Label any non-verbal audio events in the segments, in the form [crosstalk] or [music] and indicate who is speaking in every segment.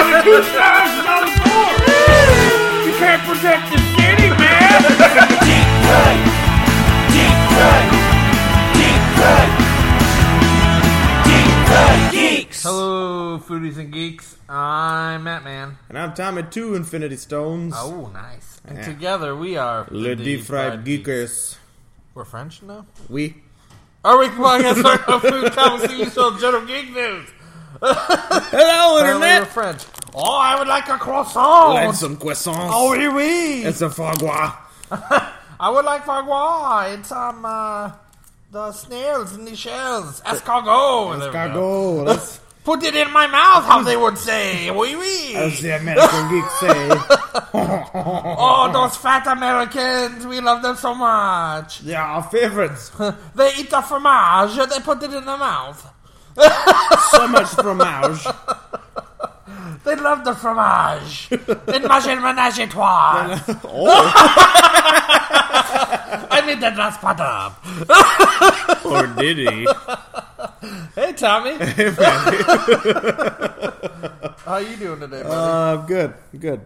Speaker 1: suicide's on the floor. You can't protect the city, man.
Speaker 2: Deep cut. Deep cut. Deep cut. Deep cut geeks.
Speaker 3: Hello, foodies and geeks. I'm Matt Man.
Speaker 4: And I'm Tommy Two Infinity Stones.
Speaker 3: Oh, nice. And
Speaker 4: Yeah.
Speaker 3: together we are
Speaker 4: Le Deep Fried Geekers.
Speaker 3: We're French now?
Speaker 4: We.
Speaker 3: Our weekly podcast on
Speaker 4: [laughs]
Speaker 3: food conversation and general geek news.
Speaker 4: Hello,
Speaker 3: Apparently we're
Speaker 4: Internet!
Speaker 3: French. Oh, I would like a croissant.
Speaker 4: And some croissants.
Speaker 3: oh, Ah oui, Ah oui.
Speaker 4: And some foie gras.
Speaker 3: I would like foie and some uh, the snails and the shells.
Speaker 4: Uh,
Speaker 3: Escargot. There we go. Ah
Speaker 4: Cargo. That's,
Speaker 3: Put it in my mouth, how they would
Speaker 4: [laughs]
Speaker 3: say. Oui, oui.
Speaker 4: that's the American geek say.
Speaker 3: Oh, those fat Americans, we love them so much.
Speaker 4: They're our favorites.
Speaker 3: They eat the fromage, they put it in their mouth.
Speaker 4: So
Speaker 3: [laughs]
Speaker 4: much fromage.
Speaker 3: They love the [laughs] fromage. They mange le ménage et trois. [laughs]
Speaker 4: oh,
Speaker 3: I made that last part up.
Speaker 4: or did he?
Speaker 3: [laughs] Hey, Tommy. How you doing today, buddy?
Speaker 4: Uh, good, good.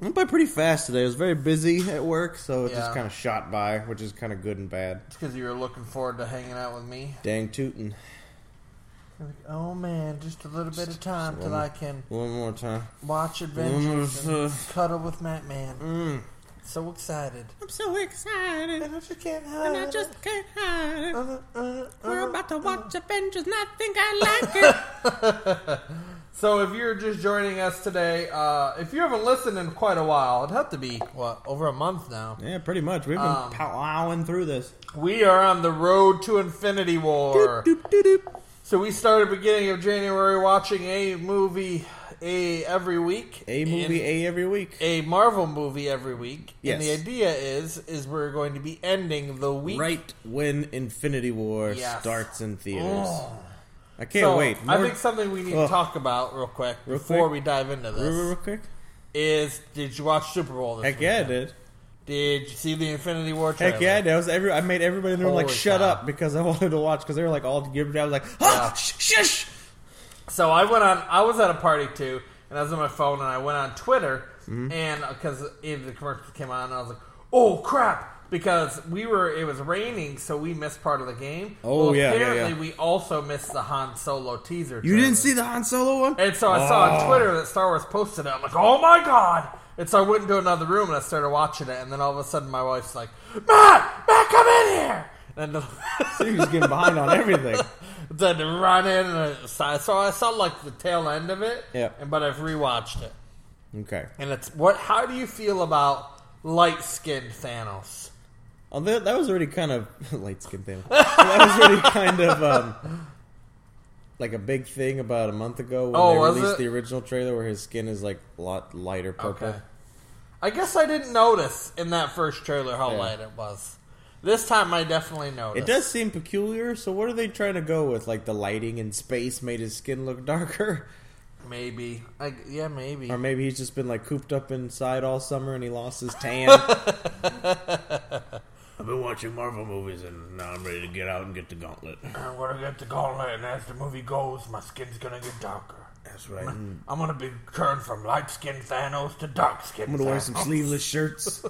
Speaker 4: Went by pretty fast today. I was very busy at work, so it
Speaker 3: Yeah.
Speaker 4: just kind of shot by, which is kind of good and bad.
Speaker 3: Because you were looking forward to hanging out with me.
Speaker 4: Dang tootin'.
Speaker 3: Oh, man, just a little bit of time till I can
Speaker 4: One more time.
Speaker 3: watch Adventures and cuddle with Matt Man. So excited.
Speaker 4: I'm so excited.
Speaker 3: Mm. And I just can't hide
Speaker 5: I
Speaker 3: it.
Speaker 5: just can't hide it.
Speaker 3: Uh, uh, uh.
Speaker 5: We're about to watch Avengers and I think I like it.
Speaker 3: So if you're just joining us today, uh, if you haven't listened in quite a while, it'd have to be what over a month now.
Speaker 4: Yeah, pretty much. We've been
Speaker 3: Um,
Speaker 4: plowing through this.
Speaker 3: We are on the road to Infinity War.
Speaker 4: Doop, doop, doop.
Speaker 3: So we started beginning of January watching a movie a every week.
Speaker 4: A movie, A every week.
Speaker 3: and a Marvel movie every week.
Speaker 4: Yes.
Speaker 3: And the idea is is we're going to be ending the week.
Speaker 4: Right when Infinity War
Speaker 3: Yes.
Speaker 4: starts in theaters.
Speaker 3: Oh.
Speaker 4: I can't
Speaker 3: So,
Speaker 4: wait.
Speaker 3: I
Speaker 4: More-
Speaker 3: think something we need to
Speaker 4: Ugh.
Speaker 3: talk about real quick
Speaker 4: Real
Speaker 3: before
Speaker 4: quick?
Speaker 3: we dive into
Speaker 4: real, real,
Speaker 3: this
Speaker 4: real quick.
Speaker 3: is did you watch Super Bowl this
Speaker 4: Heck
Speaker 3: week?
Speaker 4: yeah, I did.
Speaker 3: Did you see the Infinity War trailer?
Speaker 4: Heck yeah, I did. I, was every, I made everybody in the room like
Speaker 3: Holy
Speaker 4: shut
Speaker 3: cow.
Speaker 4: up because I [laughs] wanted to watch because they were like all gibbered. I was like, ah,
Speaker 3: Yeah.
Speaker 4: sh- shush.
Speaker 3: So I went on. I was at a party too, and I was on my phone, and I went on Twitter,
Speaker 4: Mm-hmm.
Speaker 3: and uh, because the commercials came on, and I was like, "Oh crap!" Because we were, it was raining, so we missed part of the game.
Speaker 4: Oh, yeah, yeah,
Speaker 3: apparently
Speaker 4: yeah.
Speaker 3: we also missed the Han Solo teaser.
Speaker 4: You didn't see the Han Solo one?
Speaker 3: and so I saw on
Speaker 4: Oh.
Speaker 3: Twitter that Star Wars posted it. I'm like, "Oh my god!" And so I went into another room and I started watching it, and then all of a sudden my wife's like, "Matt, Matt, come in here!" And
Speaker 4: [laughs]
Speaker 3: then-
Speaker 4: [laughs]
Speaker 3: [laughs]
Speaker 4: he was getting behind on everything.
Speaker 3: then run in and I saw, so I saw like the tail end of it.
Speaker 4: Yeah.
Speaker 3: And but I've rewatched it,
Speaker 4: Okay.
Speaker 3: and it's what? How do you feel about light skinned Thanos?
Speaker 4: Oh, that, that was already kind of [laughs] light
Speaker 3: [laughs]
Speaker 4: skin thing. That was already kind of um, like a big thing about a month ago when
Speaker 3: Oh,
Speaker 4: they
Speaker 3: was
Speaker 4: released
Speaker 3: it?
Speaker 4: the original trailer where his skin is like a lot lighter purple.
Speaker 3: Okay. I guess I didn't notice in that first trailer how
Speaker 4: Yeah.
Speaker 3: light it was. This time I definitely noticed.
Speaker 4: It does seem peculiar. So what are they trying to go with? Like the lighting in space made his skin look darker, [laughs]
Speaker 3: Maybe. I, yeah, maybe.
Speaker 4: or maybe he's just been like cooped up inside all summer and he lost his
Speaker 3: [laughs]
Speaker 4: tan. I've been watching Marvel movies and now I'm ready to get out and get the gauntlet.
Speaker 3: [laughs] I'm gonna get the gauntlet, and as the movie goes, my skin's gonna get darker.
Speaker 4: That's right. I'm
Speaker 3: I'm gonna be turned from light skinned Thanos to dark skinned.
Speaker 4: gonna wear some sleeveless shirts.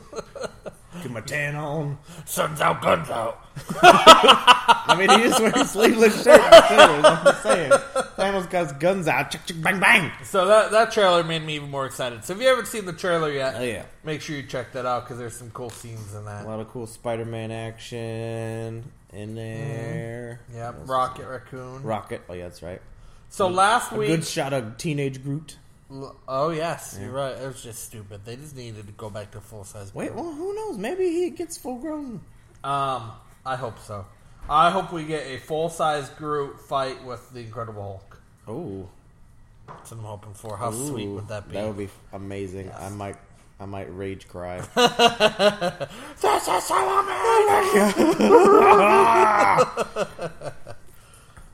Speaker 4: Get my tan on.
Speaker 3: Sun's out, guns out.
Speaker 4: [laughs] I mean, he is wearing sleeveless shirt. I'm just saying. Thanos got his guns out. Chick, chick, bang, bang.
Speaker 3: So that that trailer made me even more excited. So if you haven't seen the trailer yet,
Speaker 4: Oh, yeah.
Speaker 3: make sure you check that out because there's some cool scenes in
Speaker 4: A
Speaker 3: that.
Speaker 4: lot of cool Spider-Man action in there.
Speaker 3: Mm-hmm. Yeah, Rocket Raccoon.
Speaker 4: Rocket. Oh yeah, that's right.
Speaker 3: So last
Speaker 4: A
Speaker 3: week,
Speaker 4: good shot of teenage Groot.
Speaker 3: l- oh yes, you're right. It was just stupid. They just needed to go back to full size.
Speaker 4: Wait, well, who knows? Maybe he gets full grown.
Speaker 3: um, I hope so. I hope we get a full size Groot fight with the Incredible Hulk.
Speaker 4: Oh,
Speaker 3: That's what I'm hoping for. How
Speaker 4: Ooh.
Speaker 3: sweet would that be?
Speaker 4: That would be amazing. I might, [laughs] I might rage cry. Oh
Speaker 3: This is so amazing! [laughs]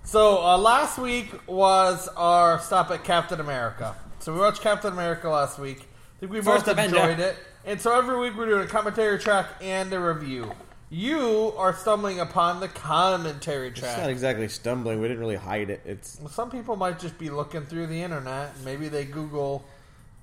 Speaker 3: so uh, last week was our stop at Captain America. So we watched Captain America last week. I think we
Speaker 4: First
Speaker 3: both
Speaker 4: Avenger.
Speaker 3: enjoyed it. And so every week we're doing a commentary track and a review. You are stumbling upon the commentary
Speaker 4: it's not
Speaker 3: track.
Speaker 4: exactly stumbling. We didn't really hide it. It's
Speaker 3: Well, Some people might just be looking through the internet. Maybe they Google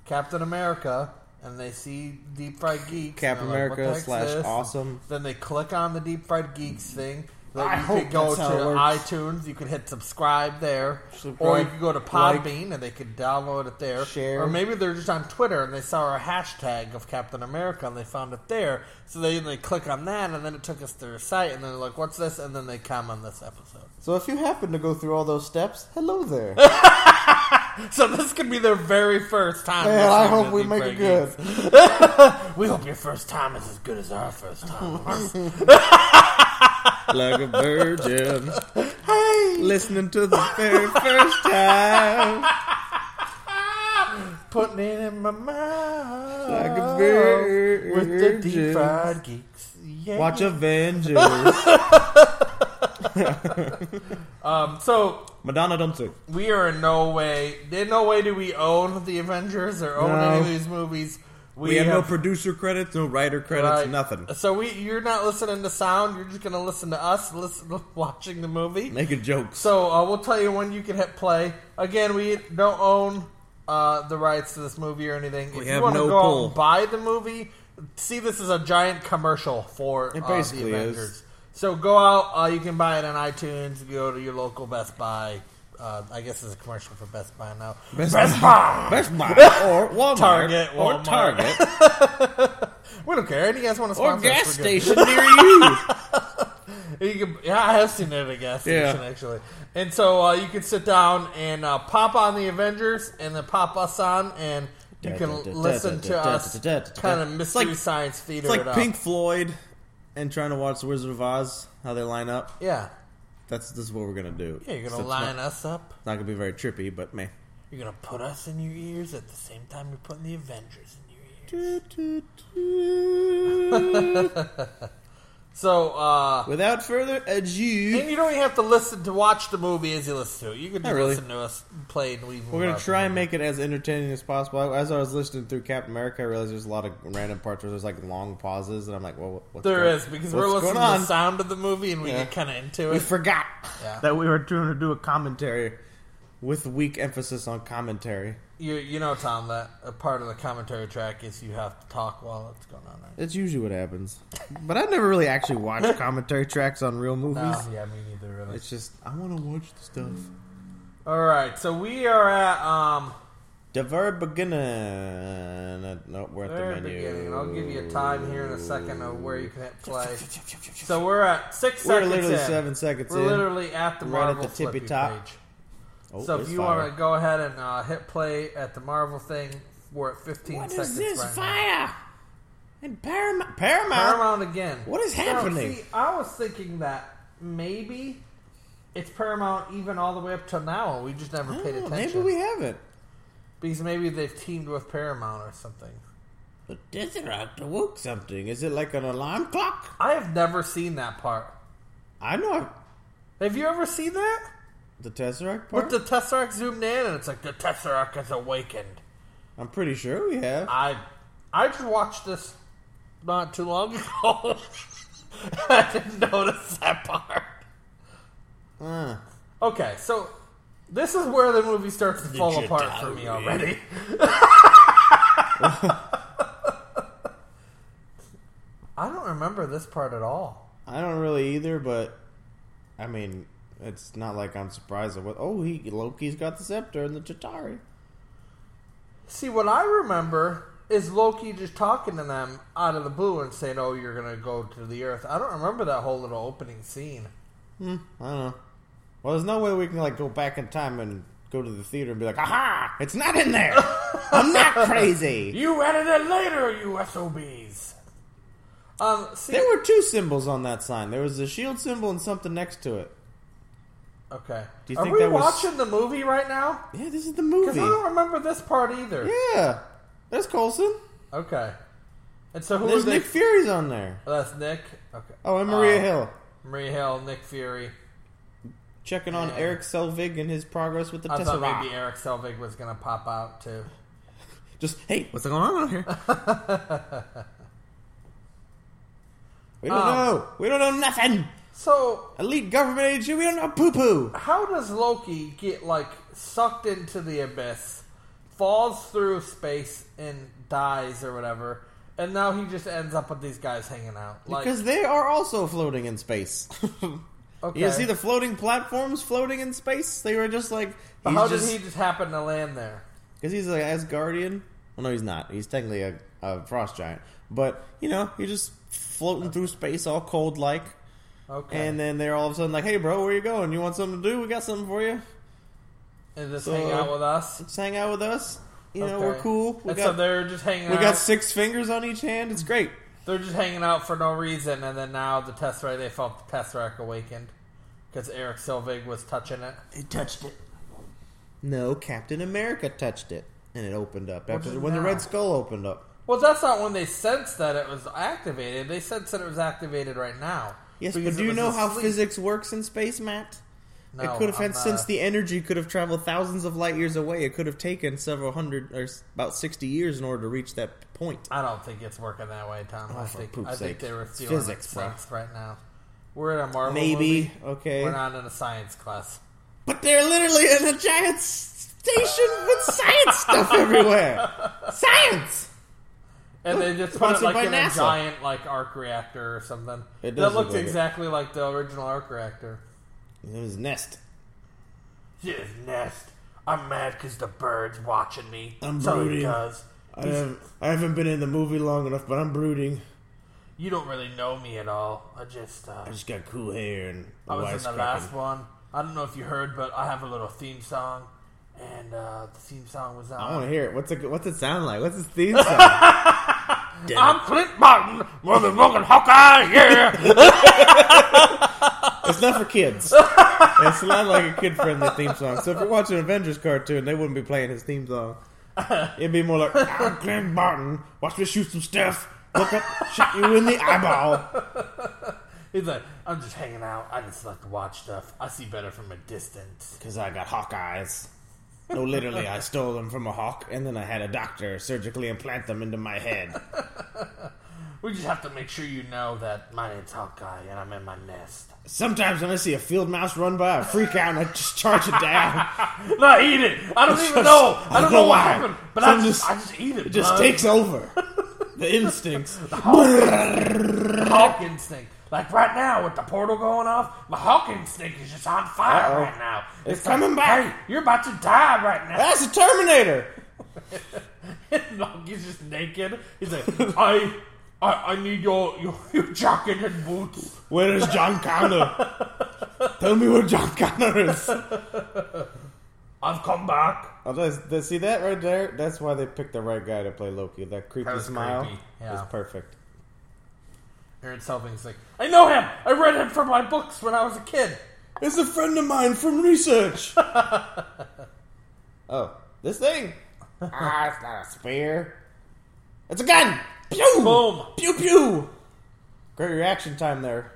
Speaker 3: Captain America, and they see Deep Fried Geeks.
Speaker 4: Cap
Speaker 3: and they're like, what the
Speaker 4: America
Speaker 3: heck's
Speaker 4: slash
Speaker 3: this?
Speaker 4: awesome.
Speaker 3: Then they click on the Deep Fried Geeks thing. Then
Speaker 4: I
Speaker 3: you
Speaker 4: hope
Speaker 3: could go
Speaker 4: that's
Speaker 3: to
Speaker 4: how it works.
Speaker 3: iTunes. You could hit subscribe there, or
Speaker 4: Subscribe,
Speaker 3: you could go to
Speaker 4: like,
Speaker 3: Podbean and they could download it there.
Speaker 4: share.
Speaker 3: Or maybe they're just on Twitter and they saw our hashtag of Captain America and they found it there. So they they click on that and then it took us to their site and then they're like, "What's this?" And then they comment on this episode.
Speaker 4: So if you happen to go through all those steps, hello [laughs] there.
Speaker 3: So this could be their very first time.
Speaker 4: Man, I
Speaker 3: listening to
Speaker 4: hope we
Speaker 3: Deep
Speaker 4: make
Speaker 3: Fried
Speaker 4: it
Speaker 3: Geeks.
Speaker 4: good.
Speaker 3: We hope your first time is as good as our first
Speaker 4: [laughs]
Speaker 3: time.
Speaker 4: like a virgin. [laughs] Hey, listening to the very first time,
Speaker 3: Putting it in my mouth
Speaker 4: like a virgin.
Speaker 3: with the deep fried geeks. Yeah.
Speaker 4: [laughs] Watch Avengers.
Speaker 3: Um, so
Speaker 4: [laughs] Madonna dumps it.
Speaker 3: we are in no way, in no way do we own the Avengers or own
Speaker 4: No.
Speaker 3: any of these movies.
Speaker 4: We, have, no producer credits, no writer credits,
Speaker 3: right.
Speaker 4: nothing.
Speaker 3: So we, you're not listening to sound. You're just gonna listen to us, listen, [laughs] watching the movie.
Speaker 4: Making jokes.
Speaker 3: So uh, we'll tell you when you can hit play. Again, we don't own uh, the rights to this movie or anything. if you
Speaker 4: have
Speaker 3: want to
Speaker 4: no
Speaker 3: go out
Speaker 4: pull.
Speaker 3: and buy the movie, see this is a giant commercial for
Speaker 4: It
Speaker 3: uh,
Speaker 4: basically
Speaker 3: the
Speaker 4: is.
Speaker 3: Avengers. So go out. Uh, you can buy it on iTunes. You go to your local Best Buy. Uh, I guess it's a commercial for Best Buy now.
Speaker 4: Best
Speaker 3: Buy. [laughs]
Speaker 4: Best Buy or Walmart
Speaker 3: Target,
Speaker 4: or
Speaker 3: Walmart.
Speaker 4: Target
Speaker 3: [laughs] We don't care. Any guys want to
Speaker 4: or
Speaker 3: sponsor? us,
Speaker 4: gas
Speaker 3: we're good.
Speaker 4: station near you.
Speaker 3: You can, yeah, I have seen it at a gas
Speaker 4: Yeah.
Speaker 3: station actually. And so uh, you can sit down and uh, pop on the Avengers, and then pop us on, and you
Speaker 4: Da,
Speaker 3: can
Speaker 4: da, da,
Speaker 3: listen
Speaker 4: da,
Speaker 3: to
Speaker 4: da, da,
Speaker 3: us
Speaker 4: da, da, da, da.
Speaker 3: kind of
Speaker 4: It's
Speaker 3: mystery
Speaker 4: like-
Speaker 3: science theater.
Speaker 4: It's
Speaker 3: it
Speaker 4: like
Speaker 3: up.
Speaker 4: Pink Floyd and trying to watch The Wizard of Oz. How they line up.
Speaker 3: Yeah,
Speaker 4: That's this is what we're gonna do.
Speaker 3: yeah. You're
Speaker 4: So
Speaker 3: gonna
Speaker 4: it's
Speaker 3: line
Speaker 4: not,
Speaker 3: us up.
Speaker 4: Not gonna be very trippy, but man.
Speaker 3: You're gonna put us in your ears at the same time you're putting the Avengers in your ears. So, uh,
Speaker 4: [laughs] Without further
Speaker 3: and
Speaker 4: ado,
Speaker 3: you don't even have to listen to watch the movie as you listen to it. You can just
Speaker 4: really.
Speaker 3: listen to us play and leave.
Speaker 4: we're gonna try and make it as entertaining as possible. I- As I was listening through Captain America, I realized there's a lot of random parts where there's like long pauses, and I'm like, "Well, what- what's
Speaker 3: There
Speaker 4: going-
Speaker 3: is because
Speaker 4: what's
Speaker 3: we're
Speaker 4: going
Speaker 3: listening to
Speaker 4: on?
Speaker 3: the sound of the movie and we
Speaker 4: Yeah.
Speaker 3: get kind of into
Speaker 4: We
Speaker 3: it.
Speaker 4: forgot
Speaker 3: Yeah.
Speaker 4: that we were trying to do a commentary with weak emphasis on commentary.
Speaker 3: You you know, Tom, that a part of the commentary track is you have to talk while it's going on. Right?
Speaker 4: That's usually what happens. But I've never really actually [laughs] watched commentary tracks on real movies.
Speaker 3: No, yeah, me neither. Really.
Speaker 4: It's just I want to watch the stuff.
Speaker 3: All right, so we are at um.
Speaker 4: The verb beginning. No, we're at the
Speaker 3: Very
Speaker 4: menu.
Speaker 3: beginning. I'll give you a time here in a second of where you can hit play. So we're at 6
Speaker 4: We're
Speaker 3: seconds.
Speaker 4: literally
Speaker 3: in.
Speaker 4: seven seconds
Speaker 3: We're
Speaker 4: in.
Speaker 3: literally at the
Speaker 4: Right at
Speaker 3: Marvel
Speaker 4: the tippy
Speaker 3: flippy
Speaker 4: top.
Speaker 3: page.
Speaker 4: Oh,
Speaker 3: so if
Speaker 4: there's
Speaker 3: you
Speaker 4: fire.
Speaker 3: want to go ahead and uh, hit play at the Marvel thing, we're at 15
Speaker 5: What
Speaker 3: seconds
Speaker 5: is this
Speaker 3: right now.
Speaker 5: fire?
Speaker 4: and Paramount, Paramount,
Speaker 3: Paramount again.
Speaker 4: What is
Speaker 3: Now,
Speaker 4: happening?
Speaker 3: Uh, see, I was thinking that maybe it's Paramount even all the way up till now. and We just never
Speaker 4: Oh,
Speaker 3: paid
Speaker 4: maybe
Speaker 3: attention
Speaker 4: we haven't.
Speaker 3: because maybe they've teamed with Paramount or something.
Speaker 4: But Desirat awoke something. Is it like an alarm clock?
Speaker 3: I have never seen that part.
Speaker 4: I know I-
Speaker 3: Have you ever seen that?
Speaker 4: the Tesseract part.
Speaker 3: With the Tesseract zoomed in, and it's like the Tesseract is awakened.
Speaker 4: I'm pretty sure we have.
Speaker 3: I I just watched this not too long [laughs] ago. I didn't notice that part.
Speaker 4: Uh,
Speaker 3: Okay, so this is where the movie starts to fall
Speaker 4: Jedi
Speaker 3: apart for me
Speaker 4: way. [laughs]
Speaker 3: already. I don't remember this part at all.
Speaker 4: I don't really either, but I mean, it's not like I'm surprised at what. Oh, he Loki's got the scepter and the Chitari.
Speaker 3: See, what I remember is Loki just talking to them out of the blue and saying, "Oh, you're gonna go to the Earth." I don't remember that whole little opening scene.
Speaker 4: I don't know. Well, there's no way we can like go back in time and go to the theater and be like, "Aha! It's not
Speaker 3: [laughs]
Speaker 4: in there. I'm not crazy."
Speaker 3: You added it later, you SOBs. Um, see,
Speaker 4: There were two symbols on that sign. There was the shield symbol and something next to it.
Speaker 3: okay.
Speaker 4: Do you
Speaker 3: Are
Speaker 4: think
Speaker 3: we
Speaker 4: that was-
Speaker 3: watching the movie right now?
Speaker 4: Yeah, this is the
Speaker 3: Because
Speaker 4: movie.
Speaker 3: I don't remember this part either.
Speaker 4: Yeah, there's Colson.
Speaker 3: Okay. And so who
Speaker 4: There's
Speaker 3: was
Speaker 4: Nick Fury's on there.
Speaker 3: Oh, that's Nick. Okay.
Speaker 4: Oh, and Maria
Speaker 3: Uh,
Speaker 4: Hill
Speaker 3: Maria Hill, Nick Fury.
Speaker 4: checking on
Speaker 3: yeah.
Speaker 4: Eric Selvig and his progress with the
Speaker 3: I thought
Speaker 4: Tesseract.
Speaker 3: maybe Eric Selvig was gonna pop out too.
Speaker 4: Just hey, what's going on out
Speaker 3: [laughs]
Speaker 4: here? we don't
Speaker 3: Um,
Speaker 4: know. We don't know nothing.
Speaker 3: So
Speaker 4: Elite government agency. We don't know poo poo.
Speaker 3: how does Loki get like sucked into the abyss falls through space and dies or whatever, and now he just ends up with these guys hanging out. Like,
Speaker 4: Because they are also floating in space. [laughs]
Speaker 3: okay,
Speaker 4: You see the floating platforms floating in space? They were just like.
Speaker 3: But
Speaker 4: he's
Speaker 3: how
Speaker 4: just,
Speaker 3: did he just happen to land there?
Speaker 4: Because he's like Asgardian. Well, no, he's not. He's technically a, a frost giant. But, you know, he's just floating through space all cold like.
Speaker 3: Okay,
Speaker 4: And then they're all of a sudden like, hey, bro, where you going? You want something to do? We got something for you.
Speaker 3: and just
Speaker 4: so-
Speaker 3: hang out with us.
Speaker 4: Just hang out with us. You know,
Speaker 3: Okay.
Speaker 4: we're cool. We
Speaker 3: and so
Speaker 4: got,
Speaker 3: they're just hanging
Speaker 4: we
Speaker 3: out.
Speaker 4: got six fingers on each hand. It's great.
Speaker 3: They're just hanging out for no reason, and then now the Tesseract, they felt the Tesseract awakened. Because Eric Selvig was touching it.
Speaker 4: No, Captain America touched it. And it opened up. After,
Speaker 3: did it
Speaker 4: when the
Speaker 3: now?
Speaker 4: Red Skull opened up.
Speaker 3: Well, that's not when they sensed that it was activated. They sensed that it was activated right now.
Speaker 4: Yes,
Speaker 3: Because
Speaker 4: but do
Speaker 3: it
Speaker 4: you
Speaker 3: was
Speaker 4: know how
Speaker 3: asleep.
Speaker 4: physics works in space, Matt?
Speaker 3: No,
Speaker 4: it could have
Speaker 3: I'm
Speaker 4: had
Speaker 3: not-
Speaker 4: since the energy could have traveled thousands of light years away. It could have taken several hundred or s- about sixty years in order to reach that point.
Speaker 3: I don't think it's working that way, Tom.
Speaker 4: Oh,
Speaker 3: I
Speaker 4: for
Speaker 3: think
Speaker 4: poop's
Speaker 3: I think
Speaker 4: sake.
Speaker 3: they were
Speaker 4: It's
Speaker 3: feeling
Speaker 4: physics,
Speaker 3: physics,
Speaker 4: bro.
Speaker 3: right now. We're in a Marvel
Speaker 4: Maybe
Speaker 3: movie.
Speaker 4: okay,
Speaker 3: We're not in a science class.
Speaker 4: but they're literally in a giant s- station with science stuff everywhere.
Speaker 3: [laughs]
Speaker 4: Science.
Speaker 3: And they just put it
Speaker 4: Sponsored by
Speaker 3: like in a
Speaker 4: NASA.
Speaker 3: giant like arc reactor or something.
Speaker 4: It does
Speaker 3: that
Speaker 4: look
Speaker 3: looked
Speaker 4: like it.
Speaker 3: exactly like the original arc reactor.
Speaker 4: It was nest.
Speaker 3: His nest. I'm mad because the bird's watching me.
Speaker 4: I'm
Speaker 3: so he
Speaker 4: brooding.
Speaker 3: does.
Speaker 4: I haven't, I haven't been in the movie long enough, but I'm brooding.
Speaker 3: You don't really know me at all. I just, uh,
Speaker 4: I just got cool hair and
Speaker 3: I was in the last one. I don't know if you heard, but I have a little theme song, and uh, the theme song was
Speaker 4: I want
Speaker 3: on.
Speaker 4: to hear it. What's it? What's it sound like? What's
Speaker 3: [laughs]
Speaker 4: his theme song?
Speaker 3: I'm Clint [laughs] Martin, motherfucking Hawkeye, yeah.
Speaker 4: It's not for kids. it's not like a kid friendly theme song. So if you're watching an Avengers cartoon, they wouldn't be playing his theme song. It'd be more like, I'm Clint Barton. Watch me shoot some stuff. Look up, shot you in the eyeball.
Speaker 3: He's like, I'm just hanging out. I just like to watch stuff. I see better from a distance.
Speaker 4: Because I got hawk eyes. No, literally, I stole them from a hawk, and then I had a doctor surgically implant them into my head.
Speaker 3: We just have to make sure you know that my name's Hawkeye, and I'm in my nest.
Speaker 4: Sometimes when I see a field mouse run by, I freak out and I just charge it down.
Speaker 3: No, I eat it. I don't even know. I don't know what happened, but I
Speaker 4: Some
Speaker 3: just,
Speaker 4: just-
Speaker 3: I just eat it.
Speaker 4: It just
Speaker 3: bud.
Speaker 4: takes over.
Speaker 3: [laughs]
Speaker 4: The instincts.
Speaker 3: hawk instinct. Like right now, with the portal going off, my hawk instinct is just on fire
Speaker 4: Uh-oh.
Speaker 3: right now.
Speaker 4: It's
Speaker 3: like,
Speaker 4: coming back.
Speaker 3: "Hey, you're about to die right now. [laughs]
Speaker 4: That's a Terminator!
Speaker 3: And Monkey's just naked. He's
Speaker 4: [laughs]
Speaker 3: like, I, I, I need your, your your jacket and boots.
Speaker 4: Where is John Connor? Tell me where John Connor is.
Speaker 3: I've come back.
Speaker 4: Oh, that's, that, see that right there? That's why they picked the right guy to play Loki. That creepy
Speaker 3: That was
Speaker 4: smile
Speaker 3: creepy, yeah.
Speaker 4: is perfect.
Speaker 3: Aaron Selvig's like, I know him. I read him from my books when I was a kid.
Speaker 4: It's a friend of mine from research. [laughs] oh, this thing? ah, it's not a spear. It's a gun. Pew
Speaker 3: Boom.
Speaker 4: pew pew. Great reaction time there.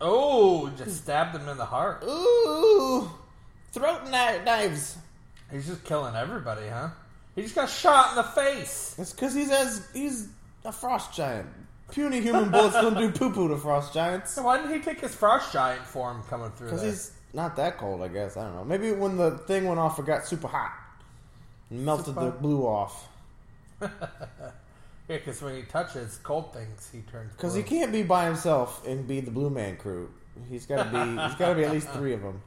Speaker 3: Oh, just stabbed him in the heart.
Speaker 4: Ooh, throat kni- knives.
Speaker 3: He's just killing everybody, huh? He just got shot in the face.
Speaker 4: It's because he's as he's a frost giant. Puny [laughs] human bullets don't do poo poo to frost giants.
Speaker 3: So why did he take his frost giant form coming through?
Speaker 4: Because
Speaker 3: there?
Speaker 4: he's not that cold, I guess. I don't know. Maybe when the thing went off, it got super hot. And melted
Speaker 3: Super
Speaker 4: the
Speaker 3: hot.
Speaker 4: blue off.
Speaker 3: Yeah, because when he touches cold things, he turns.
Speaker 4: Because
Speaker 3: blue.
Speaker 4: he can't be by himself and be the Blue Man crew. He's got to be. He's got to be at least three of them.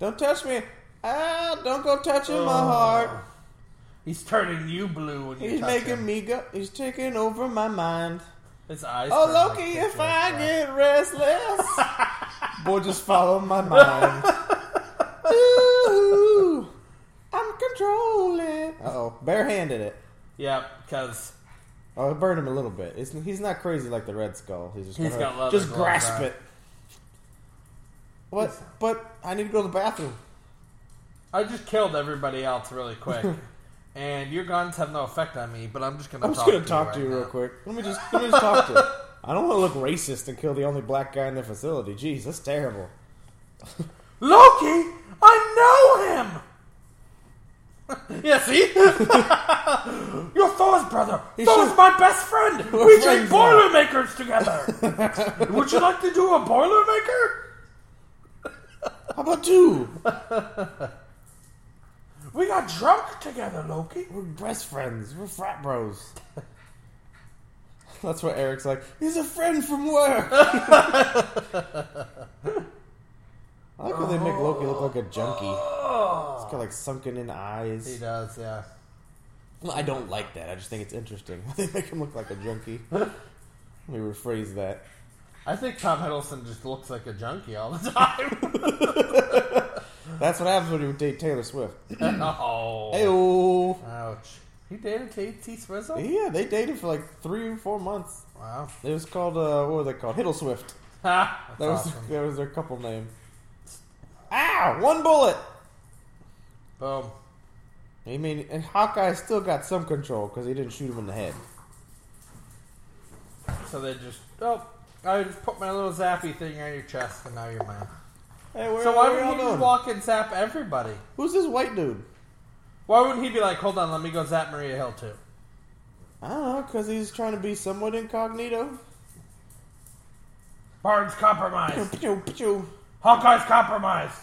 Speaker 4: Don't touch me! Ah! Don't go touching my heart.
Speaker 3: He's turning you blue when Oh, you
Speaker 4: He's
Speaker 3: touch
Speaker 4: making
Speaker 3: him.
Speaker 4: me go. He's taking over my mind.
Speaker 3: His eyes.
Speaker 4: Oh
Speaker 3: turn, like,
Speaker 4: Loki,
Speaker 3: pictures,
Speaker 4: if I
Speaker 3: like-
Speaker 4: get
Speaker 3: [laughs]
Speaker 4: restless, boy, just follow my mind. Ooh, I'm controlling. Oh, barehanded it.
Speaker 3: yeah, because
Speaker 4: Oh, it burned him a little bit. It's, he's not crazy like the Red Skull. He's just
Speaker 3: He's
Speaker 4: gonna-
Speaker 3: got leather
Speaker 4: just
Speaker 3: gloves
Speaker 4: grasp
Speaker 3: on.
Speaker 4: it. What? But I need to go to the bathroom.
Speaker 3: I just killed everybody else
Speaker 4: [laughs]
Speaker 3: really quick, and your guns have no effect on me. But I'm just gonna.
Speaker 4: I'm just
Speaker 3: talk
Speaker 4: gonna
Speaker 3: to
Speaker 4: talk
Speaker 3: you
Speaker 4: to you
Speaker 3: right
Speaker 4: real
Speaker 3: now.
Speaker 4: quick. Let me just let me just talk to you. I don't want to look racist and kill the only black guy in the facility. Jeez, that's terrible.
Speaker 3: Loki, I know him. [laughs] yeah, see, you're Thor's brother. Thor's
Speaker 4: should-
Speaker 3: my best friend. We drink
Speaker 4: friends now.
Speaker 3: Boilermakers together.
Speaker 4: [laughs]
Speaker 3: Would you like to do a Boilermaker?
Speaker 4: How about two?
Speaker 3: We got drunk together, Loki.
Speaker 4: We're best friends. We're frat bros. That's what Eric's like. He's a friend from work. [laughs] I like how they make Loki look like a junkie. He's got like sunken in
Speaker 3: He
Speaker 4: eyes.
Speaker 3: does, yeah.
Speaker 4: Well, I don't like that. I just think it's interesting. [laughs] they make him look like a junkie. Let me rephrase that. [laughs]
Speaker 3: I think Tom Hiddleston just looks like a junkie all the [laughs] time.
Speaker 4: That's what happens when you date Taylor Swift.
Speaker 3: oh.
Speaker 4: Ayo.
Speaker 3: Ouch. He dated T.T. Swizzle?
Speaker 4: Yeah, they dated for like three or four months.
Speaker 3: Wow. [laughs]
Speaker 4: It was called, uh, what were they called? Hiddle Swift.
Speaker 3: Ha! That's
Speaker 4: That was,
Speaker 3: awesome.
Speaker 4: that was their couple name. Ow! One bullet!
Speaker 3: Boom.
Speaker 4: I mean, and Hawkeye still got some control because he didn't shoot him in the head.
Speaker 3: So they just, oh, I just put my little zappy thing on your chest and now you're mine.
Speaker 4: Hey, where,
Speaker 3: So why
Speaker 4: where
Speaker 3: would
Speaker 4: y'all
Speaker 3: he just
Speaker 4: doing?
Speaker 3: walk and zap everybody?
Speaker 4: Who's this white dude?
Speaker 3: Why wouldn't he be like, hold on, let me go zap Maria Hill too?
Speaker 4: I don't know, because he's trying to be somewhat incognito.
Speaker 3: Bard's compromised.
Speaker 4: Pew, pew.
Speaker 3: Hawkeye's compromised.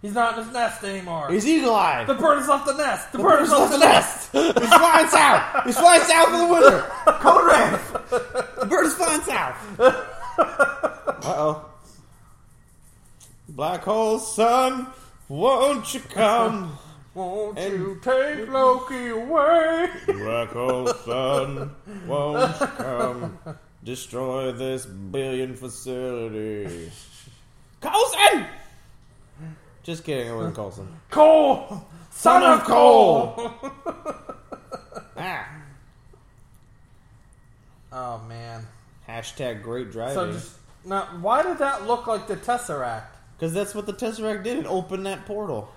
Speaker 3: He's not in his nest anymore.
Speaker 4: He's eagle-eyed.
Speaker 3: the bird has left the nest. The, bird has
Speaker 4: He's
Speaker 3: left
Speaker 4: left
Speaker 3: the
Speaker 4: the
Speaker 3: nest.
Speaker 4: nest. He's flying south. He's flying south for the winter. Code red. The bird is flying south. Uh oh. Black hole sun, won't you come?
Speaker 3: Won't
Speaker 4: And-
Speaker 3: you take Loki away?
Speaker 4: Black hole sun, won't you come? Destroy this billion facility. Coulson! Just kidding, I wasn't Coulson.
Speaker 3: [laughs] Cole! Son
Speaker 4: of
Speaker 3: of Cole!
Speaker 4: Ah.
Speaker 3: oh, man.
Speaker 4: Hashtag great driving.
Speaker 3: So just, now, why did that look like the Tesseract?
Speaker 4: Because that's what the Tesseract did. It opened that portal.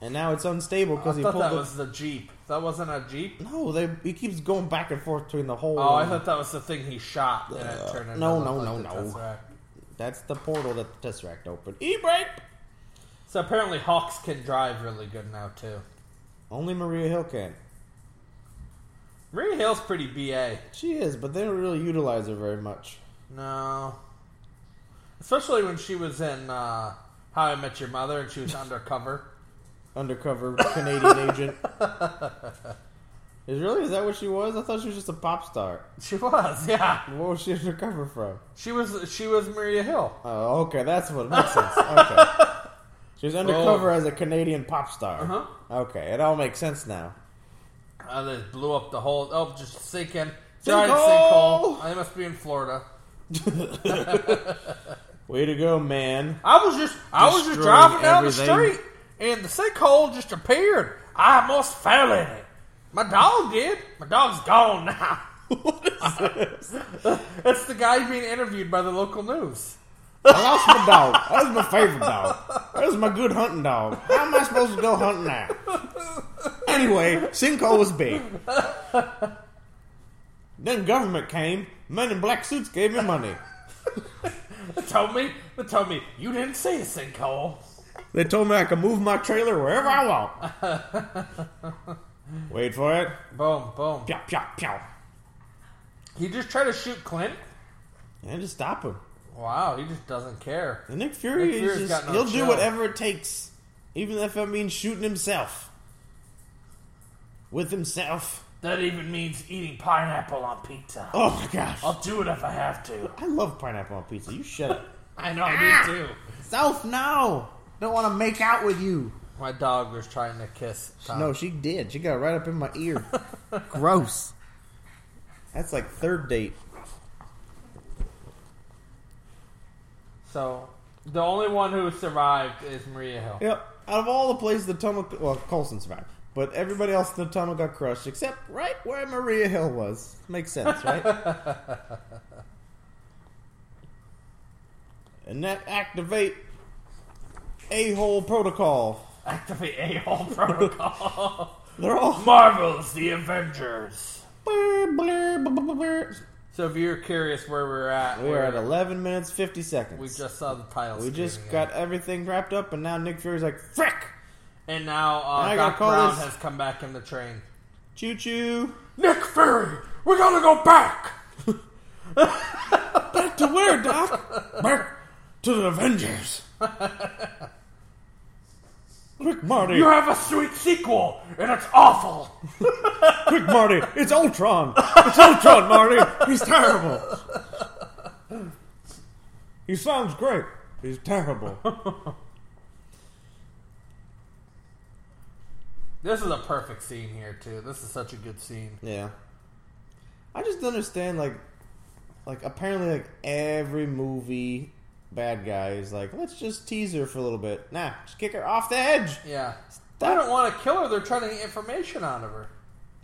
Speaker 4: And now it's unstable
Speaker 3: I
Speaker 4: because he
Speaker 3: thought
Speaker 4: pulled
Speaker 3: that
Speaker 4: the...
Speaker 3: was the Jeep. That wasn't a Jeep?
Speaker 4: No, they, he keeps going back and forth between the whole...
Speaker 3: Oh, I thought that was the thing he shot and it turned into
Speaker 4: no,
Speaker 3: look
Speaker 4: no,
Speaker 3: like
Speaker 4: no,
Speaker 3: the
Speaker 4: no.
Speaker 3: Tesseract.
Speaker 4: That's the portal that the Tesseract opened. E, E-brake!
Speaker 3: So apparently hawks can drive really good now too.
Speaker 4: Only Maria Hill can.
Speaker 3: Maria Hill's pretty BA.
Speaker 4: She is, but they don't really utilize her very much.
Speaker 3: No. Especially when she was in uh, How I Met Your Mother and she
Speaker 4: [laughs]
Speaker 3: was undercover. [laughs]
Speaker 4: Undercover Canadian agent. Is really? Is that what she was? I thought she was just a pop star.
Speaker 3: She was, yeah.
Speaker 4: What was she [laughs] undercover from?
Speaker 3: She was she was Maria Hill.
Speaker 4: Oh, okay, that's what makes sense. Okay. She was undercover
Speaker 3: Oh.
Speaker 4: as a Canadian pop star.
Speaker 3: Uh-huh.
Speaker 4: Okay, it all makes sense now.
Speaker 3: Uh, they blew up the whole oh just sinking.
Speaker 4: Sinkhole!
Speaker 3: Giant sinkhole. Uh, They must be in Florida.
Speaker 4: Way to go, man.
Speaker 3: I was just I was just
Speaker 4: Destroyed
Speaker 3: driving down the
Speaker 4: everything.
Speaker 3: street and the sinkhole just appeared. I almost fell in it. My dog did. My dog's gone now. [laughs] It's the guy being interviewed by the local news.
Speaker 4: I lost my dog. That was my favorite dog. That was my good hunting dog. How am I supposed to go hunting now? Anyway, sinkhole was big. Then government came. Men in black suits gave me money.
Speaker 3: They told me they told me you didn't see a sinkhole.
Speaker 4: They told me I could move my trailer wherever I want. Wait for it.
Speaker 3: Boom, boom.
Speaker 4: Pew, pew, pew.
Speaker 3: He just tried to shoot Clint.
Speaker 4: And just stop him.
Speaker 3: Wow, he just doesn't care.
Speaker 4: And Nick Fury
Speaker 3: Nick Fury's
Speaker 4: is
Speaker 3: got
Speaker 4: just,
Speaker 3: no
Speaker 4: he'll
Speaker 3: chill.
Speaker 4: do whatever it takes. Even if it means shooting himself. With himself.
Speaker 3: That even means eating pineapple on pizza.
Speaker 4: Oh my gosh.
Speaker 3: I'll [laughs] do it if I have to.
Speaker 4: I love pineapple on pizza. You shut up.
Speaker 3: [laughs] I know,
Speaker 4: Ah!
Speaker 3: I do too.
Speaker 4: Self, no. Don't want to make out with you.
Speaker 3: My dog was trying to kiss Tom.
Speaker 4: No, she did. She got right up in my ear. [laughs] Gross. That's like third date.
Speaker 3: So the only one who survived is Maria Hill.
Speaker 4: Yep. Out of all the places the tunnel, well, Colson survived, but everybody else in the tunnel got crushed except right where Maria Hill was. Makes sense,
Speaker 3: [laughs]
Speaker 4: right? and that activate a hole protocol.
Speaker 3: Activate a hole [laughs] protocol.
Speaker 4: They're all.
Speaker 3: Marvel's the Avengers.
Speaker 4: We're
Speaker 3: So if you're curious where we're at, we're-
Speaker 4: at 11 minutes 50 seconds.
Speaker 3: We just saw the title.
Speaker 4: We just
Speaker 3: screen again.
Speaker 4: got everything wrapped up, and now Nick Fury's like, frick!
Speaker 3: and now uh,
Speaker 4: I gotta
Speaker 3: Doc
Speaker 4: call
Speaker 3: Brown
Speaker 4: this-
Speaker 3: has come back in the train.
Speaker 4: Choo choo!
Speaker 3: Nick Fury, we gotta go back.
Speaker 4: Back to where,
Speaker 3: [laughs]
Speaker 4: Doc? Back to the Avengers! Quick, Marty!
Speaker 3: You have a sweet sequel, and it's awful.
Speaker 4: Quick, Marty! It's Ultron! It's Ultron, Marty! He's terrible! He sounds great. He's terrible.
Speaker 3: This is a perfect scene here too. This is such a good scene.
Speaker 4: Yeah. I just don't understand like like apparently like every movie bad guy is like, let's just tease her for a little bit. Nah, just kick her off the edge.
Speaker 3: Yeah, they don't want to kill her. They're trying to get information out of her.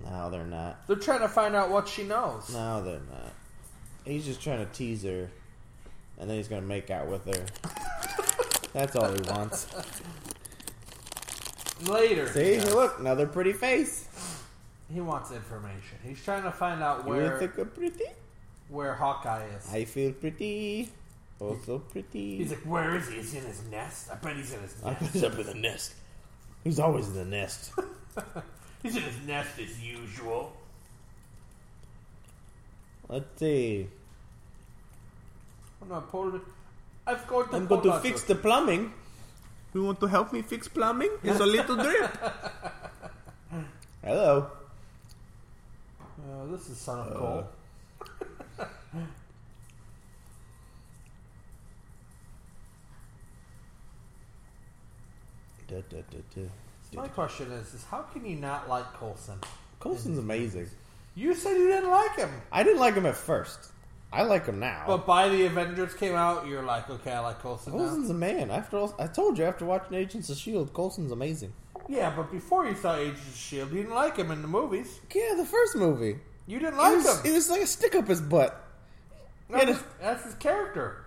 Speaker 4: No, they're not.
Speaker 3: They're trying to find out what she knows.
Speaker 4: No, they're not. He's just trying to tease her and then he's gonna make out with her. That's all he wants.
Speaker 3: Later,
Speaker 4: See,
Speaker 3: he, does.
Speaker 4: look, another pretty face.
Speaker 3: He wants information. He's trying to find out
Speaker 4: You
Speaker 3: where
Speaker 4: think I'm pretty?
Speaker 3: where Hawkeye is.
Speaker 4: I feel pretty. Also pretty.
Speaker 3: He's like, where is he? Is he in his nest? I bet he's in his
Speaker 4: I
Speaker 3: nest.
Speaker 4: put it up in the nest. He's always in the nest.
Speaker 3: He's in his nest as usual.
Speaker 4: Let's see.
Speaker 3: I'm not Poland. I've got the
Speaker 4: I'm going to
Speaker 3: Poland.
Speaker 4: fix the plumbing. You want to help me fix plumbing? It's a little drip. Hello.
Speaker 3: Oh, this is son of
Speaker 4: Uh.
Speaker 3: Cole.
Speaker 4: Da, da, da, da.
Speaker 3: My question is, is how can you not like Colson?
Speaker 4: Colson's amazing.
Speaker 3: You said you didn't like him,
Speaker 4: I didn't like him at first. I like him now.
Speaker 3: but by the Avengers came out, you're like, okay, I like Colson now.
Speaker 4: Colson's a man. After all, I told you after watching Agents of Shield, Colson's amazing.
Speaker 3: Yeah, but before you saw Agents of Shield, E you didn't like him in the movies.
Speaker 4: Yeah, the first movie.
Speaker 3: You didn't
Speaker 4: It
Speaker 3: like
Speaker 4: was,
Speaker 3: him.
Speaker 4: it was like a stick up his butt.
Speaker 3: That's,
Speaker 4: yeah,
Speaker 3: his, that's his character.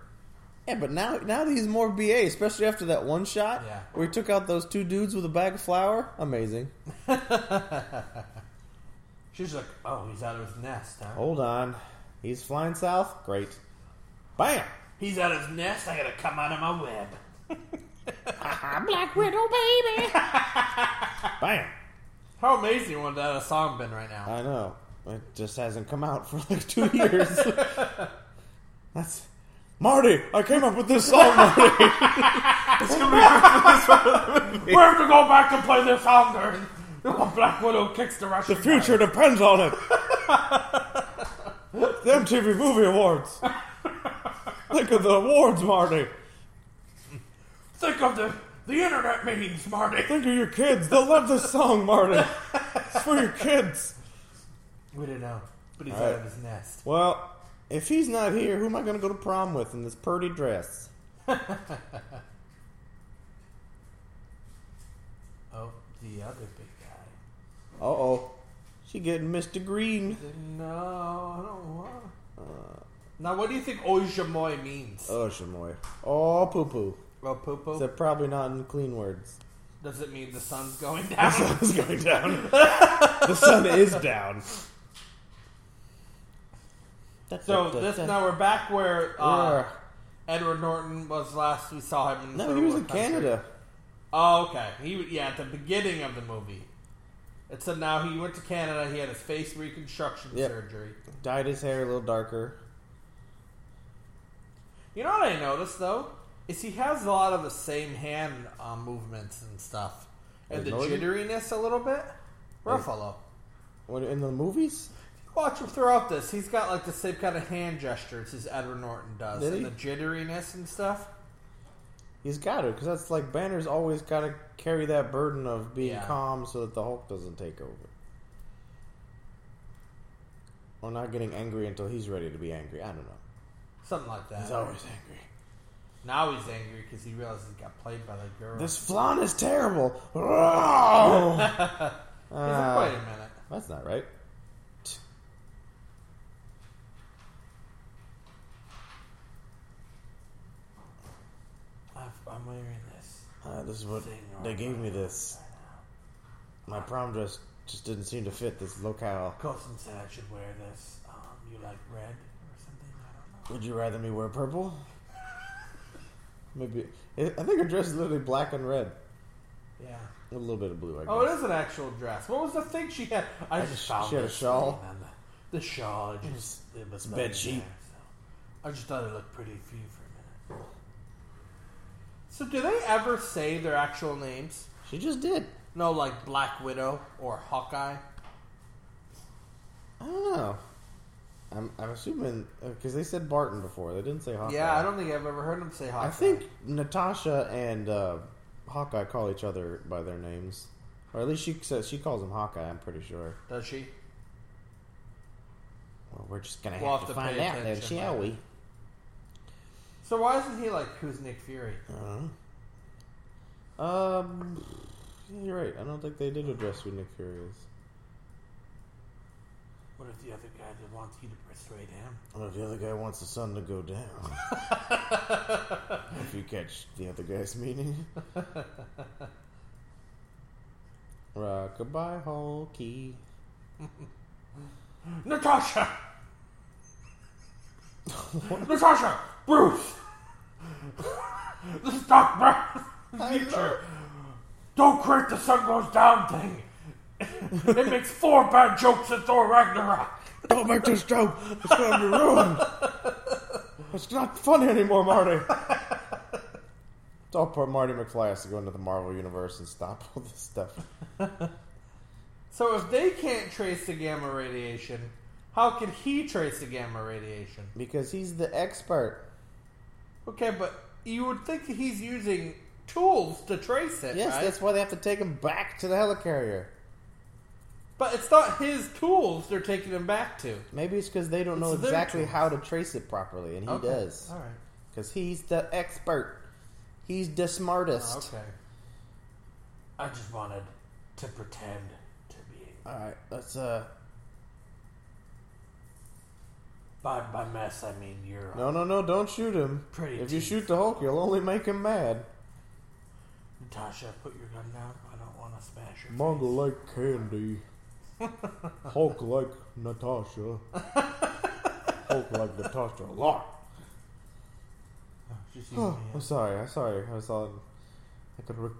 Speaker 4: Yeah, but now now that he's more BA, especially after that one shot
Speaker 3: Yeah.
Speaker 4: where he took out those two dudes with a bag of flour. Amazing.
Speaker 3: She's like, oh, he's out of his nest, huh?
Speaker 4: Hold on. He's flying south? Great. Bam!
Speaker 3: He's out of his nest. I gotta come out of my web.
Speaker 5: Black Widow, baby.
Speaker 4: Bam!
Speaker 3: How amazing would that a song been right now?
Speaker 4: I know. It just hasn't come out for like two years. That's. Marty! I came up with this song, Marty!
Speaker 3: we have to go back and play this song. [laughs] during- Black Widow kicks the Russian.
Speaker 4: The future depends on it! The MTV Movie Awards! Think of the awards, Marty!
Speaker 3: Think of the the internet meetings, Marty.
Speaker 4: Think of your kids! They'll love this song, Marty! It's for your kids!
Speaker 3: We don't know, but he's
Speaker 4: All
Speaker 3: out of
Speaker 4: right.
Speaker 3: his nest.
Speaker 4: Well, if he's not here, who am I going to go to prom with in this purdy dress?
Speaker 3: Oh, the other big
Speaker 4: Uh oh. She getting Mr. Green.
Speaker 3: guy. No, I don't want. Uh. now, what do you think Ojamoy means?
Speaker 4: Oh, Shamoy. Oh, poo poo.
Speaker 3: well, poo poo.
Speaker 4: They're probably not in clean words. [laughs]
Speaker 3: Does it mean the sun's going down?
Speaker 4: It's going down. the sun is down.
Speaker 3: so this now we're back where uh,
Speaker 4: Yeah.
Speaker 3: Edward Norton was last. We saw him in
Speaker 4: No,
Speaker 3: third
Speaker 4: he was in
Speaker 3: world country.
Speaker 4: Canada.
Speaker 3: Oh, okay. He yeah, at the beginning of the movie. It said now he went to Canada. He had his face reconstruction
Speaker 4: Yep.
Speaker 3: surgery.
Speaker 4: Dyed his hair a little darker.
Speaker 3: You know what I noticed though is he has a lot of the same hand uh, movements and stuff, and the
Speaker 4: Edward Norton?
Speaker 3: jitteriness a little bit. Ruffalo,
Speaker 4: What, in the movies?
Speaker 3: watch him throughout this. He's got like the same kind of hand gestures as Edward Norton does,
Speaker 4: Did
Speaker 3: and the
Speaker 4: he?
Speaker 3: jitteriness and stuff.
Speaker 4: He's got it, because that's like Banner's always got to carry that burden of being
Speaker 3: Yeah.
Speaker 4: calm so that the Hulk doesn't take over. Or not getting angry until he's ready to be angry. I don't know.
Speaker 3: Something like that.
Speaker 4: He's always angry.
Speaker 3: now he's angry because he realizes he got played by that girl.
Speaker 4: This flan is [laughs] terrible. Oh!
Speaker 3: He's like, Wait a
Speaker 4: uh,
Speaker 3: minute.
Speaker 4: that's not right.
Speaker 3: I've- I'm wearing this.
Speaker 4: Uh, this is what they gave me. This my prom dress just didn't seem to fit this locale.
Speaker 3: Colson said I should wear this. Um, you like red or something? I don't know.
Speaker 4: Would you rather me wear [laughs] purple? Maybe I I think her dress is literally black and red.
Speaker 3: Yeah.
Speaker 4: A little bit of blue, I guess.
Speaker 3: Oh, it is an actual dress. What was the thing she had? I, just found
Speaker 4: she had a
Speaker 3: this
Speaker 4: shawl?
Speaker 3: thing, and The, the shawl. I just it was
Speaker 4: bed
Speaker 3: laying
Speaker 4: sheet.
Speaker 3: so. I just thought it looked pretty for you for a minute. So, do they ever say their actual names?
Speaker 4: She just did.
Speaker 3: No, like Black Widow or Hawkeye.
Speaker 4: I don't know. I'm, I'm assuming because they said Barton before. They didn't say Hawkeye.
Speaker 3: Yeah, I don't think I've ever heard him say Hawkeye.
Speaker 4: I think Natasha and uh, Hawkeye call each other by their names, or at least she says she calls him Hawkeye. I'm pretty sure.
Speaker 3: does she?
Speaker 4: Well, we're just gonna have,
Speaker 3: We'll
Speaker 4: to,
Speaker 3: have to
Speaker 4: find
Speaker 3: pay
Speaker 4: out then,
Speaker 3: attention.
Speaker 4: shall we?
Speaker 3: So why isn't he like who's Nick Fury?
Speaker 4: Um, yeah, you're right. I don't think they did address who Nick Fury is.
Speaker 3: What if the other guy that wants you to persuade him?
Speaker 4: Well, if the other guy wants the sun to go down, if you catch the other guy's meaning. Rockabye Hulky.
Speaker 3: Natasha. Natasha, Bruce, the stock future. Don't create the sun goes down thing. it makes four bad jokes at Thor Ragnarok.
Speaker 4: Don't make this joke! It's gonna be ruined! It's not funny anymore, Marty! Don't put Marty McFly has to go into the Marvel Universe and stop all this stuff.
Speaker 3: So if they can't trace the gamma radiation, how can he trace the gamma radiation?
Speaker 4: Because he's the expert.
Speaker 3: Okay, but you would think he's using tools to trace it,
Speaker 4: Yes,
Speaker 3: right?
Speaker 4: that's why they have to take him back to the helicarrier.
Speaker 3: But it's not his tools they're taking him back to.
Speaker 4: Maybe it's because they don't know
Speaker 3: It's their
Speaker 4: exactly
Speaker 3: choice.
Speaker 4: how to trace it properly, and he
Speaker 3: Okay,
Speaker 4: does.
Speaker 3: All right.
Speaker 4: Because he's the expert. He's the smartest.
Speaker 3: Oh, Okay. I just wanted to pretend to be
Speaker 4: Alright, let's, uh.
Speaker 3: by by mess. I mean you're
Speaker 4: No, no, no, don't shoot him.
Speaker 3: Pretty
Speaker 4: if you
Speaker 3: teeth.
Speaker 4: shoot the Hulk, you'll only make him mad.
Speaker 3: Natasha. Put your gun down. I don't want to smash your
Speaker 4: Manga like candy.
Speaker 3: [laughs]
Speaker 4: Hulk like Natasha. Hulk like Natasha
Speaker 3: [sighs]
Speaker 4: a lot.
Speaker 3: face. Just
Speaker 4: Oh,
Speaker 3: using
Speaker 4: I'm [sighs]
Speaker 3: it.
Speaker 4: sorry, I'm sorry. I was on. I could. Re-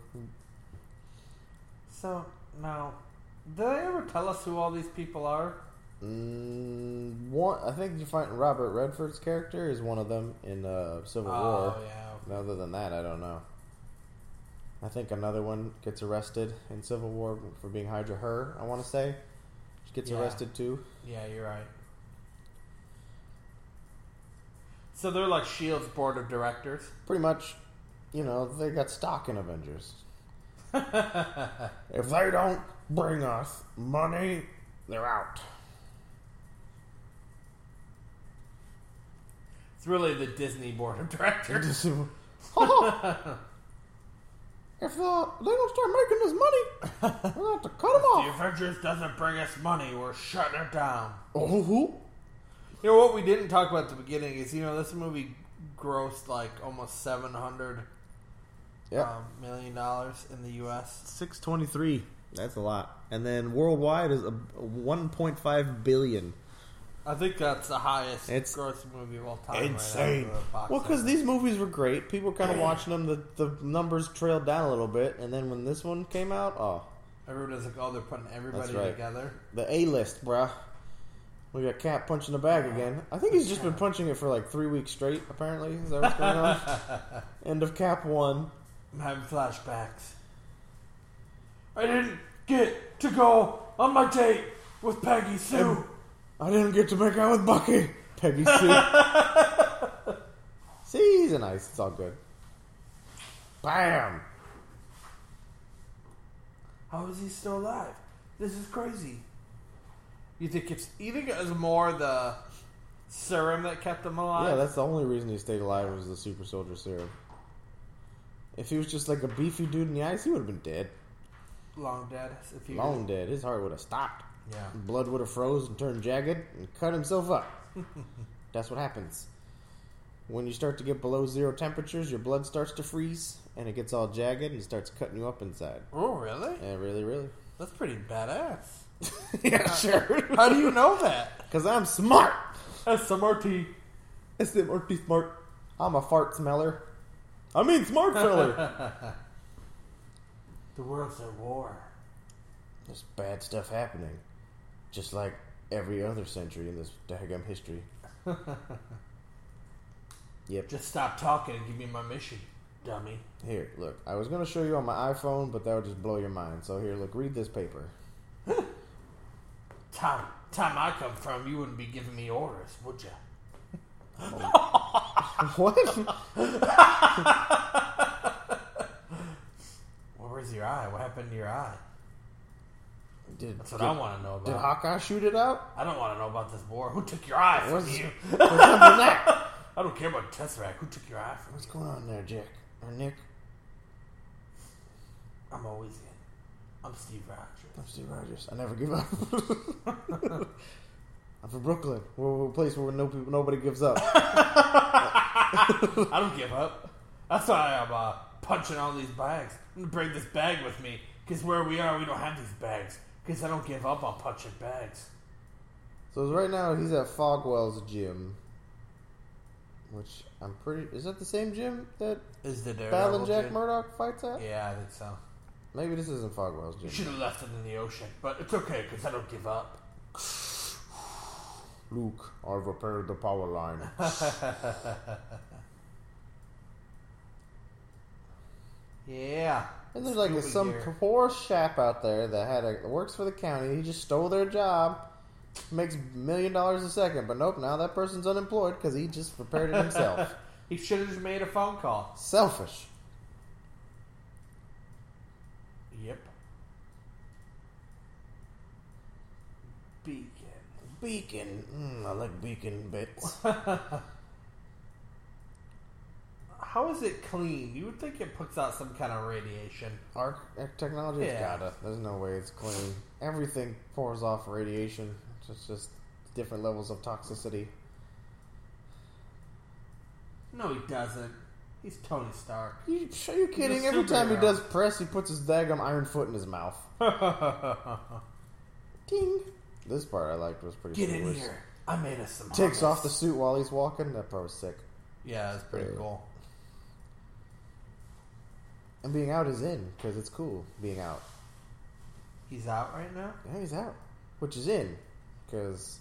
Speaker 3: So now, did they ever tell us who all these people are?
Speaker 4: Mm, one, I think you find Robert Redford's character is one of them in uh, Civil
Speaker 3: Oh,
Speaker 4: War.
Speaker 3: yeah.
Speaker 4: And Other than that, I don't know. I think another one gets arrested in Civil War for being Hydra. Her, I want to say, she gets
Speaker 3: Yeah.
Speaker 4: arrested too.
Speaker 3: Yeah, you're right. So they're like Shield's board of directors.
Speaker 4: Pretty much, you know, they got stock in Avengers. if they don't bring us money, they're out.
Speaker 3: It's really the Disney board of [laughs] directors.
Speaker 4: Just- if uh, they don't start making this money, we're gonna have to cut them
Speaker 3: the
Speaker 4: off.
Speaker 3: Avengers doesn't bring us money. We're shutting it down.
Speaker 4: Oh, who?
Speaker 3: You know what we didn't talk about at the beginning is you know this movie grossed like almost seven hundred
Speaker 4: Yeah.
Speaker 3: um, million dollars in the U.S.
Speaker 4: 623. That's a lot. And then worldwide is a 1.5 billion.
Speaker 3: I think that's the highest
Speaker 4: It's
Speaker 3: gross movie of all time. Right out of the box
Speaker 4: Well, because
Speaker 3: office.
Speaker 4: these movies were great. People were kind of watching them. The, the numbers trailed down a little bit. And then when this one came out, oh,
Speaker 3: everybody's like, oh, they're putting everybody
Speaker 4: right.
Speaker 3: together.
Speaker 4: the A list, bruh. We got Cat punching the bag again. I think he's just been punching it for like three weeks straight, apparently. Is that what's going on? [laughs] End of Cap 1.
Speaker 3: I'm having flashbacks. I didn't get to go on my date with Peggy Sue.
Speaker 4: I didn't get to make out with Bucky. Peggy Sue. [laughs] See, he's a nice. It's all good. Bam.
Speaker 3: How is he still alive? This is crazy. You think it's you think it was more the serum that kept him alive?
Speaker 4: Yeah, that's the only reason he stayed alive was the super soldier serum. If he was just like a beefy dude in the ice, he would have been dead,
Speaker 3: long dead. If you
Speaker 4: long dead. His heart would have stopped.
Speaker 3: yeah,
Speaker 4: Blood would have froze and turned jagged and cut himself up. That's what happens. When you start to get below zero temperatures, your blood starts to freeze and it gets all jagged and starts cutting you up inside.
Speaker 3: oh really?
Speaker 4: Yeah, really, really. [laughs]
Speaker 3: That's pretty badass.
Speaker 4: yeah, sure. [laughs]
Speaker 3: How do you know that?
Speaker 4: Because I'm smart.
Speaker 3: SMRT.
Speaker 4: It's the be smart. I'm a fart smeller. I mean, smart feller.
Speaker 3: The world's at war.
Speaker 4: There's bad stuff happening. Just like every other century in this daggum history. yep.
Speaker 3: Just stop talking and give me my mission. dummy.
Speaker 4: Here, look. I was going to show you on my iPhone, but that would just blow your mind. So here, look. Read this paper.
Speaker 3: Time, time I come from, you wouldn't be giving me orders, would you?
Speaker 4: What?
Speaker 3: Well, where's your eye? What happened to your eye?
Speaker 4: did,
Speaker 3: That's what
Speaker 4: did-
Speaker 3: I want to know
Speaker 4: Did
Speaker 3: about.
Speaker 4: Hawkeye shoot it out?
Speaker 3: I don't want to know about this war. Who took your eye from
Speaker 4: What's-
Speaker 3: you? I don't care about Tesseract. Who took your eye from
Speaker 4: What's going on there, Jack or Nick?
Speaker 3: you? I'm always in. I'm Steve Rogers.
Speaker 4: I'm Steve Rogers. I never give up. [laughs] I'm from Brooklyn, where we're a place where no people, nobody gives up.
Speaker 3: I don't give up. That's why I'm uh, punching all these bags. I'm gonna bring this bag with me because where we are, we don't have these bags. Because I don't give up on punching bags.
Speaker 4: so right now he's at Fogwell's gym, which I'm pretty. Is that the same gym that
Speaker 3: Is the
Speaker 4: Battle and Jack Murdoch fights at?
Speaker 3: Yeah, I think so.
Speaker 4: Maybe this isn't Fogwell's
Speaker 3: You
Speaker 4: [laughs] gym.
Speaker 3: should have left it in the ocean, but it's okay because I don't give up.
Speaker 4: Luke, I've repaired the power [laughs] line.
Speaker 3: Yeah.
Speaker 4: And there's like
Speaker 3: Scuba
Speaker 4: some
Speaker 3: gear.
Speaker 4: poor chap out there that had a works for the county. He just stole their job, makes million dollars a second. But nope, now that person's unemployed because he just repaired it [laughs] himself.
Speaker 3: He should have just made a phone call.
Speaker 4: Selfish.
Speaker 3: Yep. Beacon.
Speaker 4: Beacon. Mm, I like beacon bits.
Speaker 3: How is it clean? You would think it puts out some kind of radiation.
Speaker 4: Arc technology. has
Speaker 3: Yeah.
Speaker 4: Gotta. There's no way it's clean. Everything pours off radiation. It's just- just different levels of toxicity.
Speaker 3: No, he doesn't. He's Tony Stark.
Speaker 4: You, are you kidding?
Speaker 3: a
Speaker 4: Every time he
Speaker 3: superhero.
Speaker 4: does press, he puts his daggum iron foot in
Speaker 3: [laughs]
Speaker 4: his mouth. Ding. This part I liked was pretty.
Speaker 3: Get
Speaker 4: cool.
Speaker 3: in
Speaker 4: Where's-
Speaker 3: here. I made us some.
Speaker 4: takes
Speaker 3: hummus.
Speaker 4: off the suit while he's walking. That part was sick.
Speaker 3: Yeah, that's pretty
Speaker 4: Yeah.
Speaker 3: cool.
Speaker 4: And being out is in because it's cool being out.
Speaker 3: He's out right now.
Speaker 4: Yeah, he's out, which is in because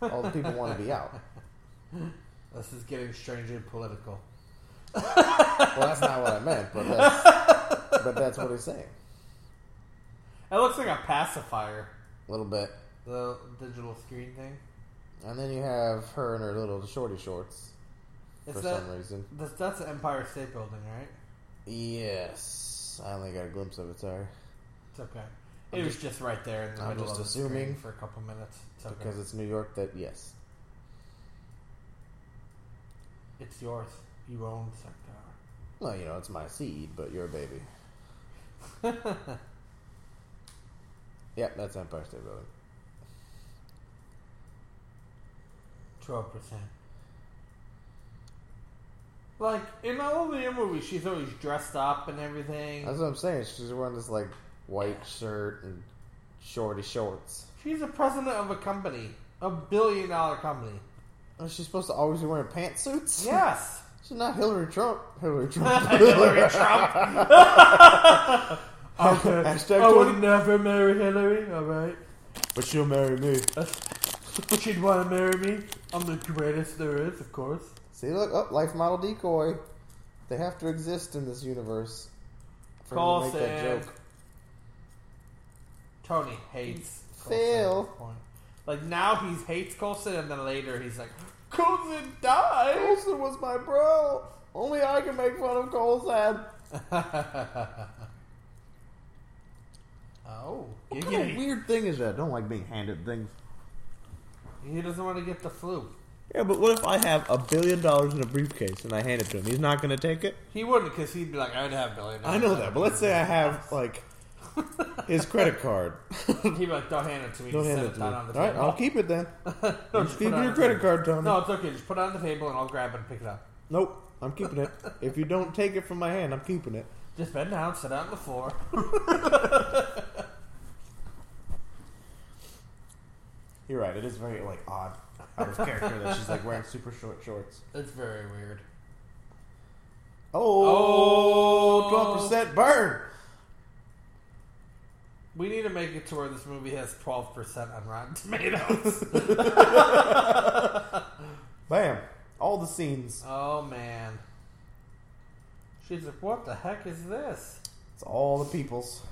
Speaker 4: all the people want to be out.
Speaker 3: This is getting strangely political.
Speaker 4: Well, that's not what I meant, but that's, but that's what he's saying.
Speaker 3: It looks like a pacifier.
Speaker 4: A little bit,
Speaker 3: The digital screen thing.
Speaker 4: and then you have her in her little shorty shorts
Speaker 3: Is
Speaker 4: for
Speaker 3: that
Speaker 4: some reason.
Speaker 3: that's, that's the Empire State Building, right?
Speaker 4: Yes, I only got a glimpse of it. Sorry,
Speaker 3: It's okay. It was just, right there in the
Speaker 4: I'm
Speaker 3: middle
Speaker 4: just
Speaker 3: of the
Speaker 4: assuming
Speaker 3: screen for a couple minutes. It's okay.
Speaker 4: because it's New York. That yes,
Speaker 3: It's yours. You own Sector.
Speaker 4: well, you know, it's my seed, but you're a baby.
Speaker 3: [laughs]
Speaker 4: Yep, that's Empire State Building.
Speaker 3: Twelve percent. Like in all of the movies, she's always dressed up and everything.
Speaker 4: That's what I'm saying. She's wearing this like white shirt and shorty shorts.
Speaker 3: She's the president of a company, a billion dollar company.
Speaker 4: Oh, she's supposed to always be wearing pantsuits. [laughs]
Speaker 3: Yes,
Speaker 4: she's not Hillary
Speaker 3: [laughs]
Speaker 4: Trump. Hillary Trump.
Speaker 3: Hillary Trump.
Speaker 4: [laughs]
Speaker 3: [laughs] Oh,
Speaker 4: Hashtag
Speaker 3: I would
Speaker 4: Twitter.
Speaker 3: never marry Hillary. All right,
Speaker 4: But she'll marry me.
Speaker 3: she'd want to marry me. I'm the greatest there is, of course.
Speaker 4: See, look, oh, life model decoy. They have to exist in this universe. For him to
Speaker 3: Call
Speaker 4: make that
Speaker 3: Sam.
Speaker 4: joke.
Speaker 3: Tony hates Coulson
Speaker 4: Phil.
Speaker 3: at this point. Like now he hates Colson, and then later he's like, Colson died. [laughs]
Speaker 4: Colson was my bro. Only I can make fun of Colson.
Speaker 3: Oh,
Speaker 4: What
Speaker 3: you
Speaker 4: kind
Speaker 3: get-
Speaker 4: of weird thing is that? I don't like being handed things.
Speaker 3: he doesn't want to get the flu.
Speaker 4: Yeah, but what if I have a billion dollars in a briefcase and I hand it to him? He's not going to take it?
Speaker 3: He wouldn't, because he'd be like, I'd have billion.
Speaker 4: I know that, but let's say I have like his credit card.
Speaker 3: [laughs] He'd be like, don't hand it to me.
Speaker 4: Don't
Speaker 3: just
Speaker 4: hand
Speaker 3: set
Speaker 4: it to me.
Speaker 3: down
Speaker 4: All
Speaker 3: on the
Speaker 4: right,
Speaker 3: table.
Speaker 4: I'll keep
Speaker 3: [laughs]
Speaker 4: it then.
Speaker 3: No,
Speaker 4: Just
Speaker 3: just put
Speaker 4: keep
Speaker 3: it on
Speaker 4: your
Speaker 3: the
Speaker 4: credit
Speaker 3: table.
Speaker 4: card, Tony.
Speaker 3: No, it's okay. Just put it on the table, and I'll grab it and pick it up.
Speaker 4: Nope, I'm keeping it. If you don't take it from my hand, I'm keeping it.
Speaker 3: Just bend down, sit down on the floor.
Speaker 4: You're right. It is very like odd out of character that she's like wearing super short shorts.
Speaker 3: It's very weird.
Speaker 4: Oh,
Speaker 3: Oh.
Speaker 4: 12 percent burn.
Speaker 3: We need to make it to where this movie has twelve percent on Rotten
Speaker 4: [laughs]
Speaker 3: Tomatoes.
Speaker 4: Bam! All the scenes.
Speaker 3: oh man, She's like, what the heck is this?
Speaker 4: It's all the peoples.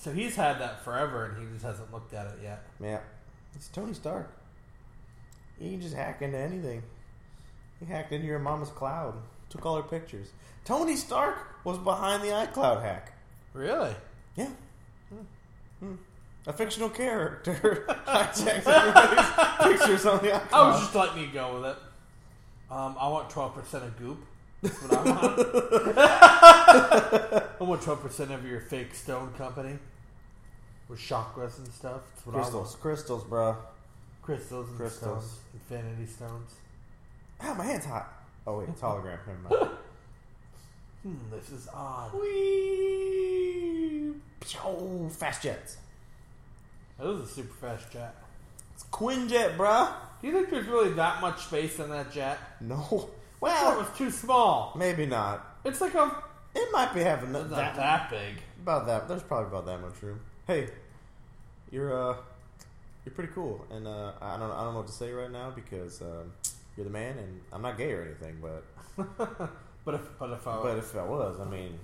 Speaker 3: So he's had that forever, and he just hasn't looked at it yet.
Speaker 4: Yeah. It's Tony Stark. He can just hack into anything. He hacked into your mama's cloud, took all her pictures. Tony Stark was behind the iCloud hack.
Speaker 3: Really?
Speaker 4: Yeah. Hmm. A fictional character [laughs] hijacked everybody's pictures on the [laughs] iCloud.
Speaker 3: I was just letting you go with it. Um, I want twelve percent of goop. That's what I want.
Speaker 4: [laughs]
Speaker 3: I want twelve percent of your fake stone company with chakras and stuff. That's what I
Speaker 4: crystals,
Speaker 3: want.
Speaker 4: crystals, bro.
Speaker 3: Crystals, and
Speaker 4: Crystals.
Speaker 3: stones, infinity stones.
Speaker 4: Ah, my hand's hot. Oh wait, it's hologram. Never mind.
Speaker 3: Hmm, this is odd.
Speaker 4: Whee! Pshaw, fast jets.
Speaker 3: That was a super fast jet.
Speaker 4: It's Quinjet, bruh.
Speaker 3: Do you think there's really that much space in that jet?
Speaker 4: No.
Speaker 3: I thought it
Speaker 4: Well,
Speaker 3: was too small.
Speaker 4: maybe not.
Speaker 3: It's like a
Speaker 4: It might be having that,
Speaker 3: it's not that big.
Speaker 4: about that. There's probably about that much room. Hey, you're uh, you're pretty cool, and uh, I don't I don't know what to say right now because um, you're the man, and I'm not gay or anything, but
Speaker 3: But if but if I
Speaker 4: but if I was, I mean,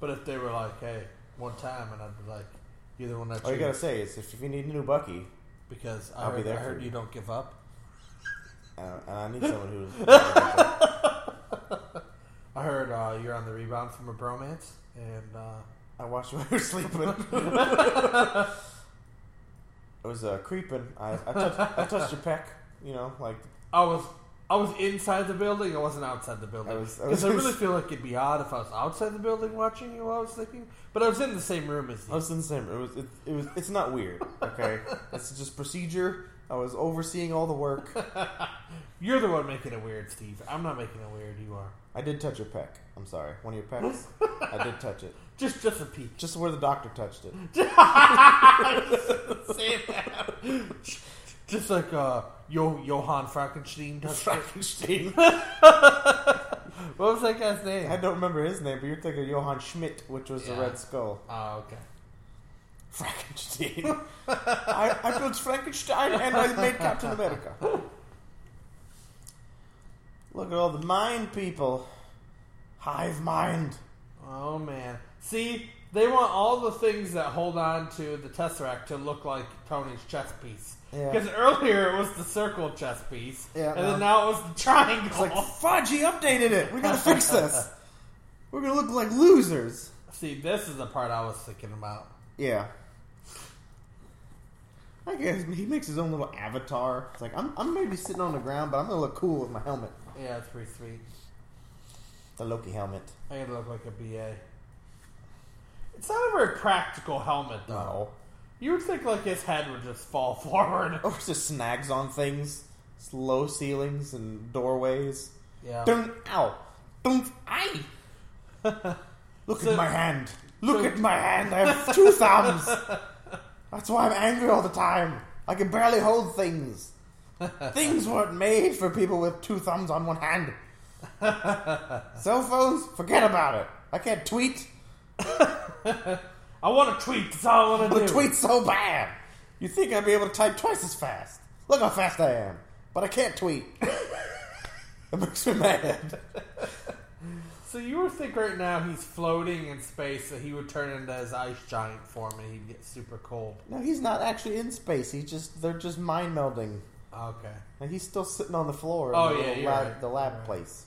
Speaker 3: But if they were like, hey, one time, and I'd be like, you're the one that
Speaker 4: all Oh, you gotta
Speaker 3: cheated
Speaker 4: say is if, if you need a new Bucky,
Speaker 3: because I
Speaker 4: I'll be
Speaker 3: heard,
Speaker 4: there
Speaker 3: I
Speaker 4: for
Speaker 3: heard
Speaker 4: you.
Speaker 3: you don't give up.
Speaker 4: uh, and I need someone who's
Speaker 3: I heard uh, you're on the rebound from a bromance, and uh,
Speaker 4: I watched [laughs] while you were sleeping. it was uh, creeping. I, I, touched, I touched your peck, you know, like
Speaker 3: I was I was inside the building. I wasn't outside the building
Speaker 4: I was- I
Speaker 3: because I,
Speaker 4: was- [laughs]
Speaker 3: really feel like it'd be odd if I was outside the building watching you while I was sleeping. But I was in the same room as
Speaker 4: I
Speaker 3: you.
Speaker 4: was in the same. It was. It, it was. It's not weird. Okay, it's just procedure. I was overseeing all the work.
Speaker 3: You're the one making it weird, Steve. I'm not making it weird. You are
Speaker 4: I did touch your peck. I'm sorry, one of your pecs. I did touch it,
Speaker 3: just just a peek.
Speaker 4: just where the doctor touched it.
Speaker 3: Say that. Just like uh, Yo- Johann Frankenstein. touched it.
Speaker 4: Frankenstein.
Speaker 3: What was that guy's name?
Speaker 4: I don't remember his name, but you're thinking Johann Schmidt, which was the
Speaker 3: Yeah.
Speaker 4: Red Skull.
Speaker 3: Oh, okay.
Speaker 4: Frankenstein. I, I built Frankenstein and I made Captain America. Look at all the mind people. Hive mind.
Speaker 3: Oh man. See, they want all the things that hold on to the Tesseract to look like Tony's chess piece.
Speaker 4: Yeah.
Speaker 3: Because earlier it was the circle chess piece,
Speaker 4: Yeah,
Speaker 3: and
Speaker 4: no.
Speaker 3: then now it was the triangle.
Speaker 4: It's like, fudge, he updated it. We gotta fix this. We're gonna look like losers.
Speaker 3: [laughs] See, this is the part I was thinking about.
Speaker 4: Yeah. I guess he makes his own little avatar. It's like, I'm, I'm maybe sitting on the ground, but I'm gonna look cool with my helmet.
Speaker 3: Yeah, it's pretty sweet.
Speaker 4: The Loki helmet.
Speaker 3: I gotta look like a BA. It's not a very practical helmet, though.
Speaker 4: No.
Speaker 3: You would think like his head would just fall [laughs] forward.
Speaker 4: Or it just snags on things. It's low ceilings and doorways.
Speaker 3: Yeah.
Speaker 4: Don't ow. Don't I [laughs] Look
Speaker 3: So-
Speaker 4: at my hand. Look
Speaker 3: so-
Speaker 4: at my hand. I have two thumbs. That's why I'm angry all the time. I can barely hold
Speaker 3: [laughs]
Speaker 4: things. things weren't made for people with two thumbs on
Speaker 3: [laughs]
Speaker 4: one hand. Cell phones, forget about it. I can't tweet.
Speaker 3: I want to tweet. That's all I want
Speaker 4: I
Speaker 3: to do.
Speaker 4: want to tweet so bad. You think I'd be able to type twice as fast? Look how fast I am, but I can't tweet. [laughs] it makes me mad.
Speaker 3: So you would think right now he's floating in space that he would turn into his ice giant form and he'd get super cold.
Speaker 4: No, he's not actually in space. He's just they're just mind melding.
Speaker 3: Okay.
Speaker 4: And he's still sitting on the floor. in
Speaker 3: Oh,
Speaker 4: the
Speaker 3: yeah,
Speaker 4: little
Speaker 3: you're
Speaker 4: lab,
Speaker 3: right.
Speaker 4: the lab
Speaker 3: You're right.
Speaker 4: place.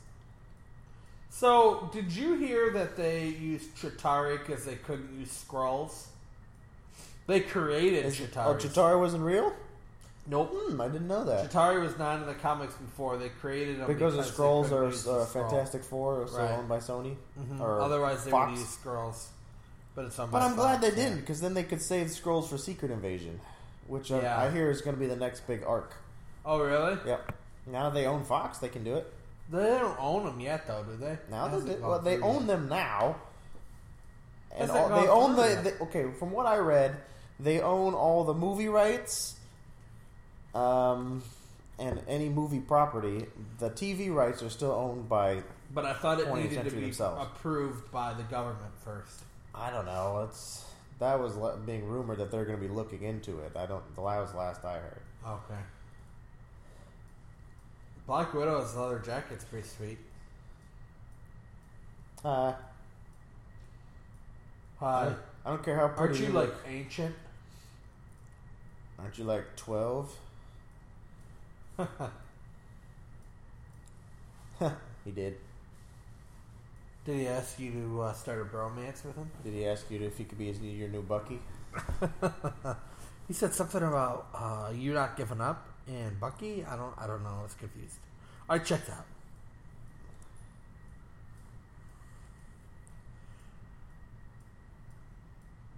Speaker 3: So did you hear that they used Chitari because they couldn't use scrolls? They created
Speaker 4: Is,
Speaker 3: Chitari.
Speaker 4: oh, Chitari wasn't real.
Speaker 3: Nope.
Speaker 4: Hmm, I didn't know that.
Speaker 3: Chitari was not in the comics before. They created them
Speaker 4: because the
Speaker 3: they
Speaker 4: scrolls
Speaker 3: couldn't
Speaker 4: are
Speaker 3: use
Speaker 4: uh,
Speaker 3: the scroll.
Speaker 4: Fantastic Four, are still
Speaker 3: Right.
Speaker 4: owned by Sony.
Speaker 3: Mhm.
Speaker 4: Or
Speaker 3: Otherwise, they
Speaker 4: Fox.
Speaker 3: would use scrolls. But it's on
Speaker 4: But
Speaker 3: my
Speaker 4: I'm
Speaker 3: Fox,
Speaker 4: glad they
Speaker 3: yeah.
Speaker 4: didn't, because then they could save scrolls for Secret Invasion, which uh,
Speaker 3: Yeah.
Speaker 4: I hear is going to be the next big arc.
Speaker 3: Oh really?
Speaker 4: Yep. Now they own Fox, they can do it.
Speaker 3: They don't own them yet, though, do they?
Speaker 4: Now
Speaker 3: It
Speaker 4: they,
Speaker 3: hasn't
Speaker 4: did,
Speaker 3: gone
Speaker 4: well, they
Speaker 3: through yet.
Speaker 4: own them now, and
Speaker 3: Hasn't
Speaker 4: all,
Speaker 3: gone
Speaker 4: they own
Speaker 3: through
Speaker 4: the,
Speaker 3: yet.
Speaker 4: the okay. From what I read, they own all the movie rights, um, and any movie property. The TV rights are still owned by
Speaker 3: But I thought it
Speaker 4: 20th
Speaker 3: needed to
Speaker 4: century
Speaker 3: be
Speaker 4: themselves.
Speaker 3: approved by the government first.
Speaker 4: I don't know. It's that was le- being rumored that they're going to be looking into it. I don't. That was last I heard.
Speaker 3: Okay. Black Widow's leather jacket's pretty sweet.
Speaker 4: Hi.
Speaker 3: Hi.
Speaker 4: Uh, I don't care how pretty
Speaker 3: Uh, Aren't you like ancient?
Speaker 4: Aren't you like 12? [laughs] he did.
Speaker 3: Did he ask you to uh, start a bromance with him?
Speaker 4: Did he ask you if he could be his, your new Bucky?
Speaker 3: He said something about uh, you not giving up and Bucky. I don't. I don't know. I was confused. I checked out.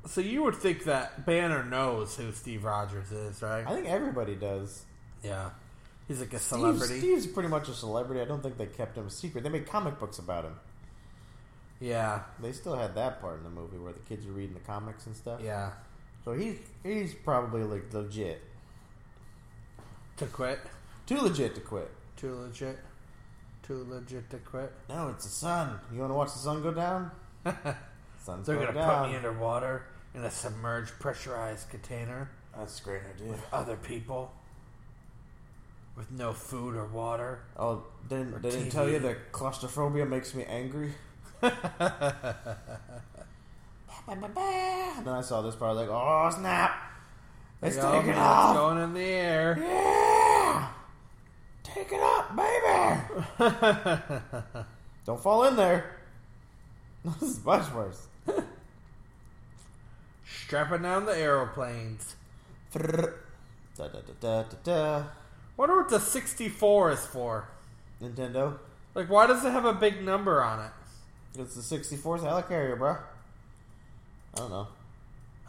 Speaker 3: So you would think that Banner knows who Steve Rogers is, right?
Speaker 4: I think everybody does.
Speaker 3: yeah, he's like a
Speaker 4: Steve's,
Speaker 3: celebrity.
Speaker 4: Steve's pretty much a celebrity. I don't think they kept him a secret. They made comic books about him.
Speaker 3: Yeah,
Speaker 4: They still had that part in the movie where the kids were reading the comics and stuff.
Speaker 3: yeah.
Speaker 4: So he's he's probably like legit,
Speaker 3: To quit,
Speaker 4: too legit to quit.
Speaker 3: too legit, too legit to quit.
Speaker 4: No, it's the sun. You want to watch the sun go
Speaker 3: [laughs]
Speaker 4: down? Sun's
Speaker 3: They're
Speaker 4: going
Speaker 3: gonna put
Speaker 4: down.
Speaker 3: me underwater in a submerged, pressurized container.
Speaker 4: That's a great idea.
Speaker 3: other people with no food or water.
Speaker 4: Oh, didn't, they didn't
Speaker 3: TV.
Speaker 4: tell you that claustrophobia makes
Speaker 3: [laughs]
Speaker 4: me angry? and then I saw this part, like, oh snap! It's
Speaker 3: Like, oh,
Speaker 4: taking
Speaker 3: man,
Speaker 4: off.
Speaker 3: It's going in the air.
Speaker 4: Yeah! Take it up,
Speaker 3: [laughs]
Speaker 4: baby! Don't fall in there. [laughs] This is much worse.
Speaker 3: Strapping down the aeroplanes.
Speaker 4: Da, da, da, da, da, da.
Speaker 3: Wonder what the 64 is for.
Speaker 4: Nintendo.
Speaker 3: Like, why does it have a big number on it?
Speaker 4: It's the 64th helicarrier, bro. I don't know.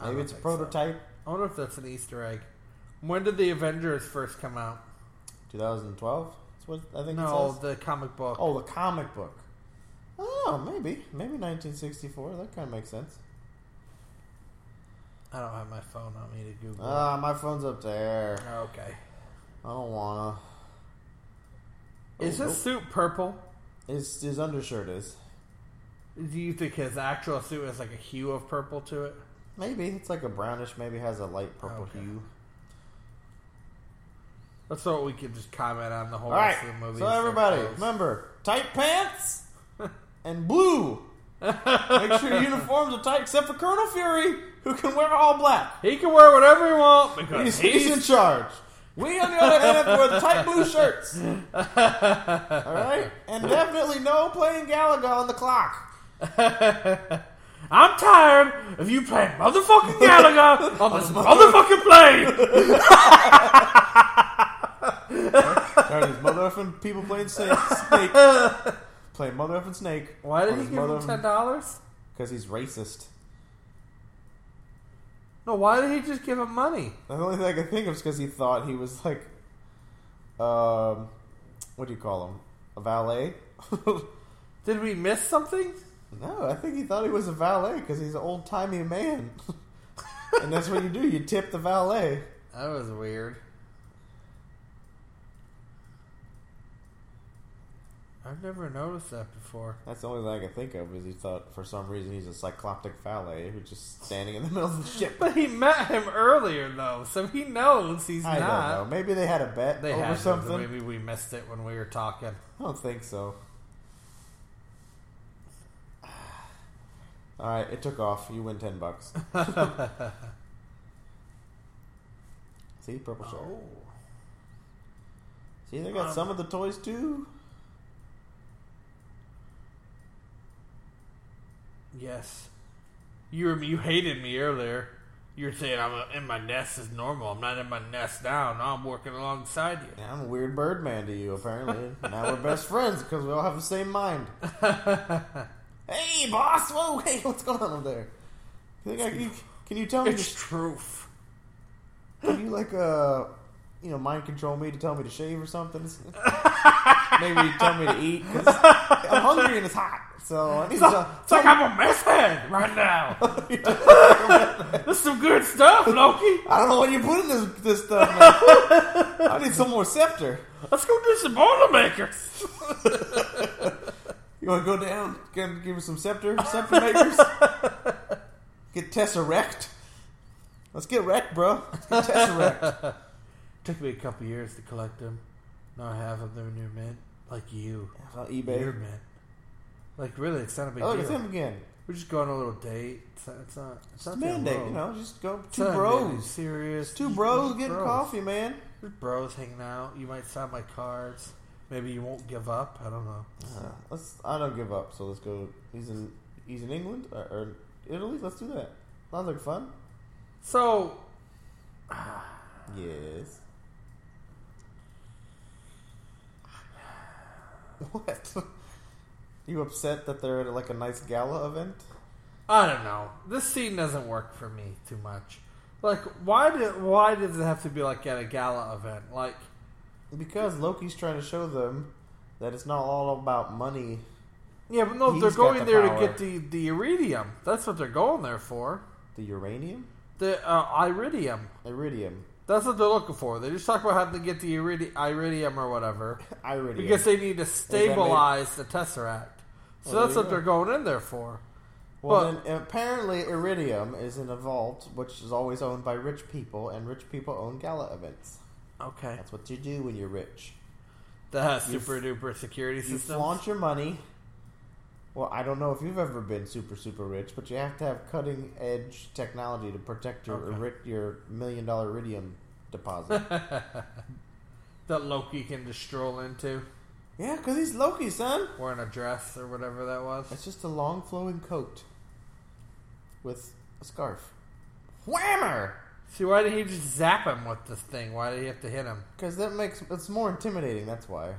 Speaker 3: I
Speaker 4: Maybe
Speaker 3: don't
Speaker 4: it's a
Speaker 3: think
Speaker 4: prototype.
Speaker 3: I wonder if that's an Easter egg. When did the Avengers first come out?
Speaker 4: 2012. That's what I think it
Speaker 3: No,
Speaker 4: says.
Speaker 3: the comic book.
Speaker 4: oh, the comic book. Oh, maybe. Maybe 1964. That kind of makes sense.
Speaker 3: I don't have my phone on me to Google.
Speaker 4: Ah, my phone's up there.
Speaker 3: okay.
Speaker 4: I don't wanna.
Speaker 3: Is
Speaker 4: Oh,
Speaker 3: his suit purple?
Speaker 4: nope. His, his undershirt is.
Speaker 3: Do you think his actual suit has like a hue of purple to it?
Speaker 4: Maybe it's like a brownish. Maybe has a light purple
Speaker 3: Okay.
Speaker 4: hue.
Speaker 3: That's what we could just comment on the whole
Speaker 4: All right.
Speaker 3: rest of the movie.
Speaker 4: So
Speaker 3: is their
Speaker 4: everybody,
Speaker 3: clothes.
Speaker 4: remember tight
Speaker 3: [laughs]
Speaker 4: pants and blue. Make sure your uniforms are tight, except for Colonel Fury, who can wear all black.
Speaker 3: He can wear whatever he wants
Speaker 4: He's,
Speaker 3: because
Speaker 4: he's in charge. We, on the other hand, have to wear the tight blue shirts. All right? And definitely no playing Galaga on the clock.
Speaker 3: I'm tired of you playing motherfucking Galaga on this motherfucking plane.
Speaker 4: Tired of these motherfucking people playing Snake. snake. Playing motherfucking Snake.
Speaker 3: Why did
Speaker 4: On
Speaker 3: he
Speaker 4: his
Speaker 3: give him ten dollars?
Speaker 4: Because he's racist.
Speaker 3: No, why did he just give him money?
Speaker 4: The only thing I can think of is because he thought he was like, um, what do you call him? A valet? [laughs]
Speaker 3: Did we miss something?
Speaker 4: no, I think he thought he was a valet because he's an old timey man. [laughs] and that's what you do, you tip the valet.
Speaker 3: That was weird. I've never noticed that before.
Speaker 4: That's the only thing I can think of is he thought for some reason he's a cycloptic valet who's just standing in the [laughs] middle of the ship.
Speaker 3: But he met him earlier though, so he knows he's
Speaker 4: I
Speaker 3: not.
Speaker 4: don't know. Maybe they had a bet
Speaker 3: They
Speaker 4: over
Speaker 3: had
Speaker 4: something.
Speaker 3: something. Maybe we missed it when we were talking.
Speaker 4: I don't think so. [sighs] All right, it took off. You win
Speaker 3: [laughs]
Speaker 4: ten bucks. See, purple shirt.
Speaker 3: Oh.
Speaker 4: See, they got some of the toys too.
Speaker 3: Yes. You were, you hated me earlier. You were saying I'm in my nest is normal. I'm not in my nest now. Now I'm working alongside you.
Speaker 4: Yeah, I'm a weird bird man to you, [laughs] apparently. now we're best friends because we all have the same [laughs] mind. hey, boss! Whoa, [laughs] hey, what's going on over there? You think I can, can you tell me?
Speaker 3: It's truth.
Speaker 4: Can you like uh, you know, mind control me to tell me to shave or something? [laughs] Maybe you tell me to eat 'cause I'm hungry and it's hot. So I need to. tell-
Speaker 3: It's like I'm a mess head right
Speaker 4: [laughs]
Speaker 3: now. That's some good stuff, Loki.
Speaker 4: I don't know what you put in this this stuff. Man. [laughs] I need some more scepter.
Speaker 3: Let's go do some Boilermakers.
Speaker 4: You want to go down? Give, give me some scepter, scepter makers. Get tesseract. Let's get wrecked, bro. Let's get tesseract.
Speaker 3: Took me a couple years to collect them. Now I have them. They're new mint. Like you.
Speaker 4: On
Speaker 3: You're
Speaker 4: eBay.
Speaker 3: mint. Like really, it's not a big
Speaker 4: Oh, look,
Speaker 3: deal.
Speaker 4: it's him again.
Speaker 3: We're just going on a little date. It's not. It's not. It's not that
Speaker 4: Mandate,
Speaker 3: low.
Speaker 4: you know, just go
Speaker 3: It's
Speaker 4: two
Speaker 3: not that
Speaker 4: bros,
Speaker 3: serious.
Speaker 4: two
Speaker 3: Just-
Speaker 4: bros
Speaker 3: just
Speaker 4: getting
Speaker 3: bros.
Speaker 4: coffee, man.
Speaker 3: Just bros hanging out. You might sign my cards. Maybe you won't give up. I don't know.
Speaker 4: Uh, let's. I don't give up. So let's go. He's in. He's in England or, or Italy. Let's do that. Sounds like fun.
Speaker 3: So
Speaker 4: Yes. [sighs] What? [laughs] You upset that they're at like a nice gala event?
Speaker 3: I don't know. This scene doesn't work for me too much. Like, why did why does it have to be like at a gala event? Like,
Speaker 4: Because Loki's trying to show them that it's not all about money.
Speaker 3: yeah, but no,
Speaker 4: He's
Speaker 3: they're
Speaker 4: got
Speaker 3: going
Speaker 4: the
Speaker 3: there
Speaker 4: power.
Speaker 3: to get the the iridium. That's what they're going there for.
Speaker 4: The uranium,
Speaker 3: The uh, iridium.
Speaker 4: iridium,
Speaker 3: That's what they're looking for. They just talk about having to get the iridi- iridium or whatever
Speaker 4: iridium.
Speaker 3: because they need to stabilize the tesseract. So
Speaker 4: Well,
Speaker 3: that's
Speaker 4: there
Speaker 3: what
Speaker 4: you
Speaker 3: they're going in there for.
Speaker 4: Well,
Speaker 3: But-
Speaker 4: then, apparently, iridium is in a vault, which is always owned by rich people, and rich people own gala events.
Speaker 3: Okay,
Speaker 4: That's what you do when you're rich.
Speaker 3: that has
Speaker 4: You
Speaker 3: super duper security
Speaker 4: You
Speaker 3: system.
Speaker 4: flaunt your money. Well, I don't know if you've ever been super, super rich, but you have to have cutting edge technology to protect your
Speaker 3: Okay.
Speaker 4: iri- your million dollar iridium deposit.
Speaker 3: [laughs] that Loki can just stroll into
Speaker 4: yeah, because he's Loki, son.
Speaker 3: wearing a dress or whatever that was.
Speaker 4: It's just a long flowing coat with a scarf. Whammer!
Speaker 3: See, why did he just zap him with this thing? Why did he have to hit him?
Speaker 4: Because that makes it's more intimidating. That's why.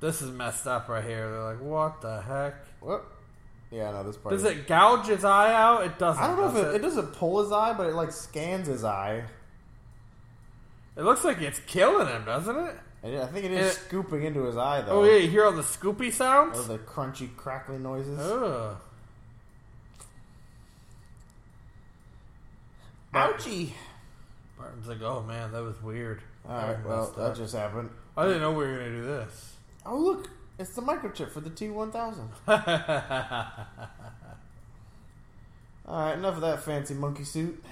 Speaker 3: This is messed up right here. They're like, what the heck?
Speaker 4: Whoop. Yeah, no, this part.
Speaker 3: Does
Speaker 4: is-
Speaker 3: it gouge his eye out? It doesn't.
Speaker 4: I don't know if
Speaker 3: does
Speaker 4: it, it doesn't pull his eye, but it like scans his eye.
Speaker 3: It looks like it's killing him, doesn't it?
Speaker 4: And I think it is
Speaker 3: It-
Speaker 4: scooping into his eye though.
Speaker 3: Eh. Oh, yeah, you hear all the scoopy sounds?
Speaker 4: Or the crunchy, crackling noises.
Speaker 3: Ugh.
Speaker 4: Ouchie!
Speaker 3: Martin's like, oh man, that was weird.
Speaker 4: All right,
Speaker 3: was
Speaker 4: well,
Speaker 3: messed
Speaker 4: that
Speaker 3: up.
Speaker 4: just happened.
Speaker 3: I didn't know we were going to do this.
Speaker 4: Oh, look, it's the microchip for the T1000.
Speaker 3: [laughs]
Speaker 4: All right, enough of that fancy monkey suit.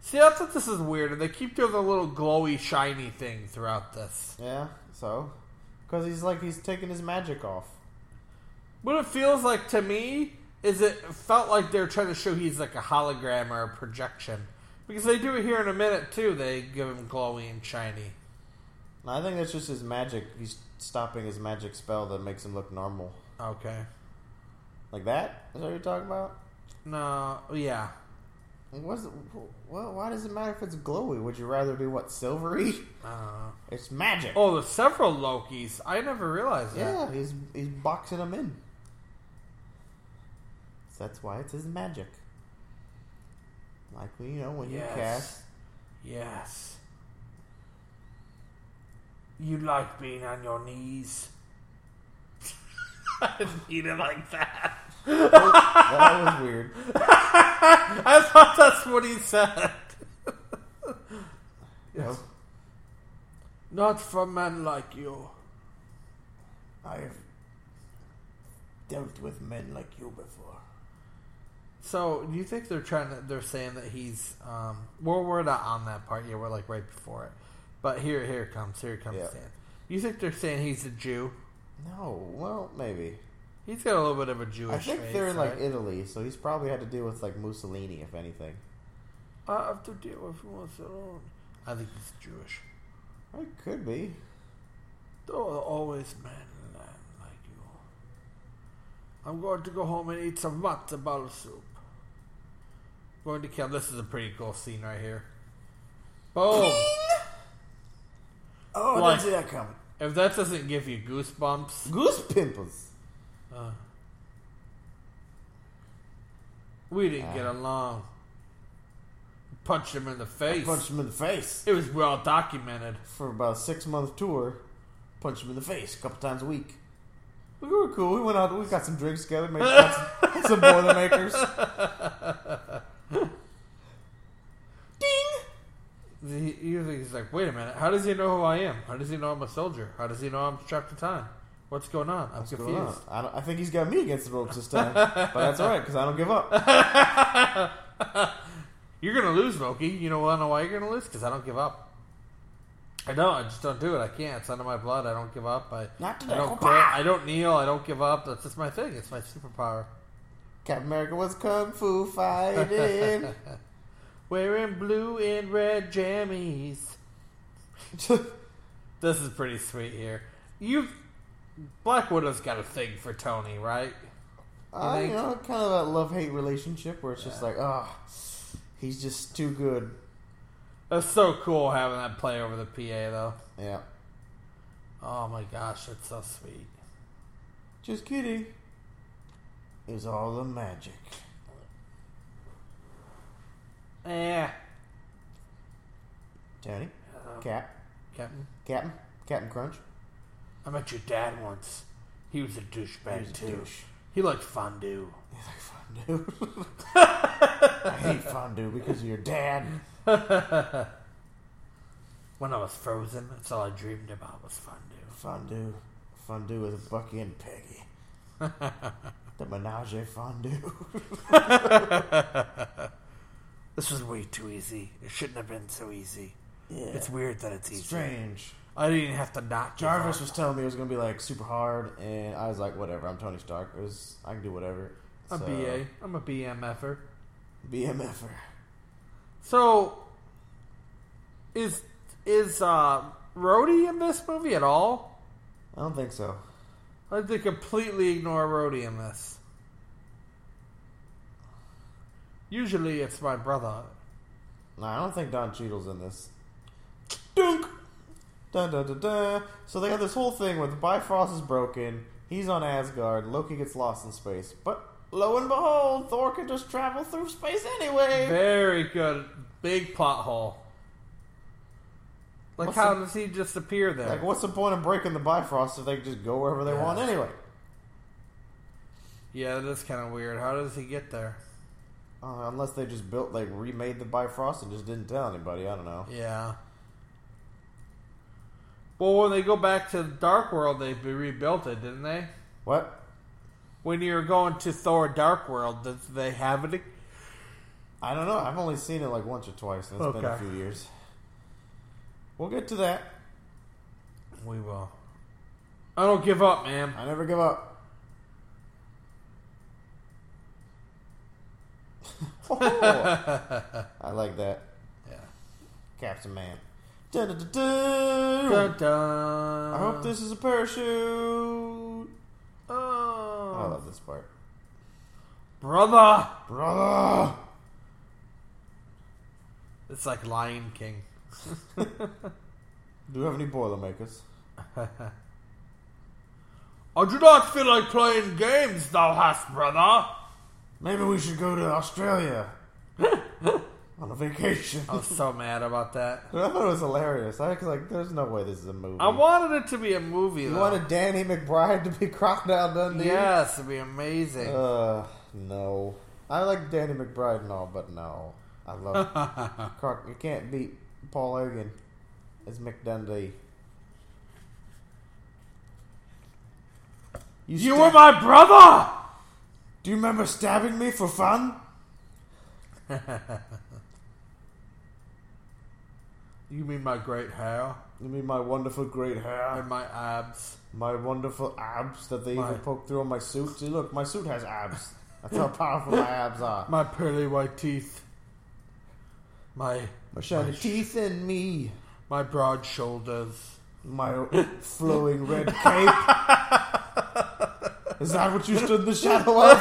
Speaker 3: See, I thought this is weird, and they keep doing the little glowy, shiny thing throughout this.
Speaker 4: Yeah, so? Because he's like, he's taking his magic off.
Speaker 3: What it feels like to me is it felt like they're trying to show he's like a hologram or a projection. Because they do it here in a minute too. They give him glowy and shiny.
Speaker 4: And I think that's just his magic. He's stopping his magic spell that makes him look normal.
Speaker 3: Okay.
Speaker 4: Like that? Is that what you're talking about?
Speaker 3: No, yeah.
Speaker 4: Like, What's well, why does it matter if it's glowy? Would you rather be what silvery?
Speaker 3: Uh,
Speaker 4: It's magic.
Speaker 3: oh, there's several Lokis. I never realized that.
Speaker 4: Yeah, he's he's boxing them in. So that's why it's his magic. Like you know, when
Speaker 3: Yes.
Speaker 4: you cast,
Speaker 3: Yes. You like being on your knees. I didn't mean it like that.
Speaker 4: that was weird.
Speaker 3: [laughs] I thought that's what he said. yes. Not for men like you.
Speaker 4: I've dealt with men like you before.
Speaker 3: So, do you think they're trying to? They're saying that he's. Um, well, we're not on that part yet. We're like right before it. But here, here it comes. Here it comes.
Speaker 4: Yeah.
Speaker 3: Dan. You think they're saying he's a Jew?
Speaker 4: No, well, maybe.
Speaker 3: He's got a little bit of a
Speaker 4: I
Speaker 3: Jewish.
Speaker 4: think
Speaker 3: face,
Speaker 4: they're in like
Speaker 3: right?
Speaker 4: Italy, so he's probably had to deal with like Mussolini, if anything.
Speaker 3: I have to deal with who wants it on. I think he's Jewish.
Speaker 4: It could be.
Speaker 3: There are always men like you. I'm going to go home and eat some matzo ball soup. Going to kill. This is a pretty cool scene right here. Boom.
Speaker 4: Oh,
Speaker 3: Like-
Speaker 4: I didn't see that coming.
Speaker 3: If that doesn't give you goosebumps.
Speaker 4: Goose pimples.
Speaker 3: We didn't get along. Punched him in the face.
Speaker 4: Punch him in the face.
Speaker 3: It was well documented.
Speaker 4: for about a six month tour, punch him in the face a couple times a week. We were cool. We went out. We got some drinks together. Made got some, had some boilermakers. Ding.
Speaker 3: He, he- he's like, wait a minute. How does he know who I am? How does he know I'm a soldier? How does he know I'm trapped in time? What's going on? I'm
Speaker 4: [laughs] What's going
Speaker 3: confused.
Speaker 4: on? I, don't, I think he's got me against the ropes this time, but that's all right because I don't give up.
Speaker 3: You're going to lose, Loki. You know, I know why you're going to lose because I don't give up. I know. I just don't do it. I can't. It's under my blood. I don't give up. I,
Speaker 4: Not to
Speaker 3: I don't
Speaker 4: Nickelback.
Speaker 3: quit. I don't kneel. I don't give up. That's just my thing. It's my superpower.
Speaker 4: Captain America was kung fu fighting. [laughs]
Speaker 3: Wearing blue and red jammies. [laughs] this is pretty sweet here. You've Black Widow's got a thing for Tony, right?
Speaker 4: I
Speaker 3: think?
Speaker 4: you know, kind of that love hate relationship where it's just like, ah, he's just too good.
Speaker 3: That's so cool having that play over the PA though.
Speaker 4: Yeah.
Speaker 3: Oh my gosh, that's so sweet.
Speaker 4: Just kidding. Is all the magic.
Speaker 3: Eh,
Speaker 4: Tony? Cap?
Speaker 3: Captain.
Speaker 4: Captain? Captain Crunch?
Speaker 3: I met your dad once. He was a douchebag
Speaker 4: He's a
Speaker 3: too.
Speaker 4: douche.
Speaker 3: He liked fondue.
Speaker 4: He's like, fondue. [laughs] I hate fondue because of your dad.
Speaker 3: When I was frozen, that's all I dreamed about was fondue.
Speaker 4: Fondue. Fondue with Bucky and
Speaker 3: [laughs]
Speaker 4: Peggy. the menage a fondue.
Speaker 3: This was way too easy. It shouldn't have been so easy.
Speaker 4: Yeah.
Speaker 3: It's weird that it's easy.
Speaker 4: strange.
Speaker 3: I didn't even have to knock you
Speaker 4: Jarvis
Speaker 3: off.
Speaker 4: was telling me it was gonna be like super hard, and I was like, whatever. I'm Tony Stark. It was I can do whatever.
Speaker 3: I'm
Speaker 4: So,
Speaker 3: a BA. I'm a BMFer.
Speaker 4: BMFer.
Speaker 3: So, is is uh, Rhodey in this movie at all?
Speaker 4: I don't think so.
Speaker 3: I think they completely ignore Rhodey in this. Usually, it's my brother.
Speaker 4: No, I don't think Don Cheadle's in this. Dunk. Dun dun dun dun. So they got this whole thing where the Bifrost is broken. He's on Asgard. Loki gets lost in space, but lo and behold, Thor can just travel through space anyway.
Speaker 3: Very good. Big plot hole. Like,
Speaker 4: What's
Speaker 3: how
Speaker 4: the-
Speaker 3: does he just appear there?
Speaker 4: Like, what's the point of breaking the Bifrost if they can just go wherever they
Speaker 3: Yeah.
Speaker 4: want anyway?
Speaker 3: yeah, that is kind of weird. How does he get there?
Speaker 4: Uh, unless they just built, like, remade the Bifrost and just didn't tell anybody. I don't know.
Speaker 3: Yeah. Well, when they go back to Dark World, they be- rebuilt it, didn't they?
Speaker 4: What?
Speaker 3: When you're going to Thor Dark World, did they have it?
Speaker 4: I don't know. I've only seen it like once or twice, and it's been a
Speaker 3: Okay.
Speaker 4: few years. We'll get to that.
Speaker 3: We will. I don't give up, man.
Speaker 4: I never give up. [laughs] Oh, I like that.
Speaker 3: Yeah.
Speaker 4: Captain Man. Dun-dun-dun-dun.
Speaker 3: Dun, dun.
Speaker 4: I hope this is a parachute. I
Speaker 3: Oh,
Speaker 4: love this part.
Speaker 3: brother!
Speaker 4: Brother!
Speaker 3: It's like Lion King.
Speaker 4: Do you have any Boilermakers?
Speaker 3: I Oh, do not feel like playing games, thou hast, brother.
Speaker 4: Maybe we should go to Australia [laughs] on a vacation.
Speaker 3: I was so [laughs] mad about that.
Speaker 4: [laughs] I thought it was hilarious. I was like, there's no way this is a movie.
Speaker 3: I wanted it to be a movie.
Speaker 4: you
Speaker 3: though.
Speaker 4: wanted Danny McBride to be [laughs] Crocodile Dundee?
Speaker 3: yes, it'd be amazing.
Speaker 4: Uh, no. I like Danny McBride and all, but no. I
Speaker 3: [laughs]
Speaker 4: love Croc. You can't beat Paul Hogan as McDundee.
Speaker 3: you
Speaker 4: stab-
Speaker 3: were my brother.
Speaker 4: Do you remember stabbing me for fun?
Speaker 3: You mean my great hair
Speaker 4: You mean my wonderful great hair?
Speaker 3: and my abs?
Speaker 4: My wonderful abs that they
Speaker 3: My-
Speaker 4: even poke through on my suit. See, look, my suit has abs. That's how powerful my abs are.
Speaker 3: My pearly white teeth. My
Speaker 4: My shiny teeth and me.
Speaker 3: my broad shoulders.
Speaker 4: My flowing red cape. Is that what you stood in the shadow of?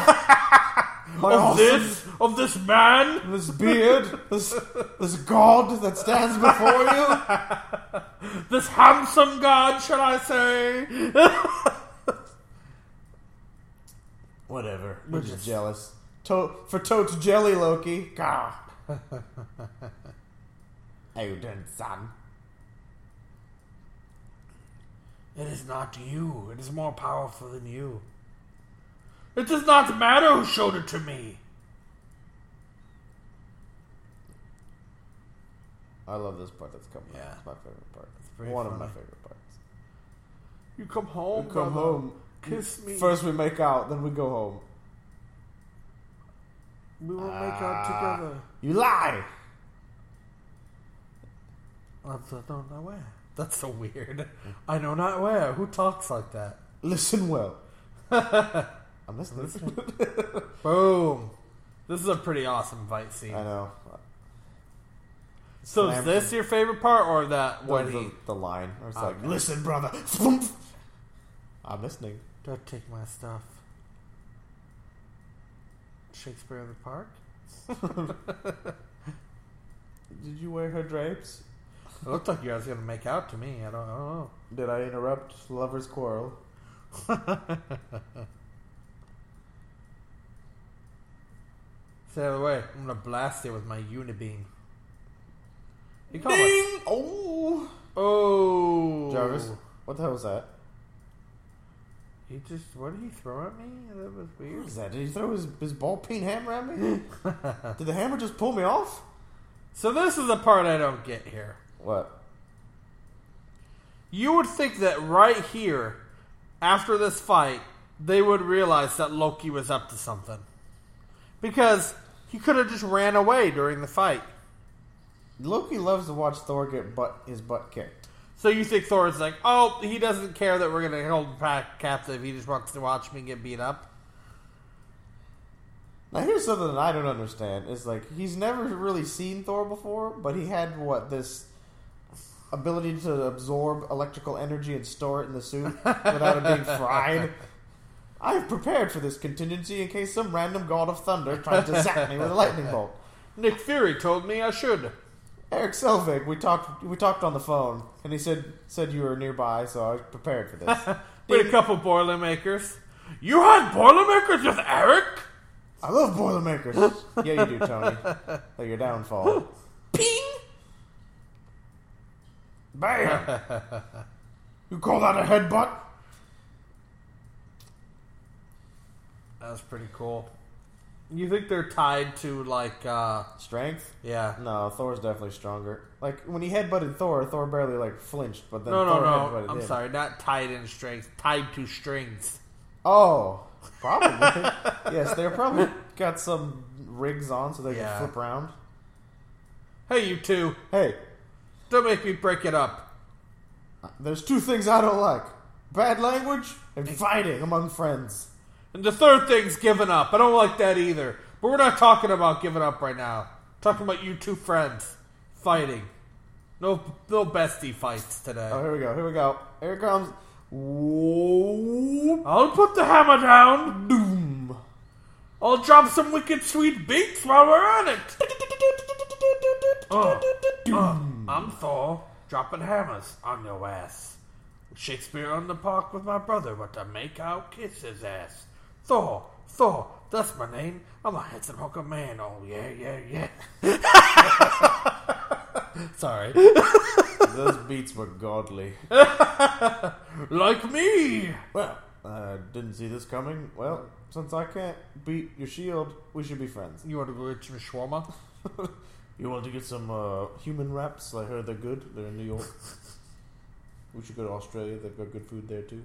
Speaker 4: My
Speaker 3: Of
Speaker 4: awesome-
Speaker 3: this of this man.
Speaker 4: this beard, this this god that stands before you.
Speaker 3: This handsome god, shall I say?
Speaker 4: Whatever. We're just jealous. To- for totes jelly, Loki. God. Odin, son.
Speaker 3: It is not you. It is more powerful than you. It does not matter who showed it to me.
Speaker 4: I love this part that's coming.
Speaker 3: Yeah.
Speaker 4: up. It's my favorite part. It's
Speaker 3: pretty
Speaker 4: One of
Speaker 3: funny.
Speaker 4: my favorite parts.
Speaker 3: You come home.
Speaker 4: We come
Speaker 3: brother.
Speaker 4: home.
Speaker 3: Kiss me.
Speaker 4: First we make out, then we go home.
Speaker 3: we will make
Speaker 4: Ah.
Speaker 3: out together.
Speaker 4: You lie!
Speaker 3: I don't know where. That's so weird. I know not where. Who talks like that?
Speaker 4: Listen well. [laughs] I'm listening.
Speaker 3: Boom. This is a pretty awesome fight scene.
Speaker 4: [laughs] I know.
Speaker 3: So is
Speaker 4: Uh, Slam-
Speaker 3: this your favorite part or that
Speaker 4: What
Speaker 3: when
Speaker 4: the,
Speaker 3: he
Speaker 4: the line? I was like,
Speaker 3: Okay.
Speaker 4: listen, brother. [laughs] I'm listening.
Speaker 3: Don't take my stuff. Shakespeare in the Park?
Speaker 4: Did you wear her drapes?
Speaker 3: It looked like you guys were gonna make out to me. I don't, I don't know.
Speaker 4: Did I interrupt lovers' quarrel?
Speaker 3: Stay out of the way. I'm gonna blast it with my unibeam. You call it?
Speaker 4: Ding! Oh,
Speaker 3: Oh,
Speaker 4: Jarvis, what the hell was that?
Speaker 3: He just what did he throw at me? That was
Speaker 4: What
Speaker 3: weird.
Speaker 4: was that? Did he throw his, his ball peen hammer at [laughs] me? Did the hammer just pull me off?
Speaker 3: So this is the part I don't get here.
Speaker 4: What?
Speaker 3: You would think that right here, after this fight, they would realize that Loki was up to something, because he could have just ran away during the fight.
Speaker 4: Loki loves to watch Thor get butt his butt kicked.
Speaker 3: So you think Thor is like, oh, he doesn't care that we're gonna hold him back captive. He just wants to watch me get beat up.
Speaker 4: Now here's something that I don't understand. It's like he's never really seen Thor before, but he had what this ability to absorb electrical energy and store it in the suit without it being
Speaker 3: [laughs]
Speaker 4: fried. I've prepared for this contingency in case some random god of thunder tries to zap me with a lightning bolt.
Speaker 3: Nick Fury told me I should.
Speaker 4: Eric Selvig, we talked we talked on the phone, and he said said you were nearby, so I was prepared for
Speaker 3: [laughs]
Speaker 4: this.
Speaker 3: With a couple Boilermakers. You had Boilermakers with Eric?
Speaker 4: I
Speaker 3: [laughs]
Speaker 4: love Boilermakers. yeah, you do, Tony. They're your downfall.
Speaker 3: Ping!
Speaker 4: Bam! you call that a headbutt?
Speaker 3: That was pretty cool. You think they're tied to, like, uh,
Speaker 4: Strength?
Speaker 3: yeah.
Speaker 4: No, Thor's definitely stronger. Like when he headbutted Thor, Thor barely like flinched, but then
Speaker 3: No, no,
Speaker 4: Thor
Speaker 3: no.
Speaker 4: headbutted
Speaker 3: I'm
Speaker 4: him.
Speaker 3: sorry. Not tied in strength. Tied to strings.
Speaker 4: Oh, probably. [laughs] yes, they're probably got some rigs on so they
Speaker 3: Yeah.
Speaker 4: can flip around.
Speaker 3: Hey, you two.
Speaker 4: Hey,
Speaker 3: Don't make me break it up.
Speaker 4: there's two things I don't like: bad language and fighting among friends.
Speaker 3: And the third thing's giving up. I don't like that either. But we're not talking about giving up right now. talking about you two friends fighting. No, no bestie fights today.
Speaker 4: Oh, here we go. Here we go. Here it comes. Whoa.
Speaker 3: I'll put the hammer down.
Speaker 4: Doom.
Speaker 3: I'll drop some wicked sweet beats while we're at [laughs] it. Oh. I'm Thor, dropping hammers on your ass. Shakespeare on the park with my brother, but I make out kiss his ass. Thor, Thor, that's my name. I'm a handsome hooker man. Oh yeah, yeah, yeah. Sorry.
Speaker 4: Those [laughs] beats were godly.
Speaker 3: Like me.
Speaker 4: Well, I didn't see this coming. Well, since I can't beat your shield, we should be friends.
Speaker 3: You want to go get some shawarma?
Speaker 4: You want to get some uh, human wraps? I heard they're good. They're in New York. we should go to Australia. They've got good food there too.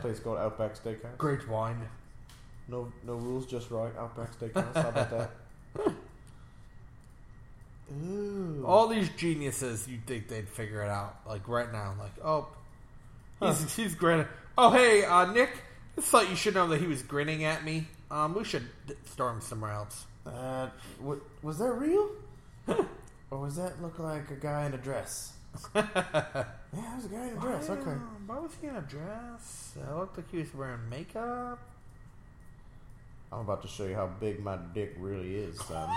Speaker 4: place called Outback Steakhouse.
Speaker 3: Great wine.
Speaker 4: No, no rules, just right. Outback Steakhouse. How about that? Ooh.
Speaker 3: All these geniuses, you'd think they'd figure it out, like right now. Like, oh, he's, he's grinning. Oh, hey, uh, Nick, I just thought you should know that he was grinning at me. Um, we should d- storm somewhere else.
Speaker 4: Uh, wa- was that real? or was that look like a guy in a [laughs] dress? yeah, it was a guy in a dress. Okay.
Speaker 3: Um, Why was he in a dress? Uh, It looked like he was wearing makeup.
Speaker 4: I'm about to show you how big my dick really is, [laughs] son.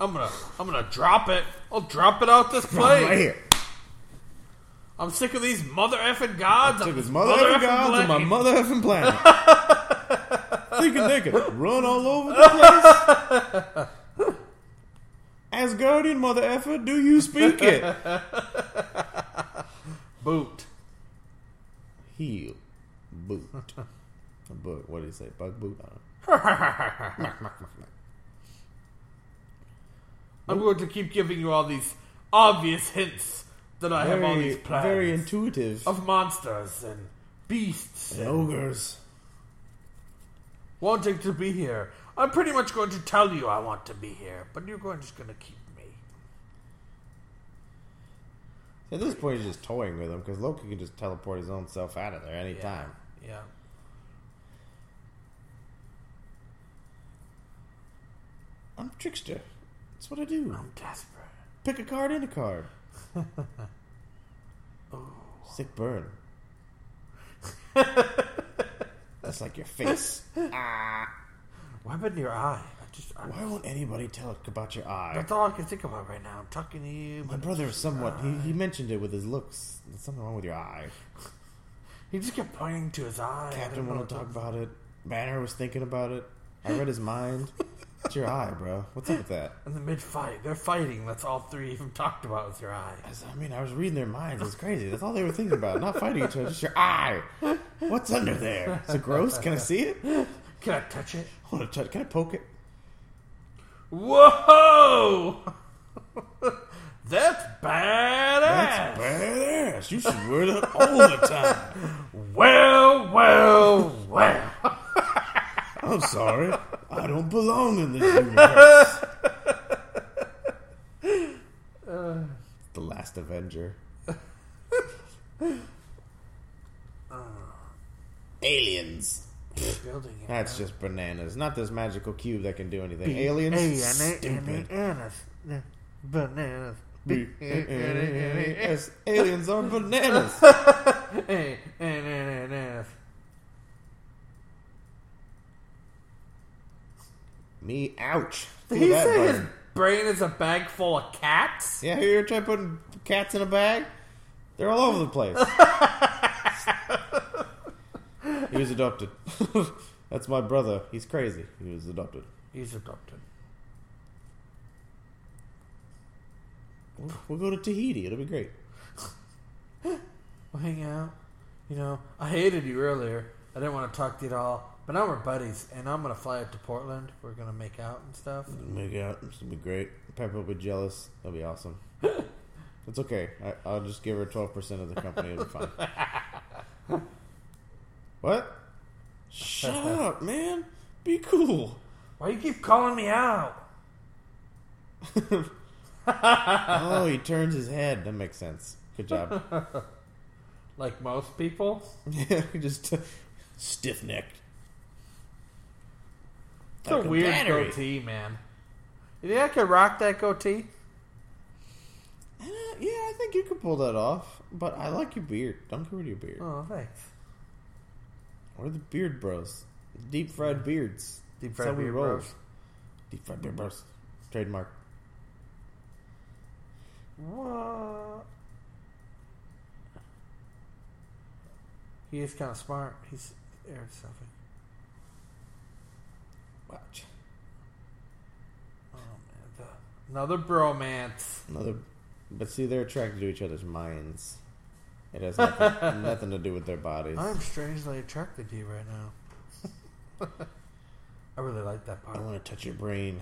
Speaker 3: I'm gonna, I'm gonna drop it. I'll drop it out
Speaker 4: [laughs]
Speaker 3: this place.
Speaker 4: here.
Speaker 3: I'm sick of these mother effing gods.
Speaker 4: Took
Speaker 3: I'm
Speaker 4: his mother effing gods and my
Speaker 3: blame.
Speaker 4: mother effing planet. [laughs] Thinking they could run all over the place. [laughs] Asgardian mother effer, do you speak [laughs] it?
Speaker 3: boot.
Speaker 4: Heel. Boot. [laughs] A boot. What did he say? Bug boot? I don't know.
Speaker 3: I'm going to keep giving you all these obvious hints that I have all these plans.
Speaker 4: very intuitive.
Speaker 3: of monsters and beasts and
Speaker 4: ogres.
Speaker 3: wanting to be here. I'm pretty much going to tell you I want to be here, but you're going just going to keep me.
Speaker 4: At this point, he's just toying with him because Loki can just teleport his own self out of there anytime.
Speaker 3: Yeah.
Speaker 4: I'm a trickster. That's what I do.
Speaker 3: I'm desperate.
Speaker 4: Pick a card in
Speaker 3: [laughs]
Speaker 4: a card. Oh. Sick
Speaker 3: [laughs]
Speaker 4: burn. That's like your face.
Speaker 3: What happened to your eye? I just. I,
Speaker 4: Why won't anybody tell about your eye?
Speaker 3: that's all I can think about right now. I'm talking to you.
Speaker 4: My
Speaker 3: But
Speaker 4: brother is somewhat. He, he mentioned it with his looks. There's something wrong with your eye.
Speaker 3: he just kept pointing to his eye. I
Speaker 4: Captain
Speaker 3: didn't know
Speaker 4: wanted to talk about it. Banner was thinking about it. I read
Speaker 3: [laughs]
Speaker 4: his mind. It's your eye, bro. What's up with that?
Speaker 3: In the mid fight, they're fighting. That's all three of them talked about with your eye.
Speaker 4: I said, I mean, I was reading their minds. It's crazy. That's all they were thinking about. Not fighting each other. Just your eye. What's under there? Is it gross? Can I see it? I
Speaker 3: Can I touch it?
Speaker 4: want to touch. Can I poke it?
Speaker 3: Whoa! [laughs] That's badass.
Speaker 4: That's badass. You should wear that all the time.
Speaker 3: Well, well, well. [laughs]
Speaker 4: I'm sorry. I don't belong in this universe. the last Avenger. [laughs] Aliens.
Speaker 3: Building it.
Speaker 4: That's just bananas. Not this magical cube that can do anything. Aliens? Stupid.
Speaker 3: Bananas.
Speaker 4: [laughs]
Speaker 3: Bananas.
Speaker 4: Yes, aliens
Speaker 3: [laughs]
Speaker 4: are bananas.
Speaker 3: Bananas.
Speaker 4: Me, ouch.
Speaker 3: Did
Speaker 4: Ooh,
Speaker 3: he
Speaker 4: that
Speaker 3: say his
Speaker 4: button.
Speaker 3: brain is a bag full of cats?
Speaker 4: Yeah, here you're trying putting cats in a bag. They're all over the place. he was adopted. [laughs] That's my brother. He's crazy. He was adopted.
Speaker 3: He's adopted.
Speaker 4: We'll, we'll go to Tahiti. It'll be great.
Speaker 3: We'll hang out. You know, I hated you earlier. I didn't want to talk to you at all. But now we're buddies, and I'm going to fly up to Portland. We're going to make out and stuff.
Speaker 4: Make out. This will be great. Pepper will be jealous. That'll be awesome. It's okay. I, I'll just give her twelve percent of the company. It'll be fine. what? Shut up, man. Be cool.
Speaker 3: Why you keep calling me out?
Speaker 4: Oh, he turns his head. That makes sense. Good job.
Speaker 3: Like most people?
Speaker 4: Yeah, [laughs] just stiff necked.
Speaker 3: It's a weird goatee, man. You think I could rock that goatee?
Speaker 4: Uh, yeah, I think you could pull that off. But I like your beard. Don't get rid of your beard.
Speaker 3: Oh, thanks.
Speaker 4: Or the beard bros, deep fried beards.
Speaker 3: Deep
Speaker 4: That's
Speaker 3: fried
Speaker 4: how we
Speaker 3: beard
Speaker 4: roll.
Speaker 3: bros.
Speaker 4: Deep fried beard bros. Trademark.
Speaker 3: What? He is kind of smart. He's or something.
Speaker 4: Watch
Speaker 3: Oh man, the, another bromance.
Speaker 4: another. But see, they're attracted to each other's minds. It has
Speaker 3: [laughs]
Speaker 4: nothing, nothing to do with their bodies.
Speaker 3: I'm strangely attracted to you right now. [laughs] I really like that part.
Speaker 4: I want to touch your brain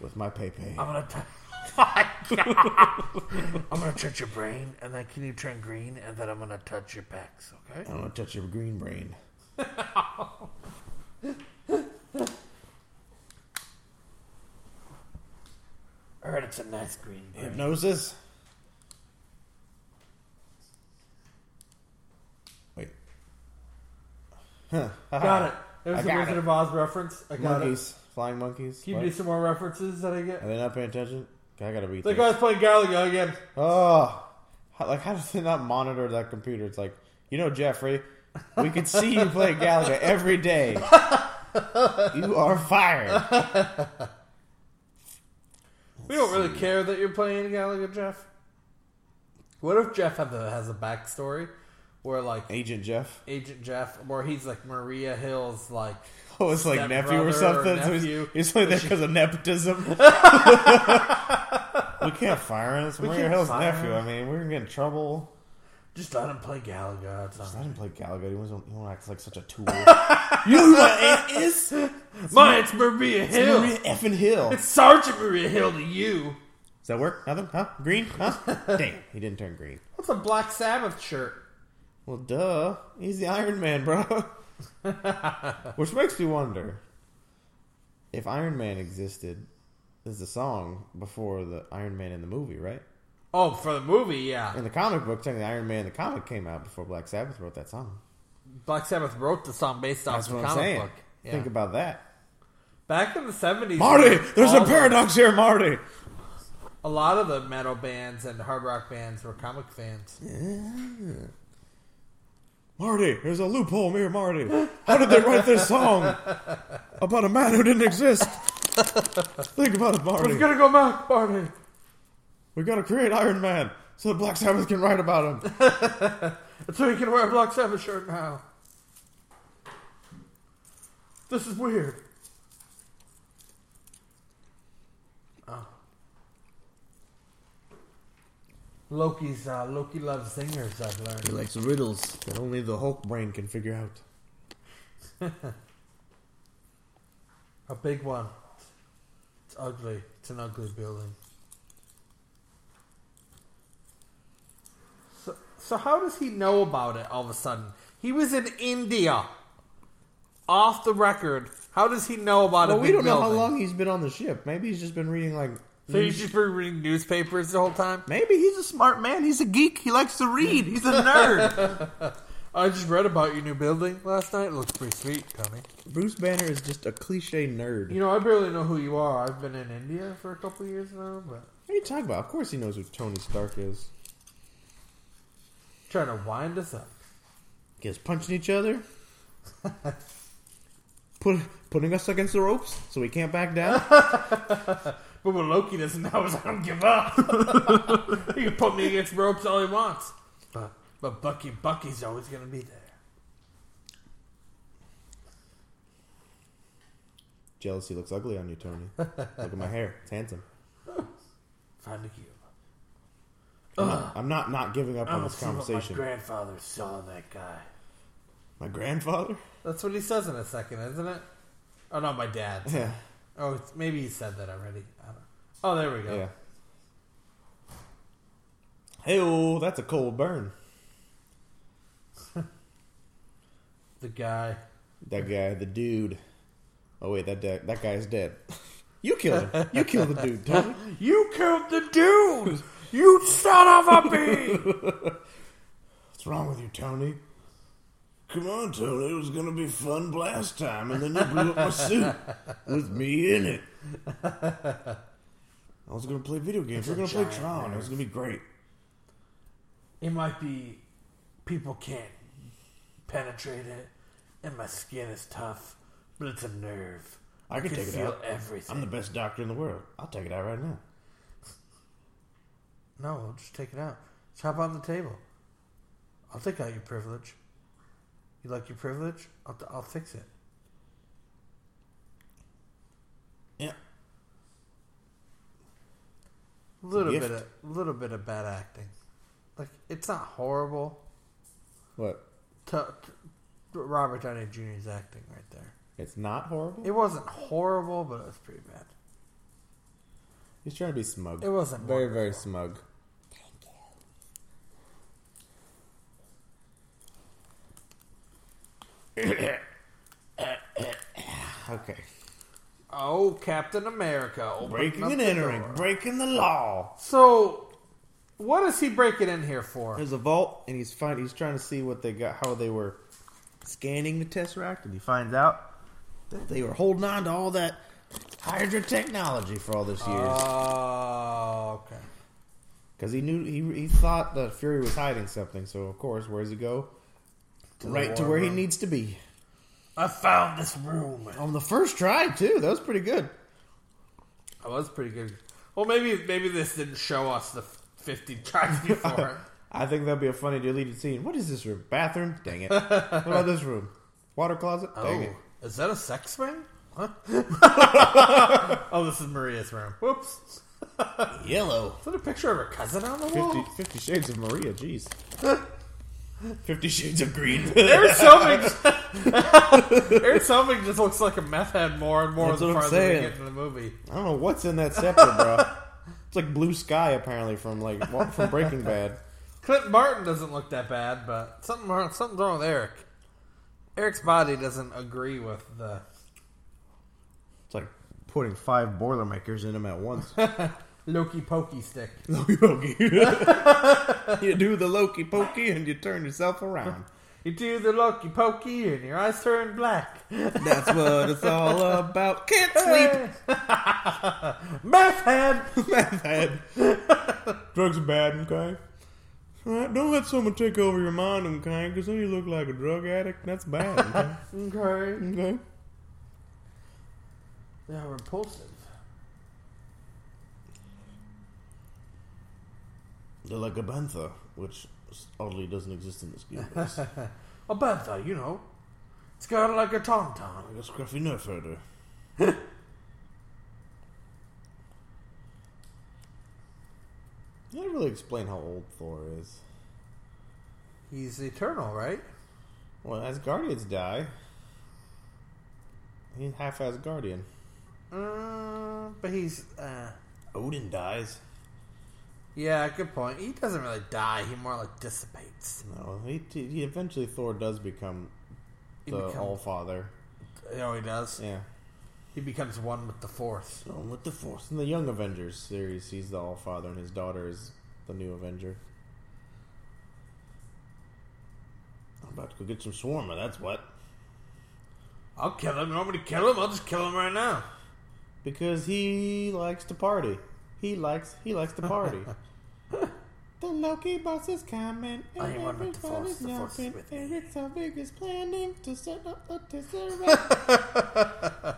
Speaker 4: with my pepe.
Speaker 3: I'm gonna. T- [laughs] I'm gonna touch your brain, and then can you turn green, and then I'm gonna touch your pecs, okay?
Speaker 4: I want to touch your green brain.
Speaker 3: I heard it's a nice green. Brain.
Speaker 4: Hypnosis. Wait. Huh.
Speaker 3: Got it. It
Speaker 4: I
Speaker 3: was a
Speaker 4: got
Speaker 3: Wizard
Speaker 4: it.
Speaker 3: of Oz reference. I got it.
Speaker 4: Monkeys. Flying monkeys.
Speaker 3: Can you
Speaker 4: What? Uh,
Speaker 3: do some more references that I
Speaker 4: Are
Speaker 3: get?
Speaker 4: they not paying attention? I gotta be.
Speaker 3: The guy's playing Galaga again.
Speaker 4: Oh, how, like how does they not monitor that computer? It's like you know, Jeffrey, we could see you play Galaga
Speaker 3: [laughs]
Speaker 4: every day. You are fired.
Speaker 3: We don't really care that you're playing Galaga, Jeff. What if Jeff have a, has a backstory where, like,
Speaker 4: Agent Jeff.
Speaker 3: Agent Jeff, where he's like Maria Hill's, like,
Speaker 4: [laughs] Oh, it's like nephew or
Speaker 3: Stepbrother or
Speaker 4: something. so
Speaker 3: nephew.
Speaker 4: he's, he's only there
Speaker 3: [laughs]
Speaker 4: because of nepotism. we can't fire him. It's Maria
Speaker 3: can't
Speaker 4: Hill's
Speaker 3: fire
Speaker 4: nephew.
Speaker 3: him.
Speaker 4: I mean, we're gonna get in trouble.
Speaker 3: just let him play Galaga. It's not-
Speaker 4: I didn't play Galaga. He wasn't. He won't act like such a
Speaker 3: [laughs]
Speaker 4: tool. you know who my aunt is?
Speaker 3: Mine's Maria Hill.
Speaker 4: Maria effing
Speaker 3: [laughs]
Speaker 4: Hill.
Speaker 3: It's Sergeant Maria Hill to you.
Speaker 4: Does that work? Nothing? Huh? Green? Huh? Dang, he didn't turn green.
Speaker 3: What's a Black Sabbath shirt?
Speaker 4: Well, duh. He's the Iron
Speaker 3: [laughs]
Speaker 4: Man, bro. Which makes me wonder if Iron Man existed as a song before the Iron Man in the movie, right?
Speaker 3: Oh, for the movie, yeah.
Speaker 4: In the comic book, technically, Iron Man the comic came out before Black Sabbath wrote that song.
Speaker 3: Black Sabbath wrote the song based off
Speaker 4: That's
Speaker 3: the
Speaker 4: what
Speaker 3: comic
Speaker 4: I'm saying.
Speaker 3: book. Yeah.
Speaker 4: Think about that,
Speaker 3: Back in the seventies,
Speaker 4: Marty. There's a paradox here, Marty.
Speaker 3: A lot of the metal bands and hard rock bands were comic fans.
Speaker 4: Marty, there's a loophole here, Marty. How did they write this song about a man who didn't exist? Think about it, Marty.
Speaker 3: We're gonna go back, Marty.
Speaker 4: We gotta create Iron Man so that Black Sabbath can write about him.
Speaker 3: So you can wear a Black Sabbath shirt now. This is weird. Ah. Oh. Loki's uh, Loki loves zingers. I've learned.
Speaker 4: He likes riddles that only the Hulk brain can figure out.
Speaker 3: A big one. It's ugly. It's an ugly building. So, so how does he know about it all of a sudden? He was in India. Off the record. How does he know about it?
Speaker 4: But we don't know how long he's been on the ship. Maybe he's just been reading like.
Speaker 3: So he's just been reading newspapers the whole time?
Speaker 4: Maybe he's a smart man. He's a geek. He likes to read. He's a nerd.
Speaker 3: I just read about your new building last night. It looks pretty sweet, Tommy.
Speaker 4: Bruce Banner is just a cliche nerd.
Speaker 3: You know, I barely know who you are. I've been in India for a couple years now, but
Speaker 4: what are you talking about? Of course he knows who Tony Stark is.
Speaker 3: trying to wind us up.
Speaker 4: Guess punching each
Speaker 3: [laughs]
Speaker 4: other, put putting us against the ropes so we can't back down.
Speaker 3: [laughs] But what Loki doesn't know is I don't give [laughs] up. he can put me against ropes all he wants. But, but Bucky, Bucky's always going to be there.
Speaker 4: Jealousy looks ugly on
Speaker 3: [laughs]
Speaker 4: you, Tony. Look at my hair; it's handsome.
Speaker 3: Find a cube.
Speaker 4: I'm not, I'm not not giving up
Speaker 3: I
Speaker 4: on
Speaker 3: don't
Speaker 4: this
Speaker 3: see what
Speaker 4: conversation.
Speaker 3: My grandfather saw that guy.
Speaker 4: my grandfather?
Speaker 3: That's what he says in a second, isn't it? Oh, no, my [laughs] dad.
Speaker 4: [laughs] Yeah,
Speaker 3: Oh, it's, maybe he said that already. I don't Oh, there we go.
Speaker 4: yeah. Hey, oh, that's a cold burn.
Speaker 3: The guy.
Speaker 4: That guy, the dude. Oh wait, that de- that guy's dead. [laughs] You killed him. You killed the
Speaker 3: [laughs]
Speaker 4: dude, Tony.
Speaker 3: You killed the dude! you son of a bee!
Speaker 4: What's wrong with you, Tony? Come on, Tony. It was gonna be fun last time, and then you blew up my suit with me in it. I was gonna play video games. We We're gonna play Tron. It was gonna be great.
Speaker 3: it might be people can't penetrate it, and my skin is tough, but it's a nerve.
Speaker 4: I can take it
Speaker 3: feel
Speaker 4: out.
Speaker 3: everything.
Speaker 4: I'm the best doctor in the world. I'll take it out right now.
Speaker 3: No, we'll just [laughs] take it out. Chop on the table. I'll take out your privilege. You like your privilege? I'll, I'll fix it.
Speaker 4: Yeah.
Speaker 3: A little
Speaker 4: gift.
Speaker 3: bit, of, little bit of bad acting. Like it's not horrible.
Speaker 4: What?
Speaker 3: To, to Robert Downey Jr.'s acting right there.
Speaker 4: It's not horrible.
Speaker 3: It wasn't horrible, but it was pretty bad.
Speaker 4: He's trying to be smug.
Speaker 3: It wasn't
Speaker 4: very,
Speaker 3: wonderful.
Speaker 4: very smug. Thank you. okay.
Speaker 3: Oh, Captain America! opening
Speaker 4: Breaking
Speaker 3: up
Speaker 4: and
Speaker 3: the
Speaker 4: entering,
Speaker 3: door.
Speaker 4: breaking the law.
Speaker 3: So, what is he breaking in here for?
Speaker 4: There's a vault, and he's find, he's trying to see what they got, how they were scanning the tesseract, and he finds out that they were holding on to all that Hydra technology for all this years.
Speaker 3: Oh, okay.
Speaker 4: Because he knew he, he thought that Fury was hiding something. So of course, where does he go?
Speaker 3: the
Speaker 4: right to
Speaker 3: war
Speaker 4: where he
Speaker 3: room.
Speaker 4: needs to be.
Speaker 3: I found this room.
Speaker 4: On the first try too. That was pretty good.
Speaker 3: That was pretty good. Well, maybe maybe this didn't show us the fifty tries [laughs] before.
Speaker 4: I think that'd be a funny deleted scene. What is this room? Bathroom? Dang it. what about this room? Water closet? Dang
Speaker 3: oh,
Speaker 4: it.
Speaker 3: is that a sex ring? Huh? [laughs] oh, this is Maria's room. Whoops! Is
Speaker 4: Oh. Yellow.
Speaker 3: that a picture of her cousin on the wall?
Speaker 4: [gasps] 50, 50 Shades of Maria. Jeez. [laughs] Fifty Shades of Green. [laughs]
Speaker 3: Aaron Selvig. Aaron Selvig just looks like a meth head more and more
Speaker 4: That's
Speaker 3: the
Speaker 4: what I'm
Speaker 3: farther we
Speaker 4: saying.
Speaker 3: get into the movie.
Speaker 4: I don't know what's in that scepter, bro. It's like blue sky apparently from like wa- from Breaking Bad.
Speaker 3: Clint Martin doesn't look that bad, but something wrong, something's wrong with Eric. Eric's body doesn't agree with the.
Speaker 4: It's like putting five Boilermakers in him at once.
Speaker 3: Loki pokey stick.
Speaker 4: [laughs] Loki pokey. [laughs] you do the Loki pokey and you turn yourself around.
Speaker 3: You do the Loki pokey and your eyes turn black.
Speaker 4: That's what it's all about. Can't [laughs] sleep.
Speaker 3: Meth head.
Speaker 4: Meth head. Drugs are bad, okay? Alright, don't let someone take over your mind, okay? Because then you look like a drug addict. That's bad, okay?
Speaker 3: Okay.
Speaker 4: okay?
Speaker 3: Yeah, repulsive.
Speaker 4: They're like a bantha, which oddly doesn't exist in this game. It's like
Speaker 3: A bantha, you know. It's kind of like a tauntaun.
Speaker 4: a scruffy nerf herder. That really explain how old Thor is.
Speaker 3: He's eternal, right?
Speaker 4: Well, as guardians die, he's half as guardian.
Speaker 3: Uh, but he's. Uh,
Speaker 4: Odin dies.
Speaker 3: yeah, good point. He doesn't really die. He more like dissipates.
Speaker 4: No, he, he eventually Thor does become
Speaker 3: He
Speaker 4: the
Speaker 3: becomes-
Speaker 4: All Father.
Speaker 3: You know, he does.
Speaker 4: Yeah.
Speaker 3: He becomes one with the Force.
Speaker 4: So with the Force in the Young Avengers series, he's the All Father, and his daughter is the new Avenger. I'm about to go get some shawarma. That's what.
Speaker 3: I'll kill him. You want me to kill him? I'll just kill him right now.
Speaker 4: Because he likes to party. He likes he likes to [laughs] party. the Loki boss is coming,
Speaker 3: I
Speaker 4: and
Speaker 3: ain't one with the Force.
Speaker 4: everybody's
Speaker 3: The Force is
Speaker 4: jumping,
Speaker 3: with
Speaker 4: and
Speaker 3: me.
Speaker 4: it's our biggest planning to set up [laughs] a tesseract.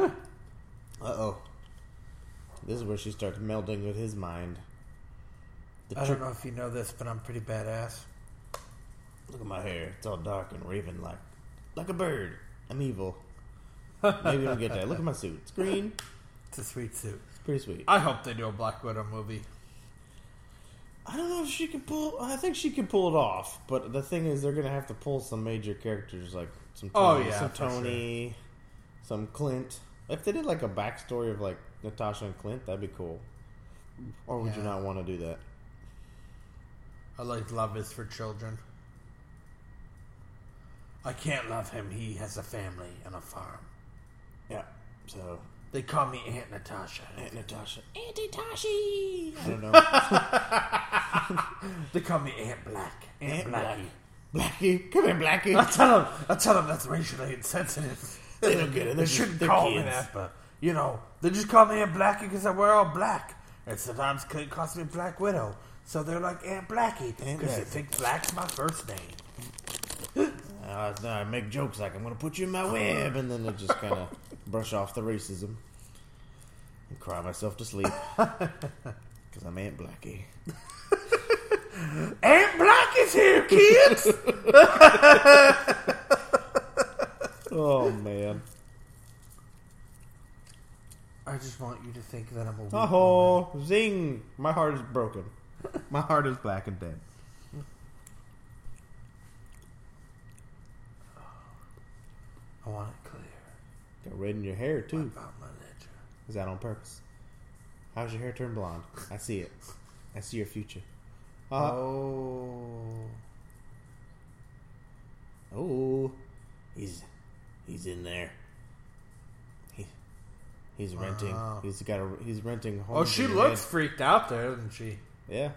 Speaker 4: uh oh. This is where she starts melding with his mind. The
Speaker 3: I
Speaker 4: trick-
Speaker 3: don't know if you know this, but I'm pretty badass.
Speaker 4: Look at my hair. It's all dark and raven like like a bird. I'm [laughs] evil. Maybe I'll get that. Look at my suit. It's green.
Speaker 3: It's a sweet suit.
Speaker 4: It's pretty sweet.
Speaker 3: I hope they do a Black Widow movie.
Speaker 4: I don't know if she can pull. I think she can pull it off, but the thing is, they're gonna have to pull some major characters like some
Speaker 3: Oh,
Speaker 4: Tony,
Speaker 3: yeah,
Speaker 4: some
Speaker 3: for
Speaker 4: Tony, some Clint. If they did like a backstory of like Natasha and Clint, that'd be cool. Or would you
Speaker 3: Yeah.
Speaker 4: not want to do that?
Speaker 3: I like Love is for Children. I can't love him. He has a family and a farm.
Speaker 4: Yeah. So
Speaker 3: They call me Aunt Natasha.
Speaker 4: Aunt Natasha.
Speaker 5: Auntie Tashi!
Speaker 4: I don't know. [laughs]
Speaker 3: They call me Aunt Black. Aunt,
Speaker 4: Aunt
Speaker 3: Blackie.
Speaker 4: Blackie, come here,
Speaker 3: I
Speaker 4: Blackie.
Speaker 3: tell them. I tell them that's racially insensitive.
Speaker 4: They don't get it. They're
Speaker 3: They
Speaker 4: just-
Speaker 3: shouldn't
Speaker 4: they're
Speaker 3: call me
Speaker 4: kids.
Speaker 3: that, but you know, they just call me Aunt Blackie because I wear all black. And sometimes Clint calls me Black Widow, so they're like Aunt Blackie
Speaker 4: Aunt
Speaker 3: because they
Speaker 4: Blackie.
Speaker 3: think black's my first name.
Speaker 4: Uh, no, I make jokes like I'm gonna put you in my web, and then I just kind of brush off the racism and cry myself to sleep because I'm Aunt Blackie. [laughs]
Speaker 3: Aunt Blackie's here, kids.
Speaker 4: [laughs] Oh man!
Speaker 3: I just want you to think that I'm a. weak woman.
Speaker 4: Oh zing! My heart is broken. My heart is black and dead.
Speaker 3: I want it clear
Speaker 4: Got red in your hair too.
Speaker 3: about my ledger.
Speaker 4: Is that on purpose? How's your hair turned blonde? I see it. I see your future. Uh,
Speaker 3: Oh.
Speaker 4: oh, he's he's in there. He he's renting.
Speaker 3: Wow.
Speaker 4: He's got a he's renting.
Speaker 3: Oh,
Speaker 4: homes
Speaker 3: she
Speaker 4: in your head.
Speaker 3: looks freaked out there, doesn't she?
Speaker 4: Yeah.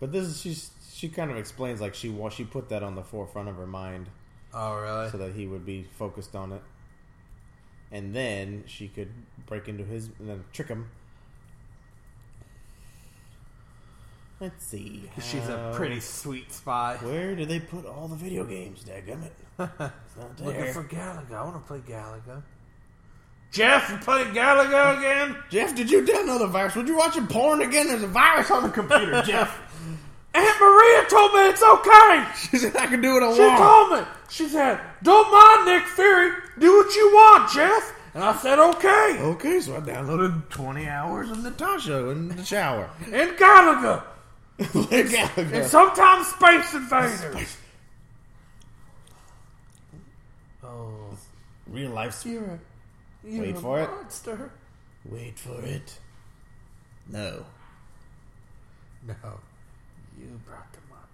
Speaker 4: But this is she's she kind of explains like she wa- she put that on the forefront of her mind
Speaker 3: Oh, really?
Speaker 4: so that he would be focused on it, and then she could break into his and then trick him. Let's see.
Speaker 3: She's a
Speaker 4: how-
Speaker 3: pretty sweet spy.
Speaker 4: Where do they put all the video games?
Speaker 3: [laughs]
Speaker 4: Dadgummit. It's not
Speaker 3: Looking
Speaker 4: there.
Speaker 3: for Galaga. I want to play Galaga. Jeff, you playing Galaga again?
Speaker 4: Jeff, did you download the virus? Were you watching porn again? There's a virus on the computer, Jeff.
Speaker 3: Aunt Maria told me it's okay.
Speaker 4: She said I can do it on
Speaker 3: She told me. She said, "Don't mind Nick Fury. Do what you want, Jeff." And I said, "Okay."
Speaker 4: Okay, so I downloaded 20 hours of Natasha in the shower.
Speaker 3: And
Speaker 4: [laughs]
Speaker 3: Galaga, and sometimes Space Invaders. Oh,
Speaker 4: Real life spirit.
Speaker 3: you
Speaker 4: Wait for it.
Speaker 3: monster.
Speaker 4: Wait for it. No.
Speaker 3: No, you brought the monster.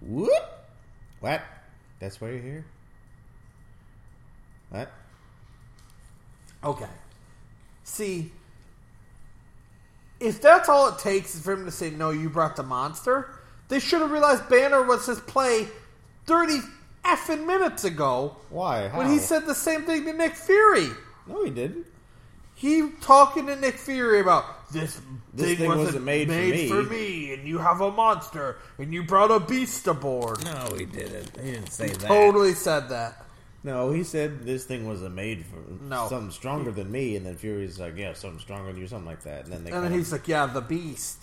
Speaker 4: Whoop. What? That's why you're here? What?
Speaker 3: Okay, See, if that's all it takes is for him to say, no, you brought the monster, they should have realized Banner was his play 30 effing minutes ago
Speaker 4: Why? How?
Speaker 3: when he said the same thing to Nick Fury.
Speaker 4: no, he didn't.
Speaker 3: He talking to Nick Fury about this,
Speaker 4: This
Speaker 3: thing, wasn't, made, for, me. and you have a monster, and you brought a beast aboard.
Speaker 4: No, he didn't. He didn't say that.
Speaker 3: Totally said that.
Speaker 4: No, he said this thing was a made for
Speaker 3: No.
Speaker 4: something stronger than me, and then Fury's like, yeah, something stronger than you, something like that. And then they
Speaker 3: And
Speaker 4: call
Speaker 3: then he's
Speaker 4: him-
Speaker 3: like, yeah, the beast.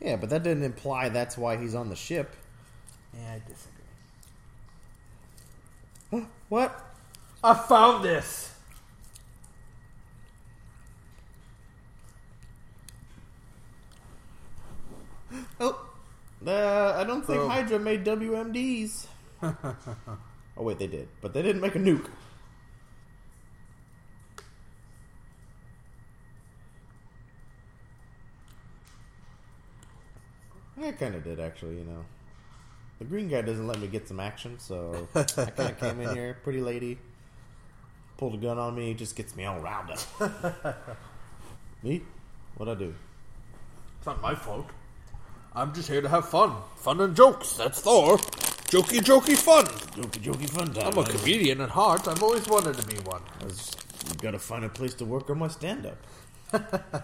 Speaker 4: yeah, but that didn't imply that's why he's on the ship.
Speaker 3: Yeah, I disagree.
Speaker 4: What?
Speaker 3: I found this.
Speaker 4: Oh, uh, I don't think
Speaker 3: Oh.
Speaker 4: Hydra made [laughs] WMDs. oh wait, they did, but they didn't make a nuke. I kind of did actually, you know. The green guy doesn't let me get some action, so I kind of came in here, pretty lady, pulled a gun on me, just gets me all riled up. [laughs] me? What I do?
Speaker 3: It's not my fault. I'm just here to have fun. Fun and jokes, that's Thor. Jokey, jokey fun.
Speaker 4: Jokey, jokey, fun time.
Speaker 3: I'm a comedian at heart. I've always wanted to be one.
Speaker 4: I was just, you gotta find a place to work on my stand up.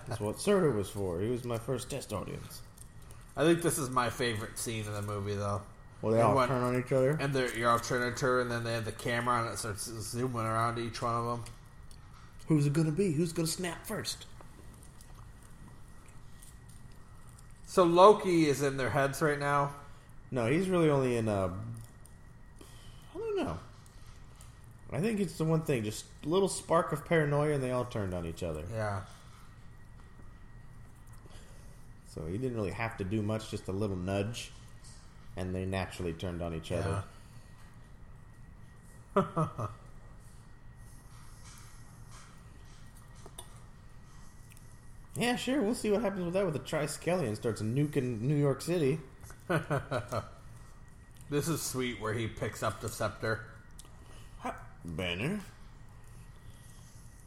Speaker 4: That's what Surtur was for. He was my first test audience.
Speaker 3: I think this is my favorite scene in the movie, though.
Speaker 4: Well, they
Speaker 3: And
Speaker 4: all
Speaker 3: when-
Speaker 4: turn on each other.
Speaker 3: And they're, you're all turning to her, and then they have the camera, and it starts zooming around each one of them.
Speaker 4: Who's it gonna be? Who's gonna snap first?
Speaker 3: So Loki is in their heads right now.
Speaker 4: No, he's really only in, uh. I don't know. I think it's the one thing, just a little spark of paranoia, and they all turned on each other.
Speaker 3: Yeah.
Speaker 4: So he didn't really have to do much, just a little nudge, and they naturally turned on each other. Yeah, sure. We'll see what happens with that. With the Triskelion starts nuking New York City.
Speaker 3: This is sweet where he picks up the scepter. [laughs]
Speaker 4: Banner.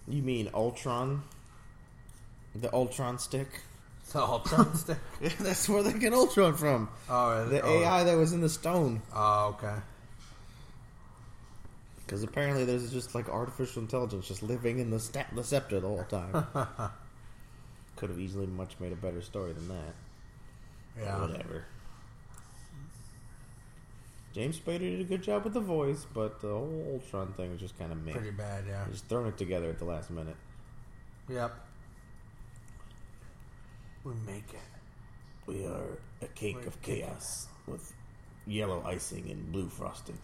Speaker 4: You mean Ultron? The Ultron [laughs] stick.
Speaker 3: The Ultron
Speaker 4: [laughs]
Speaker 3: stick.
Speaker 4: That's where they get Ultron from.
Speaker 3: Oh,
Speaker 4: The
Speaker 3: oh,
Speaker 4: AI that was in the stone.
Speaker 3: Oh, okay.
Speaker 4: Because apparently there's just like artificial intelligence just living in the, sta- the scepter the whole time. [laughs] Could have easily much made a better story than that.
Speaker 3: Yeah.
Speaker 4: Whatever. James Spader did a good job with the voice, but the whole Ultron thing was just kind of meh.
Speaker 3: Pretty bad, yeah.
Speaker 4: Just throwing it together at the last minute.
Speaker 3: Yep. We make it.
Speaker 4: We are a cake of chaos with yellow icing and blue frosting.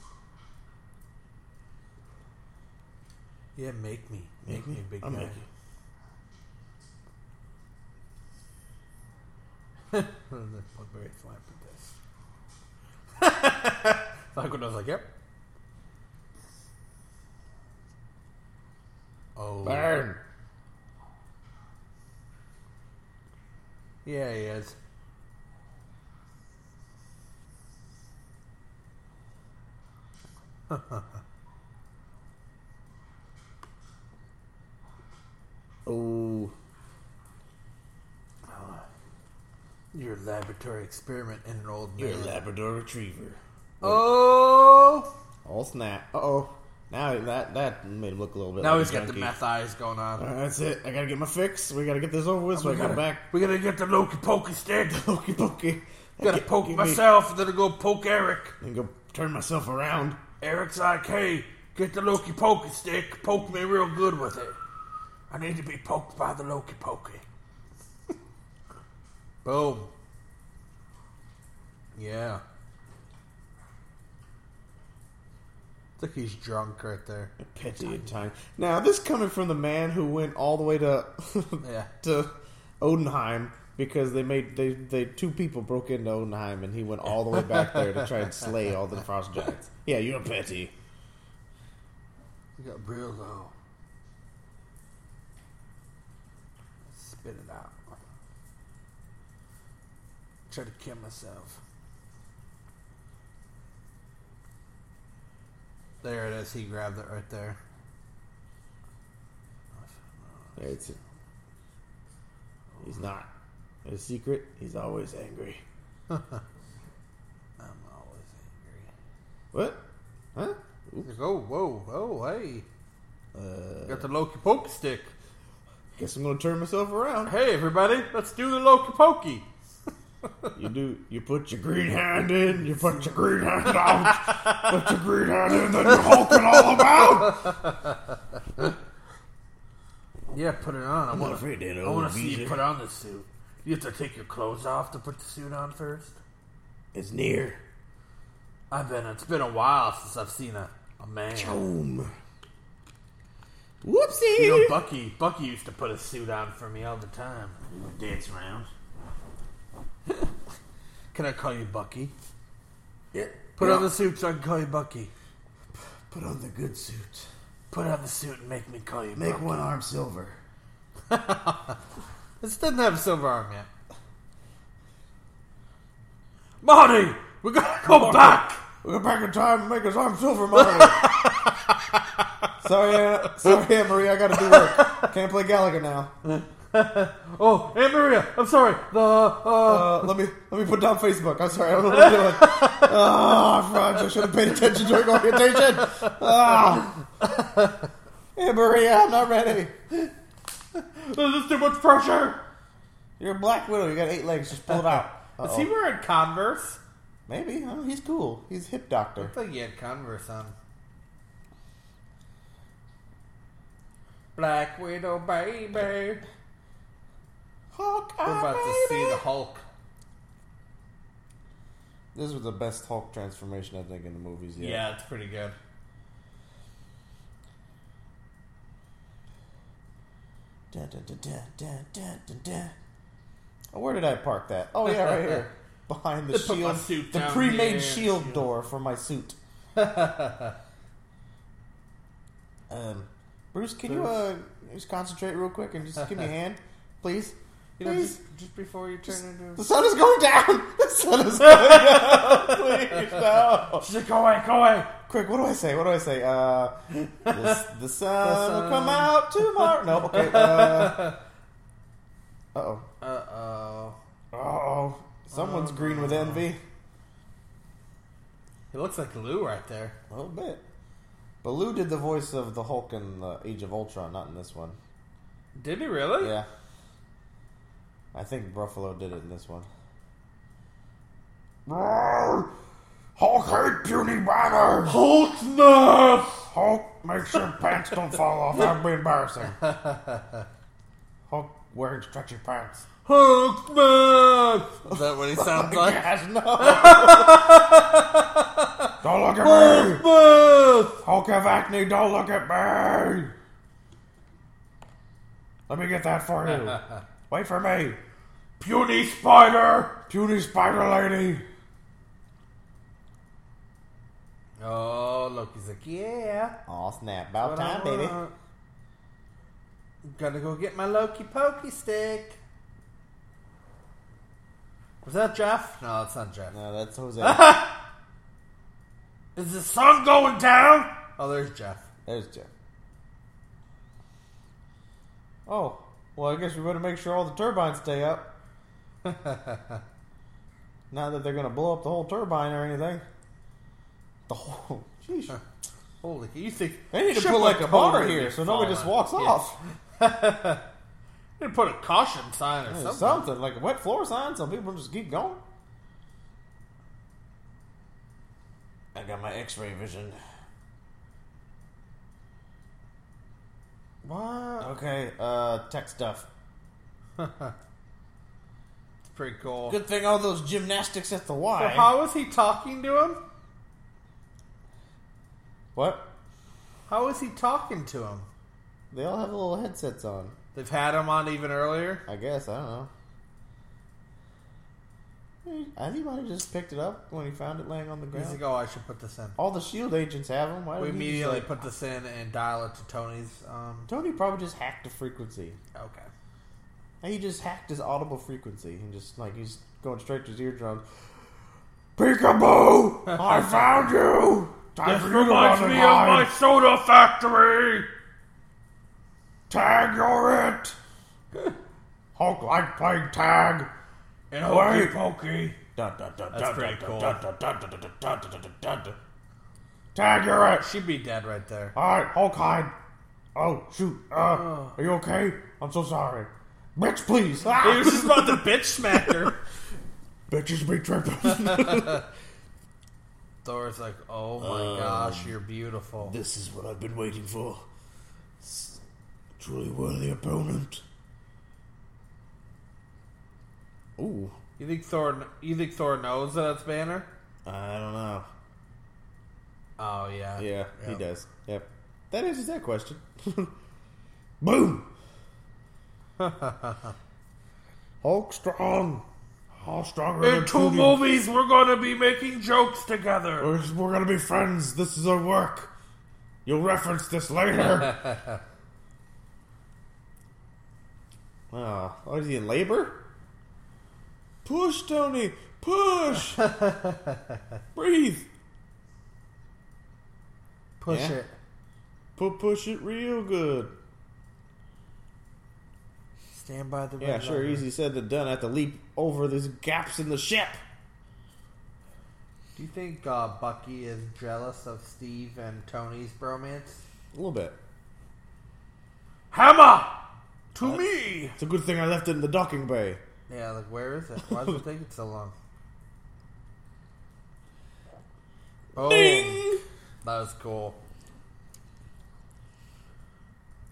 Speaker 3: Yeah, make me. Make, me, a big
Speaker 4: I'll
Speaker 3: guy. [laughs]
Speaker 4: make
Speaker 3: The Blueberry flap with this. Falcon was [laughs] like, yep. Oh.
Speaker 4: Burn!
Speaker 3: Yeah, he is.
Speaker 4: Oh,
Speaker 3: Your laboratory experiment in an old
Speaker 4: you're a
Speaker 3: man.
Speaker 4: Labrador Retriever.
Speaker 3: Oh!
Speaker 4: All snap. Uh oh. Now that that made him look a little bit.
Speaker 3: Now
Speaker 4: like
Speaker 3: he's
Speaker 4: a
Speaker 3: got the
Speaker 4: junkie.
Speaker 3: meth eyes going on.
Speaker 4: All right, that's it. I gotta get my fix. We gotta get this over with so I
Speaker 3: we
Speaker 4: can
Speaker 3: gotta, [laughs]
Speaker 4: come back.
Speaker 3: we gotta get the Loki Pokey stick.
Speaker 4: Pokey pokey.
Speaker 3: gotta
Speaker 4: Get-
Speaker 3: poke
Speaker 4: give me-
Speaker 3: myself, and then go poke Eric.
Speaker 4: And go turn myself around.
Speaker 3: Eric's like, hey, get the Loki Pokey stick. Poke me real good with it. I need to be poked by the Loki Pokey. Boom. Yeah. I think he's drunk right there.
Speaker 4: Petty and time. Now this coming from the man who went all the way to [laughs]
Speaker 3: Yeah.
Speaker 4: to Odenheim because they made they they two people broke into Odenheim and he went all the way back there to try and slay all the frost giants. Yeah, you're petty.
Speaker 3: He got real low. Spit it out. Try to kill myself. There it is. He grabbed it right there.
Speaker 4: It's he's not. A secret, he's always angry.
Speaker 3: I'm always
Speaker 4: What? Huh?
Speaker 3: angry. Oh, whoa, oh, hey. Got the Loki Pokey stick.
Speaker 4: Guess I'm gonna turn myself around.
Speaker 3: Hey, everybody, let's do the Loki Pokey.
Speaker 4: You do. You put your green hand in. You put your green hand out. put your green hand in. Then you're hulking all about.
Speaker 3: Yeah, put it on. I
Speaker 4: I'm not [laughs]
Speaker 3: want to
Speaker 4: afraid that
Speaker 3: I want
Speaker 4: old
Speaker 3: to see you
Speaker 4: geezer.
Speaker 3: put on the suit. You have to take your clothes off to put the suit on first.
Speaker 4: It's near.
Speaker 3: I've been. It's been a while since I've seen a, a man.
Speaker 4: Boom. Whoopsie.
Speaker 3: You know, Bucky. Bucky used to put a suit on for me all the time.
Speaker 2: Dance around.
Speaker 3: Can I call you Bucky?
Speaker 4: Yeah.
Speaker 3: Put on the suit so I can call you Bucky.
Speaker 2: Put on the good suit.
Speaker 3: Put on the suit and make me call you.
Speaker 2: Make
Speaker 3: Bucky.
Speaker 2: one arm silver.
Speaker 3: This doesn't have a silver arm yet. Marty, we gotta go back.
Speaker 4: We go back in time and make us arm silver Mario. [laughs] sorry, Anna, sorry, Anne Marie. I got to do work. Can't play Gallagher now.
Speaker 3: Oh, Aunt Maria, I'm sorry. The uh,
Speaker 4: Uh, let me let me put down Facebook. I'm sorry. I don't know what I'm doing. Ah, Franz, I should have paid attention during orientation. Ah, Anne Maria, I'm not ready.
Speaker 3: this is too much pressure.
Speaker 4: You're a black widow. You got eight legs. Just pull it out.
Speaker 3: Is he
Speaker 4: Uh-oh.
Speaker 3: wearing Converse?
Speaker 4: Maybe. Huh? He's cool. He's hip doctor.
Speaker 3: I thought he had Converse on. Black Widow, baby. Ah, We're
Speaker 4: Hulk,
Speaker 3: about to see the Hulk.
Speaker 4: This was the best Hulk transformation I think in the movies. Yet.
Speaker 3: Yeah, it's pretty good.
Speaker 4: Dun, dun, dun, dun, dun, dun, dun, dun. Oh, where did I park that? Oh yeah, right
Speaker 3: [laughs]
Speaker 4: here, behind the
Speaker 3: They put my
Speaker 4: shield,
Speaker 3: suit
Speaker 4: the
Speaker 3: down
Speaker 4: pre-made
Speaker 3: here.
Speaker 4: shield door for
Speaker 3: [laughs]
Speaker 4: my suit. um, Bruce, can you uh just concentrate real quick and just
Speaker 3: [laughs]
Speaker 4: give me a hand, please?
Speaker 3: You know,
Speaker 4: Please.
Speaker 3: just, just before you turn into.
Speaker 4: The sun is going down. [laughs] The
Speaker 3: [laughs]
Speaker 4: sun is going down. Please no.
Speaker 3: She's like, go away, go away.
Speaker 4: Quick, what do I say? What do I say? [laughs] Uh, this, the sun will come out tomorrow. No, okay. Uh oh.
Speaker 3: Uh oh.
Speaker 4: Oh, someone's green with envy.
Speaker 3: He looks like Lou right there.
Speaker 4: A little bit. But Lou did the voice of the Hulk in the Age of Ultron, not in this one.
Speaker 3: Did he really?
Speaker 4: Yeah. I think Ruffalo did it in this one.
Speaker 2: Hulk hate puny banners.
Speaker 3: Hulk snuff!
Speaker 2: Hulk, make sure pants don't fall off. That'd be
Speaker 4: [laughs]
Speaker 2: embarrassing.
Speaker 4: Hulk wearing stretchy pants.
Speaker 3: Hulk snuff! Is that what he sounds like?
Speaker 4: Yes, [laughs] no.
Speaker 2: Don't look at me.
Speaker 3: Snuff!
Speaker 2: Hulk have acne. Don't look at me. Let me get that for
Speaker 4: [laughs]
Speaker 2: you. Wait for me.
Speaker 3: Puny spider!
Speaker 2: Puny spider lady.
Speaker 3: Oh, Loki's like, yeah.
Speaker 4: Aw, snap. About
Speaker 3: But I
Speaker 4: time, baby.
Speaker 3: wanna- Gotta go get my Loki Pokey stick. Was that Jeff? No, it's not Jeff.
Speaker 4: No, that's [laughs] Jose.
Speaker 3: Is the sun going down? Oh, there's Jeff.
Speaker 4: There's Jeff. Oh, well, I guess we better make sure all the turbines stay [laughs] up. Not that they're going to blow up the whole turbine or anything. The whole. [laughs] Sheesh.
Speaker 3: Holy, you think
Speaker 4: They need to
Speaker 3: Ship
Speaker 4: put
Speaker 3: was
Speaker 4: like a bar
Speaker 3: totally
Speaker 4: here so nobody just
Speaker 3: falling.
Speaker 4: walks
Speaker 3: Yeah.
Speaker 4: off.
Speaker 3: They need to put a caution sign or
Speaker 4: Something.
Speaker 3: something.
Speaker 4: like a wet floor sign so people just keep going. I got my x ray vision.
Speaker 3: What?
Speaker 4: Okay, uh, tech stuff.
Speaker 3: It's pretty cool.
Speaker 4: Good thing all those gymnastics at the Y.
Speaker 3: So how is he talking to him?
Speaker 4: what?
Speaker 3: How is he talking to him?
Speaker 4: They all have little headsets on.
Speaker 3: They've had him on even earlier.
Speaker 4: I guess I don't know. Hmm, I think he might have just picked it up when he found it laying on the
Speaker 3: He's
Speaker 4: ground.
Speaker 3: like, oh, I should put this in.
Speaker 4: All the shield agents have them. Why
Speaker 3: We
Speaker 4: didn't he just,
Speaker 3: immediately
Speaker 4: like-
Speaker 3: put this in and dial it to Tony's. Um,
Speaker 4: Tony probably just hacked the frequency.
Speaker 3: okay.
Speaker 4: And he just hacked his audible frequency and just like he's going straight to his eardrums.
Speaker 3: [laughs]
Speaker 4: Peekaboo! I found you!
Speaker 2: Time for you to
Speaker 1: Reminds
Speaker 2: run and
Speaker 1: me of my
Speaker 2: hide.
Speaker 1: soda factory.
Speaker 2: Tag, you're it. Hulk like playing tag.
Speaker 3: And
Speaker 2: Wait.
Speaker 3: hokey pokey.
Speaker 2: That's
Speaker 3: pretty cool.
Speaker 2: Tag, you're it.
Speaker 3: She'd be dead right there.
Speaker 2: All right, Hulk hide. Oh shoot. Uh, are you okay? I'm so sorry. Bitch, please.
Speaker 3: [laughs] Oh. He was
Speaker 2: Ah!
Speaker 3: just about to bitch smack her.
Speaker 2: Bitches be tripping.
Speaker 3: [laughs] Thor's like, oh my
Speaker 4: Um,
Speaker 3: gosh, you're beautiful.
Speaker 2: this is what I've been waiting for. S- Truly worthy opponent.
Speaker 4: Ooh,
Speaker 3: You think Thor? You think Thor knows that it's Banner?
Speaker 4: I don't know.
Speaker 3: Oh yeah.
Speaker 4: Yeah, he
Speaker 2: Yeah.
Speaker 4: does. Yep. That answers that question.
Speaker 2: [laughs]
Speaker 4: [laughs]
Speaker 2: Boom. Hulk strong. Hulk stronger
Speaker 3: In
Speaker 2: than
Speaker 3: two
Speaker 2: two
Speaker 3: movies, we're gonna be making jokes together.
Speaker 2: We're, we're gonna be friends. This is our work. You'll reference this later.
Speaker 4: [laughs] Oh, oh, is he in labor? Push, Tony. Push. [laughs] Breathe.
Speaker 3: Push
Speaker 4: Yeah.
Speaker 3: it.
Speaker 4: Pu- push it real good.
Speaker 3: Stand by the.
Speaker 4: Yeah,
Speaker 3: red
Speaker 4: sure.
Speaker 3: light.
Speaker 4: Easy said than done. I have to leap over these gaps in the ship.
Speaker 3: Do you think uh, Bucky is jealous of Steve and Tony's bromance?
Speaker 4: A little bit.
Speaker 3: Hammer to me.
Speaker 4: Uh, It's a good thing I left it in the docking bay.
Speaker 3: Yeah, like where is it? Why is
Speaker 4: [laughs]
Speaker 3: it taking so long? Oh, that was cool.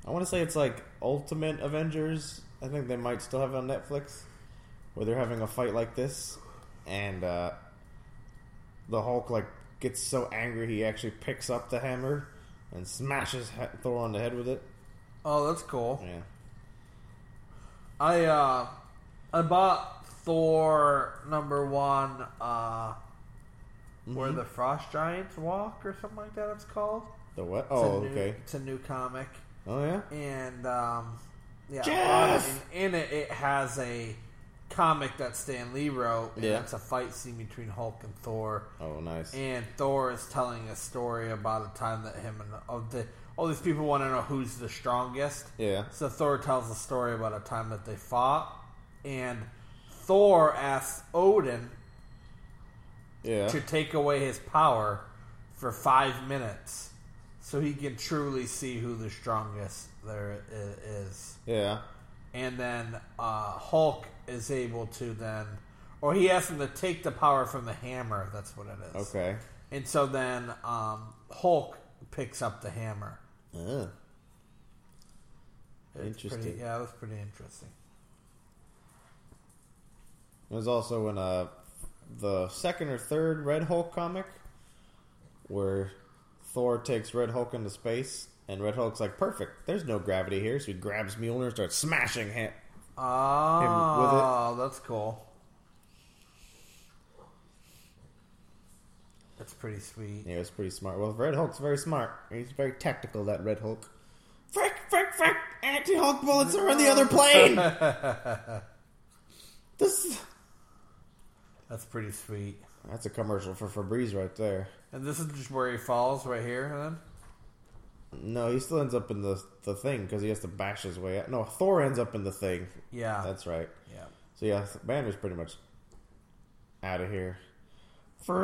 Speaker 4: I want to say it's like Ultimate Avengers. I think they might still have it on Netflix, where they're having a fight like this, and uh, the Hulk like gets so angry he actually picks up the hammer and smashes Ha- Thor on the head with it.
Speaker 3: Oh, that's cool.
Speaker 4: Yeah,
Speaker 3: I uh, I bought Thor number one, uh, where
Speaker 4: Mm-hmm.
Speaker 3: the Frost Giants walk or something like that. It's called.
Speaker 4: the what?
Speaker 3: It's a
Speaker 4: Oh,
Speaker 3: new-
Speaker 4: okay.
Speaker 3: It's a new comic,
Speaker 4: Oh yeah.
Speaker 3: and um, yeah, I bought
Speaker 4: Jeff!
Speaker 3: it, and in it it has a comic that Stan Lee wrote. And
Speaker 4: Yeah.
Speaker 3: it's a fight scene between Hulk and Thor,
Speaker 4: Oh nice.
Speaker 3: and Thor is telling a story about a time that him and of the all these people want to know who's the strongest.
Speaker 4: Yeah.
Speaker 3: So Thor tells a story about a time that they fought, and Thor asks Odin
Speaker 4: Yeah.
Speaker 3: to take away his power for five minutes, so he can truly see who the strongest there i- is.
Speaker 4: Yeah.
Speaker 3: And then uh, Hulk is able to then, or he asks him to take the power from the hammer. That's what it is.
Speaker 4: Okay.
Speaker 3: And so then um, Hulk picks up the hammer.
Speaker 4: Uh,
Speaker 3: It's pretty-
Speaker 4: Interesting.
Speaker 3: yeah, that was pretty interesting.
Speaker 4: It was also in uh, the second or third Red Hulk comic where Thor takes Red Hulk into space, and Red Hulk's like, perfect, there's no gravity here, so he grabs Mjolnir and starts smashing him.
Speaker 3: Oh, that's cool. That's pretty sweet.
Speaker 4: Yeah, it was pretty smart. Well, Red Hulk's very smart. He's very tactical, that Red Hulk.
Speaker 2: frick, frick, frick.
Speaker 4: Anti Hulk bullets are on the other plane! this.
Speaker 3: That's pretty sweet.
Speaker 4: That's a commercial for Febreze right there.
Speaker 3: And this is just where he falls right here. Then
Speaker 4: No, he still ends up in the the thing because he has to bash his way out. No, Thor ends up in the thing.
Speaker 3: yeah,
Speaker 4: That's right.
Speaker 3: yeah.
Speaker 4: So yeah, Banner's pretty much out of here.
Speaker 2: Frick.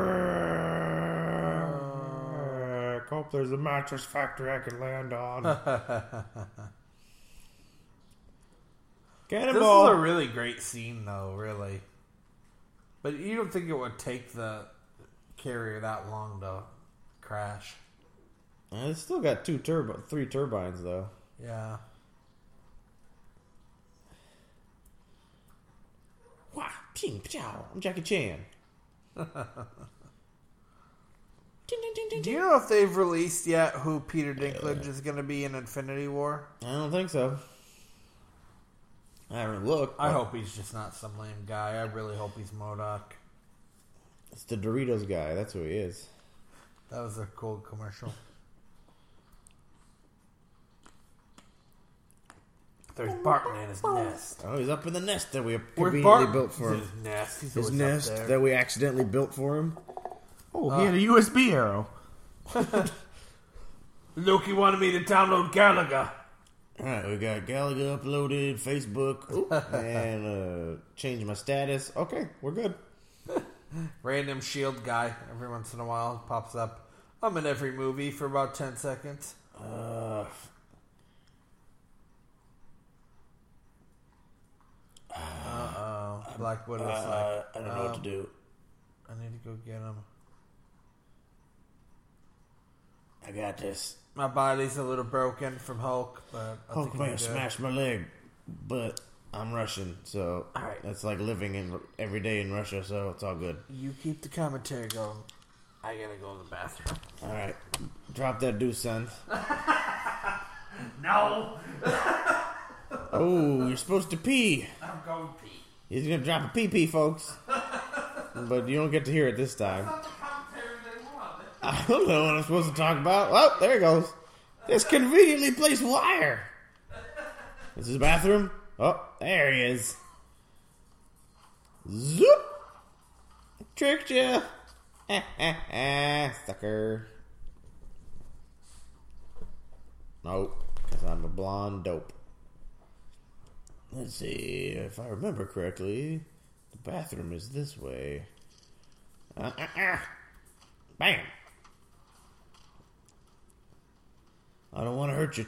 Speaker 2: Hope there's a mattress factory I can land
Speaker 4: [laughs]
Speaker 2: on.
Speaker 3: This
Speaker 4: Cannonball.
Speaker 3: is a really great scene, though. Really, but you don't think it would take the carrier that long to crash?
Speaker 4: Uh, it's still got two turbo, three turbines though.
Speaker 3: Yeah.
Speaker 4: Wow, ping, pow. I'm Jackie Chan.
Speaker 5: Ding, ding, ding, ding,
Speaker 3: Do
Speaker 5: ding.
Speaker 3: you know if they've released yet who Peter Dinklage is going to be in Infinity War?
Speaker 4: I don't think so. I haven't looked.
Speaker 3: I
Speaker 4: but
Speaker 3: hope he's just not some lame guy. I really hope he's Modoc.
Speaker 4: it's the Doritos guy. That's who he is.
Speaker 3: That was a cool commercial. There's Barton in his nest.
Speaker 4: Oh, he's up in the nest that we
Speaker 3: Where's
Speaker 4: conveniently
Speaker 3: Barton?
Speaker 4: built [laughs] for
Speaker 3: He's
Speaker 4: him.
Speaker 3: in His nest. He's
Speaker 4: His
Speaker 3: always up
Speaker 4: nest
Speaker 3: there.
Speaker 4: that we accidentally built for him. Uh,
Speaker 2: Oh, he had a USB arrow.
Speaker 3: Loki wanted me to download Galaga.
Speaker 4: All right, we got Galaga uploaded, Facebook, Oop, [laughs] and uh, change my status. Okay, we're good.
Speaker 3: Random shield guy every once in a while pops up. I'm in every movie for about 10 seconds.
Speaker 4: Uh,
Speaker 3: Oh, Black Widow's
Speaker 4: uh, I
Speaker 3: like,
Speaker 4: don't know what to
Speaker 3: um,
Speaker 4: do.
Speaker 3: I need to go get him.
Speaker 4: I got this.
Speaker 3: My body's a little broken from Hulk, but I
Speaker 4: Hulk
Speaker 3: think I can
Speaker 4: man
Speaker 3: do it.
Speaker 4: smashed my leg, but I'm Russian, so
Speaker 3: All right.
Speaker 4: that's like living in every day in Russia, so it's all good.
Speaker 3: You keep the commentary going. I gotta go to the bathroom.
Speaker 4: All right, drop that deuce, son.
Speaker 1: No,
Speaker 4: Oh, you're supposed to pee.
Speaker 3: I'm going to pee.
Speaker 4: He's gonna drop a pee pee, folks. But you don't get to hear it this time.
Speaker 3: the commentary they want.
Speaker 4: [laughs] I don't know what I'm supposed to talk about. Oh, there it goes. This conveniently placed wire. This is bathroom. Oh, there he is. Zoop. Tricked you. [laughs] Sucker. Nope, because I'm a blonde dope. Let's see, if I remember correctly, the bathroom is this way. Uh, uh, uh. Bam! I don't want to hurt you,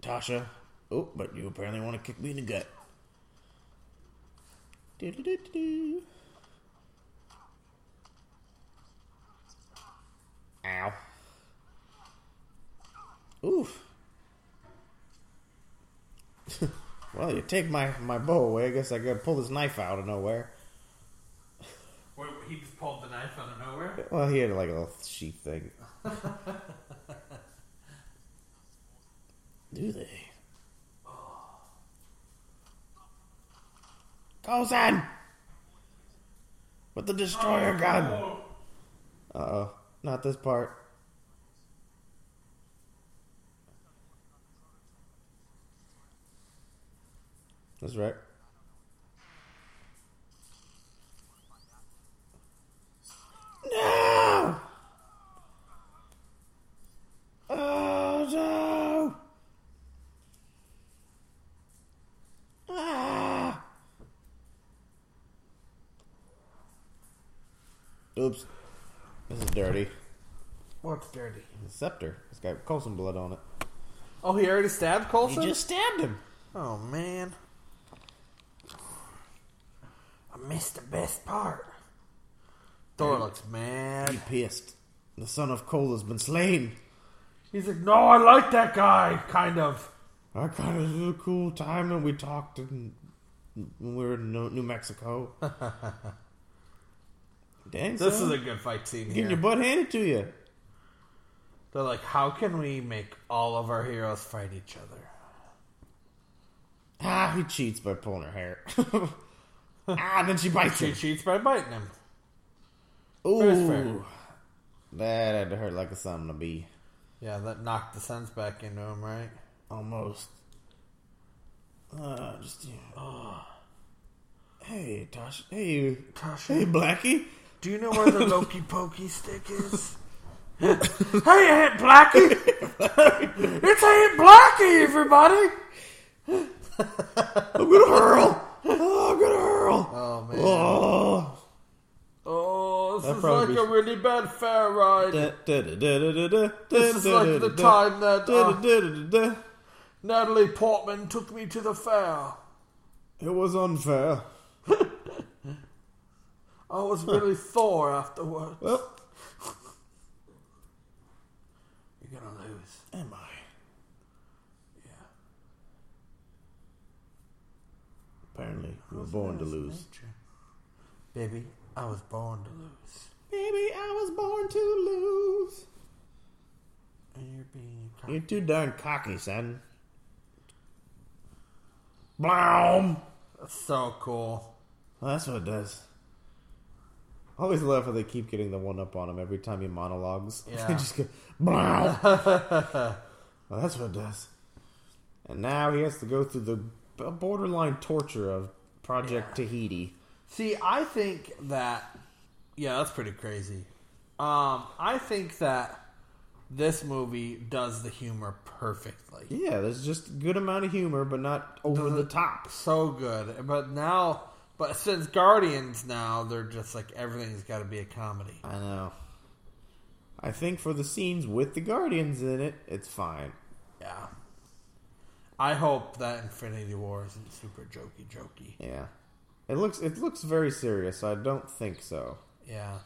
Speaker 4: Tasha. Oh, but you apparently want to kick me in the gut. Doo-doo-doo-doo-doo. Ow. Oof. [laughs] well, you take my, my bow away. I guess I gotta pull this knife out of nowhere.
Speaker 3: Wait, he just pulled the knife out of nowhere?
Speaker 4: Well, he had like a little sheath thing. Do they? Kozan! With the destroyer gun! Uh oh. Not this part. That's right. No! Oh no! Ah! Oops. This is dirty.
Speaker 3: What's dirty?
Speaker 4: The scepter. It's got Coulson blood on it.
Speaker 3: Oh, he already stabbed
Speaker 4: He
Speaker 3: Colson?
Speaker 4: just stabbed him.
Speaker 3: Oh, man. I missed the best part. Thor looks
Speaker 4: He
Speaker 3: mad.
Speaker 4: pissed. The son of Cole has been slain.
Speaker 3: He's like, no, I like that guy, kind of.
Speaker 4: I got it was a cool time and we talked in, when we were in New New
Speaker 3: [laughs]
Speaker 4: Mexico. Dang,
Speaker 3: This is
Speaker 4: son.
Speaker 3: a good fight scene
Speaker 4: getting
Speaker 3: here.
Speaker 4: your butt handed to you.
Speaker 3: They're like, how can we make all of our heroes fight each other?
Speaker 4: Ah, he cheats by pulling her hair. [laughs] ah, then she bites
Speaker 3: She
Speaker 4: him.
Speaker 3: cheats by biting him. First
Speaker 4: Ooh.
Speaker 3: friend.
Speaker 4: That had to hurt like a something to be.
Speaker 3: Yeah, that knocked the sense back into him, right?
Speaker 4: Almost. Uh, just, yeah. Ah. Hey, Tasha. Hey, Hey,
Speaker 3: Tasha,
Speaker 4: Blackie.
Speaker 3: do you know where the Loki Pokey stick is? [laughs]
Speaker 1: hey, Aunt Blackie, it's Aunt Blackie, everybody.
Speaker 4: I'm gonna [laughs] hurl. Oh, I'm gonna hurl.
Speaker 3: Oh, man.
Speaker 4: Oh.
Speaker 3: Oh, this
Speaker 4: That
Speaker 3: is
Speaker 4: probably
Speaker 3: like a
Speaker 4: be-
Speaker 3: really bad fair ride.
Speaker 4: Da- da- da- da- da- da- da-
Speaker 3: this is
Speaker 4: da-
Speaker 3: like
Speaker 4: da-
Speaker 3: the
Speaker 4: da-
Speaker 3: time that
Speaker 4: da-
Speaker 3: uh,
Speaker 4: da- da- da- da.
Speaker 3: Natalie Portman took me to the fair.
Speaker 4: It was unfair.
Speaker 3: I was really Thor afterwards.
Speaker 4: Well,
Speaker 3: [laughs] You're gonna lose.
Speaker 4: am I?
Speaker 3: Yeah.
Speaker 4: Apparently, we were born to lose.
Speaker 3: Baby, I was born to lose.
Speaker 4: Baby, I was born to lose.
Speaker 3: And you're being a cock.
Speaker 4: You're too darn cocky, son.
Speaker 2: Bloom.
Speaker 3: That's so cool.
Speaker 4: Well, that's what it does. I always love how they keep getting the one up on him every time he monologues. [laughs]
Speaker 3: Yeah.
Speaker 4: they just go, "Blow." well, that's what it does. And now he has to go through the b- borderline torture of Project Tahiti.
Speaker 3: See, I think that yeah, that's pretty crazy. Um, I think that This movie does the humor perfectly.
Speaker 4: Yeah, there's just a good amount of humor, but not over the top.
Speaker 3: So good. But now, but since Guardians now, they're just like everything's got to be a comedy.
Speaker 4: I know. I think for the scenes with the Guardians in it, it's fine.
Speaker 3: Yeah. I hope that Infinity War isn't super jokey jokey.
Speaker 4: Yeah. It looks it looks very serious. I don't think so.
Speaker 3: Yeah.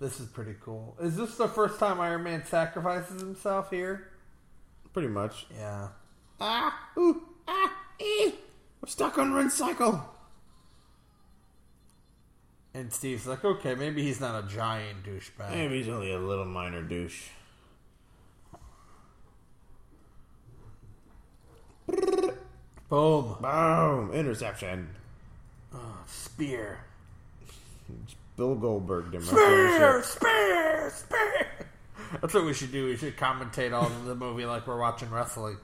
Speaker 3: This is pretty cool. Is this the first time Iron Man sacrifices himself here?
Speaker 4: Pretty much.
Speaker 3: Yeah.
Speaker 4: Ah, ooh, ah, ee. I'm stuck on Rin's cycle.
Speaker 3: And Steve's like, okay, maybe he's not a giant douchebag.
Speaker 4: Maybe he's only a little minor douche.
Speaker 3: Boom.
Speaker 4: Boom! Interception.
Speaker 3: Spear.
Speaker 4: Bill Goldberg did my
Speaker 3: Spear!
Speaker 4: bullshit.
Speaker 3: Spear! Spear! That's what we should do. We should commentate all of the movie like we're watching wrestling.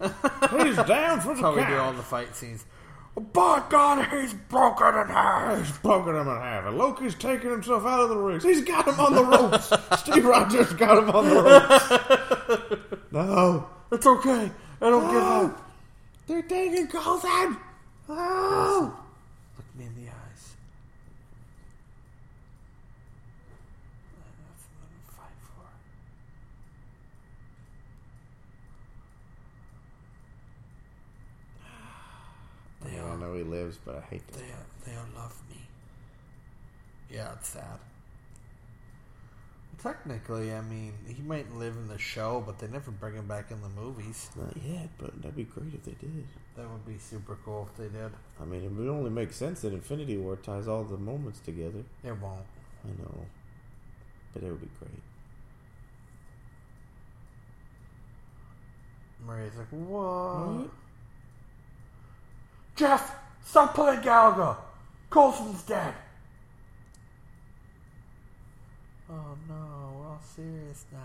Speaker 4: He's down for the
Speaker 3: That's how we do all
Speaker 4: count.
Speaker 3: the fight scenes. By God, he's broken in half!
Speaker 4: He's poking him in half, and Loki's taking himself out of the rings. He's got him on
Speaker 3: [laughs]
Speaker 4: the ropes. Steve Rogers got him on the ropes. No,
Speaker 3: It's okay. I don't give up.
Speaker 4: no, they're taking Coulson. Oh,
Speaker 3: Look me in the eyes. That's what I'm fight for. They
Speaker 4: I
Speaker 3: all,
Speaker 4: know he lives, but I hate this.
Speaker 3: they all, they all love me. Yeah, it's sad. Technically, I mean, he might live in the show, but they never bring him back in the movies.
Speaker 4: Not yet, but that'd be great if they did.
Speaker 3: That would be super cool if they did.
Speaker 4: I mean, it would only make sense that Infinity War ties all the moments together.
Speaker 3: It won't.
Speaker 4: I know, but it would be great.
Speaker 3: Maria's like, what?
Speaker 4: What?
Speaker 3: Jeff, stop playing Galaga. Colson's dead. Oh no, we're all serious now.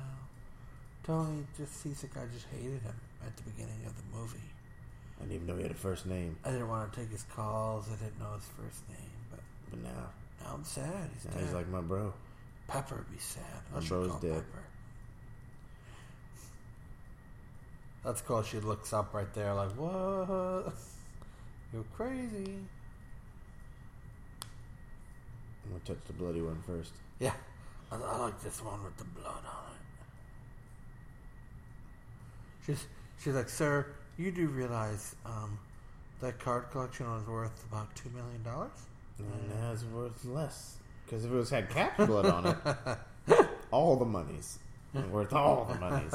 Speaker 3: Tony just sees like I just hated him at the beginning of the movie.
Speaker 4: I didn't even know he had a first name,
Speaker 3: I didn't want to take his calls. I didn't know his first name, but
Speaker 4: but now,
Speaker 3: now I'm sad. He's
Speaker 4: now
Speaker 3: dead.
Speaker 4: he's like my bro.
Speaker 3: Pepper would be sad. I
Speaker 4: My
Speaker 3: should
Speaker 4: bro's
Speaker 3: call
Speaker 4: dead.
Speaker 3: Pepper. That's cool. She looks up right there, like, what? [laughs] You're crazy.
Speaker 4: I'm gonna touch the bloody one first.
Speaker 3: Yeah. I, I like this one with the blood on it. She's, she's like, sir, you do realize um, that card collection was worth about $2 million?
Speaker 4: And now it's worth less. Because if it was had [laughs] cat blood on it, all the monies. And worth all the monies.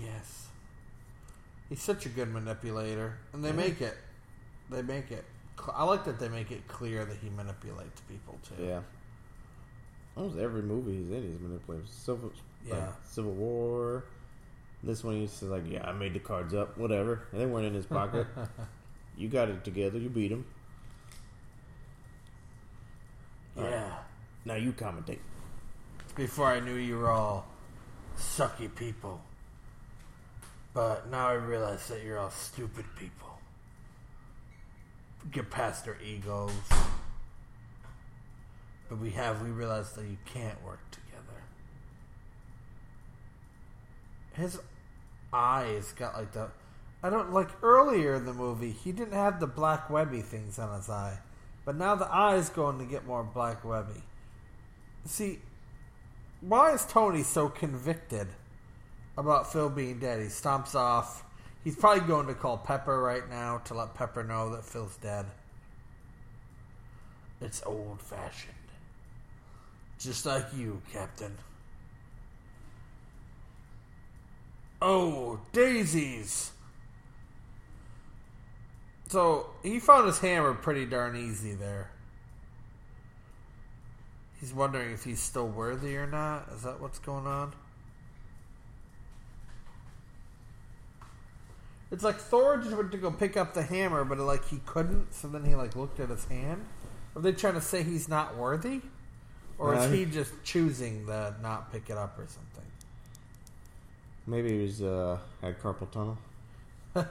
Speaker 3: Yes. He's such a good manipulator, and they make it. They make it. cl- I like that they make it clear that he manipulates people too.
Speaker 4: [laughs] Yeah. Almost every movie he's in, he's manipulated. Civil, yeah.
Speaker 3: Yeah.
Speaker 4: Civil War. This one he's just like, yeah, I made the cards up, whatever. And they weren't in his [laughs] pocket. you got it together. You beat him.
Speaker 3: Yeah.
Speaker 4: Now you commentate.
Speaker 3: Before I knew you were all sucky people, but now I realize that you're all stupid people. Get past their egos. But we have we realize that you can't work together. His eyes got like the. I don't like earlier in the movie. He didn't have the black webby things on his eye, but now the eye's going to get more black webby. See, why is Tony so convicted about Phil being dead? He stomps off. He's probably going to call Pepper right now to let Pepper know that Phil's dead. It's old fashioned. Just like you, Captain. Oh, daisies! So, he found his hammer pretty darn easy there. He's wondering if he's still worthy or not. Is that what's going on? It's like Thor just went to go pick up the hammer, but like he couldn't, so then he like looked at his hand. Are they trying to say he's not worthy, or
Speaker 4: No,
Speaker 3: is
Speaker 4: he-
Speaker 3: he just choosing to not pick it up or something?
Speaker 4: Maybe he was, uh, had carpal tunnel.
Speaker 3: My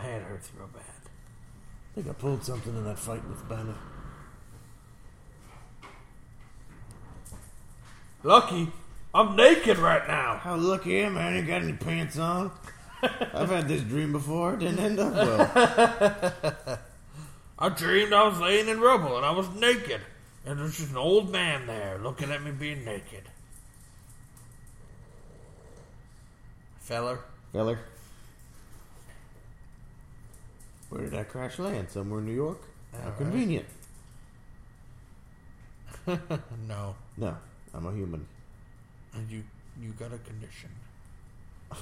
Speaker 3: hand hurts real bad.
Speaker 4: I think I pulled something in that fight with Banner.
Speaker 3: Lucky, I'm naked right now.
Speaker 4: How lucky am I? I ain't got any pants on. I've had this dream before. It didn't end up well.
Speaker 3: I dreamed I was laying in rubble and I was naked. And there's just an old man there looking at me being naked. Feller.
Speaker 4: Feller. Where did I crash land? Somewhere in New York? How
Speaker 3: Alright.
Speaker 4: convenient.
Speaker 3: No.
Speaker 4: No, I'm a human.
Speaker 3: And you you got a condition.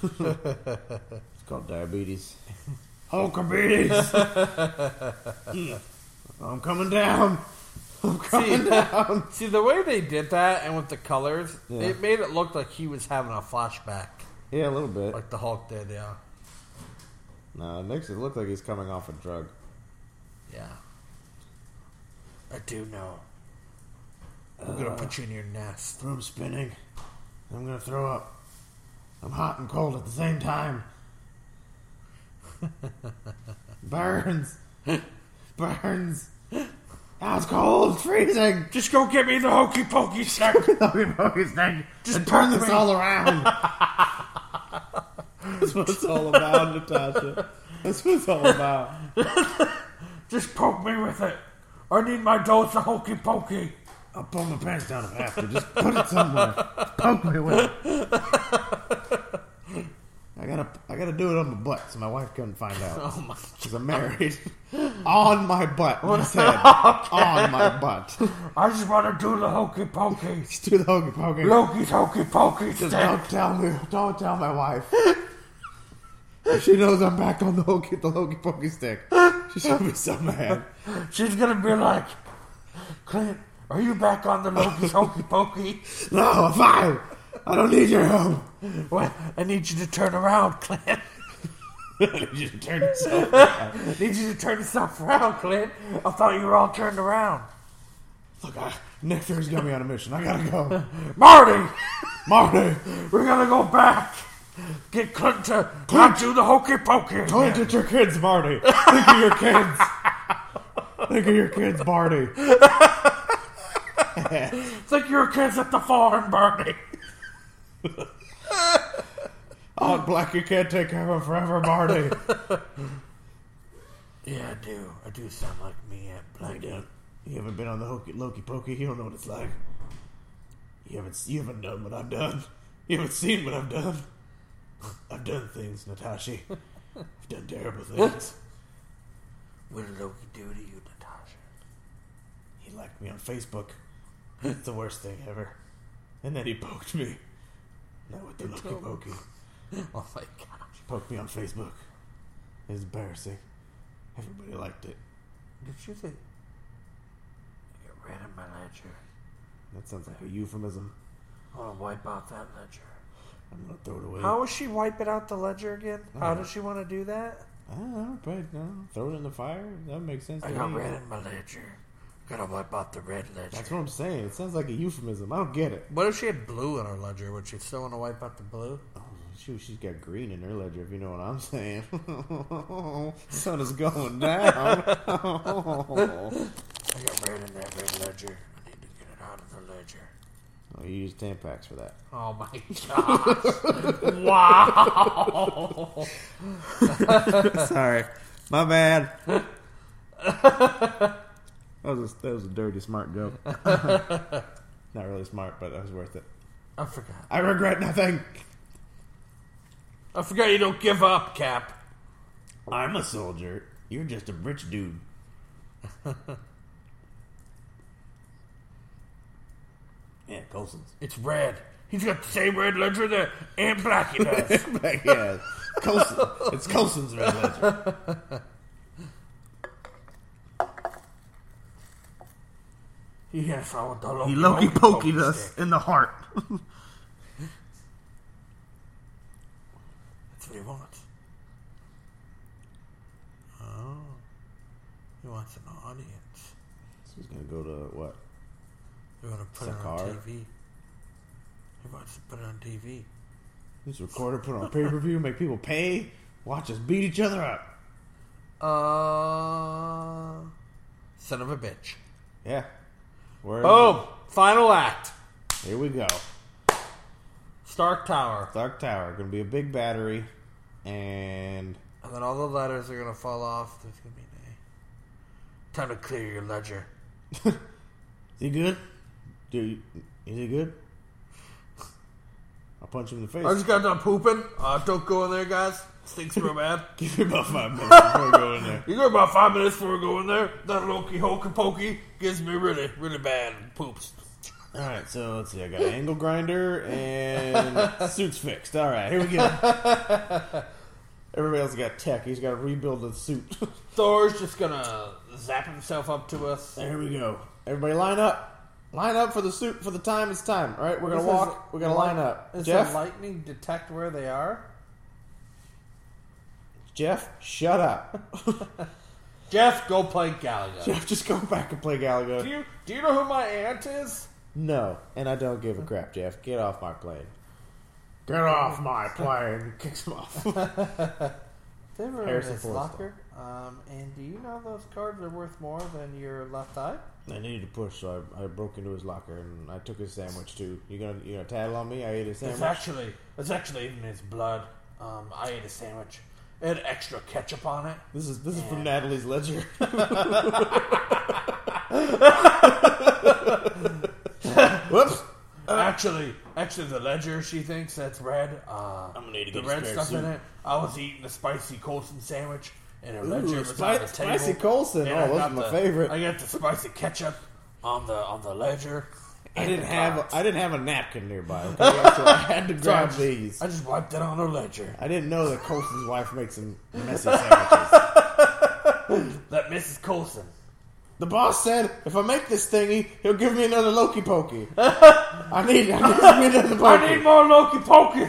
Speaker 4: It's called diabetes. [laughs]
Speaker 2: Hulkabees!
Speaker 4: Hmm. I'm coming down. [laughs] I'm coming
Speaker 3: See-
Speaker 4: down.
Speaker 3: [laughs] See the way they did that and with the colors,
Speaker 4: Yeah.
Speaker 3: it made it look like he was having a flashback.
Speaker 4: Yeah, a little bit.
Speaker 3: Like the Hulk did, yeah.
Speaker 4: No, it makes it look like he's coming off a drug.
Speaker 3: Yeah. I do know. I'm
Speaker 4: Uh.
Speaker 3: gonna put you in your nest.
Speaker 4: Room spinning. I'm gonna throw up. I'm hot and cold at the same time. [laughs] Burns. [laughs] Burns. Ah, it's cold. It's freezing. [laughs]
Speaker 2: Just go get me the hokey pokey stick!
Speaker 4: Hokey pokey snake. Just turn this all around. That's what it's all about, Natasha. That's what it's all about.
Speaker 2: Just poke me with it! I need my dose of hokey pokey!
Speaker 4: I'll pull my pants down if I have to. Just put it somewhere. Poke me with it. I gotta, I gotta do it on my butt so my wife couldn't find out.
Speaker 3: Oh my
Speaker 4: Because I'm married. on my butt. What
Speaker 3: [laughs]
Speaker 4: I said. on my butt.
Speaker 2: I just wanna do the hokey pokey!
Speaker 4: Just do the hokey pokey.
Speaker 2: Loki's hokey pokey
Speaker 4: Just
Speaker 2: stick!
Speaker 4: don't tell me. Don't tell my wife. If she knows I'm back on the hokey, the hokey pokey stick. She's gonna be so mad.
Speaker 2: She's gonna be like, Clint, are you back on the Loki's hokey pokey?
Speaker 4: No, I'm fine. I don't need your help.
Speaker 2: [laughs]
Speaker 4: [laughs]
Speaker 2: Well, I need you to turn around, Clint. [laughs]
Speaker 4: you just turn yourself.
Speaker 2: I need you to turn yourself around, Clint. I thought you were all turned around.
Speaker 4: Look, I, "Ah, Nick Fury's got me on a mission. I gotta go. [laughs]
Speaker 2: Marty!
Speaker 4: Marty,
Speaker 2: We're gonna go back. Get Clint to not do the hokey pokey. again.
Speaker 4: point at your kids, Marty. Think of your kids. Think of your kids, Marty.
Speaker 2: Think your kids at the farm, Bernie.
Speaker 4: Oh, Black, you can't take care of him forever, Marty.
Speaker 2: Yeah, I do. I do sound like me at Blanket.
Speaker 4: You haven't been on the hokey, Loki Pokey. You don't know what it's like. You haven't you haven't done what I've done. You haven't seen what I've done. I've done things, Natasha. I've done terrible things.
Speaker 3: What did Loki do to you, Natasha?
Speaker 4: He liked me on Facebook. It's the worst thing ever. And then he poked me. Not with the Loki Pokey.
Speaker 3: Oh my gosh.
Speaker 4: Poked me on Facebook. It was embarrassing. Everybody liked it.
Speaker 3: Did you think get rid of my ledger?
Speaker 4: That sounds like a euphemism.
Speaker 3: I wanna wipe out that ledger.
Speaker 4: I'm gonna throw it away.
Speaker 3: How is she wiping out the ledger again? How does she want to do that?
Speaker 4: I don't know, probably, no. Throw it in the fire. That makes sense.
Speaker 3: I
Speaker 4: to
Speaker 3: got
Speaker 4: me.
Speaker 3: red in my ledger. I gotta wipe out the red ledger.
Speaker 4: That's what I'm saying. It sounds like a euphemism. I don't get it.
Speaker 3: What if she had blue in her ledger? Would she still want to wipe out the blue?
Speaker 4: Shoot, she's got green in her ledger, if you know what I'm saying. [laughs] Sun is going down. [laughs]
Speaker 3: [laughs]
Speaker 4: oh,
Speaker 3: I got red in that red ledger. I need to get it out of the ledger.
Speaker 4: you use Tampax for that.
Speaker 3: Oh my [laughs] gosh. wow.
Speaker 4: Sorry. My bad. that, was a, that was a dirty, smart joke. [laughs] Not really smart, but that was worth it.
Speaker 3: I forgot.
Speaker 4: I regret nothing.
Speaker 3: I forgot you don't give up, Cap.
Speaker 4: I'm a soldier. You're just a rich dude. [laughs] yeah, Colson's. [laughs]
Speaker 3: It's red. He's got the same red ledger that Aunt Blackie [laughs] does.
Speaker 4: Like, yeah, Colson. It's Colson's red ledger.
Speaker 2: Yes, I want the Loki. stick.
Speaker 4: in the heart.
Speaker 3: [laughs] That's what he wants. Oh. He wants an audience.
Speaker 4: he's gonna go to what?
Speaker 3: He wants to put it on
Speaker 4: Sakar?
Speaker 3: TV. He wants to put it on TV.
Speaker 4: Just record it, put it on pay per view, make people pay, watch us beat each other up.
Speaker 3: Uh, son of a bitch.
Speaker 4: Yeah. Where
Speaker 3: Oh, Boom. Final act.
Speaker 4: Here we go.
Speaker 3: Stark Tower.
Speaker 4: Dark Tower. Going to be a big battery, and
Speaker 3: And then all the letters are gonna fall off. There's gonna be an A. Time to clear your ledger.
Speaker 4: is he good? Dude, is he good? I'll punch him in the face.
Speaker 3: I just got done pooping. Uh, don't go in there, guys. Stinks real bad.
Speaker 4: Give me about five minutes before I go
Speaker 3: [laughs]
Speaker 4: in there.
Speaker 3: You got about five minutes before we go in there. That Loki hokey pokey gives me really, really bad poops.
Speaker 4: All right, so let's see. I got angle grinder
Speaker 3: [laughs]
Speaker 4: and suits fixed. All right, here we go. Everybody else got tech. He's got to rebuild the suit. [laughs]
Speaker 3: Thor's just gonna zap himself up to us.
Speaker 4: There we go. Everybody line up. Line up for the suit for the time it's time. All right, we're going to
Speaker 3: This is-
Speaker 4: walk. We're going to line up.
Speaker 3: Does
Speaker 4: Jeff,
Speaker 3: the lightning detect where they are?
Speaker 4: Jeff, shut up.
Speaker 3: Jeff, go play Galaga.
Speaker 4: Jeff, just go back and play Galaga.
Speaker 3: Do you do you know who my aunt is?
Speaker 4: No, and I don't give a crap, Jeff. Get off my plane.
Speaker 2: Get off my plane.
Speaker 3: [laughs]
Speaker 4: Kicks him off.
Speaker 3: They were in
Speaker 4: Harrison
Speaker 3: his
Speaker 4: Ford
Speaker 3: locker. Um, and do you know those cards are worth more than your left eye?
Speaker 4: I needed to push, so I, I broke into his locker and I took his sandwich too. You gonna you gonna tattle on me? I ate his
Speaker 3: It's
Speaker 4: sandwich.
Speaker 3: actually it's actually in his blood. Um, I ate a sandwich. It had extra ketchup on it.
Speaker 4: This is this is from
Speaker 3: [laughs]
Speaker 4: Natalie's ledger. Whoops. Uh,
Speaker 3: Actually, actually, the ledger she thinks that's red. Uh, I'm
Speaker 4: gonna need to
Speaker 3: the
Speaker 4: get a
Speaker 3: red
Speaker 4: spare
Speaker 3: stuff in
Speaker 4: suit.
Speaker 3: it. I was eating a spicy Colson sandwich, and her
Speaker 4: Ooh,
Speaker 3: ledger was on the
Speaker 4: spi-
Speaker 3: table.
Speaker 4: spicy Colson.
Speaker 3: And
Speaker 4: Oh,
Speaker 3: I
Speaker 4: those
Speaker 3: got
Speaker 4: are my
Speaker 3: the-
Speaker 4: favorite.
Speaker 3: I got the spicy ketchup on the on the ledger.
Speaker 4: I
Speaker 3: and
Speaker 4: didn't
Speaker 3: the
Speaker 4: have
Speaker 3: cards.
Speaker 4: a, I didn't have a napkin nearby, okay? so I
Speaker 3: [laughs]
Speaker 4: had to
Speaker 3: So I
Speaker 4: grab
Speaker 3: just-
Speaker 4: these.
Speaker 3: I just wiped it on her ledger.
Speaker 4: I didn't know that Colson's wife makes some messy sandwiches.
Speaker 3: That Mrs. Colson.
Speaker 4: the boss said, "If I make this thingy, he'll give me another Loki pokey." I need, I need another
Speaker 3: [laughs]
Speaker 4: pokey.
Speaker 3: I need more Loki Pokey.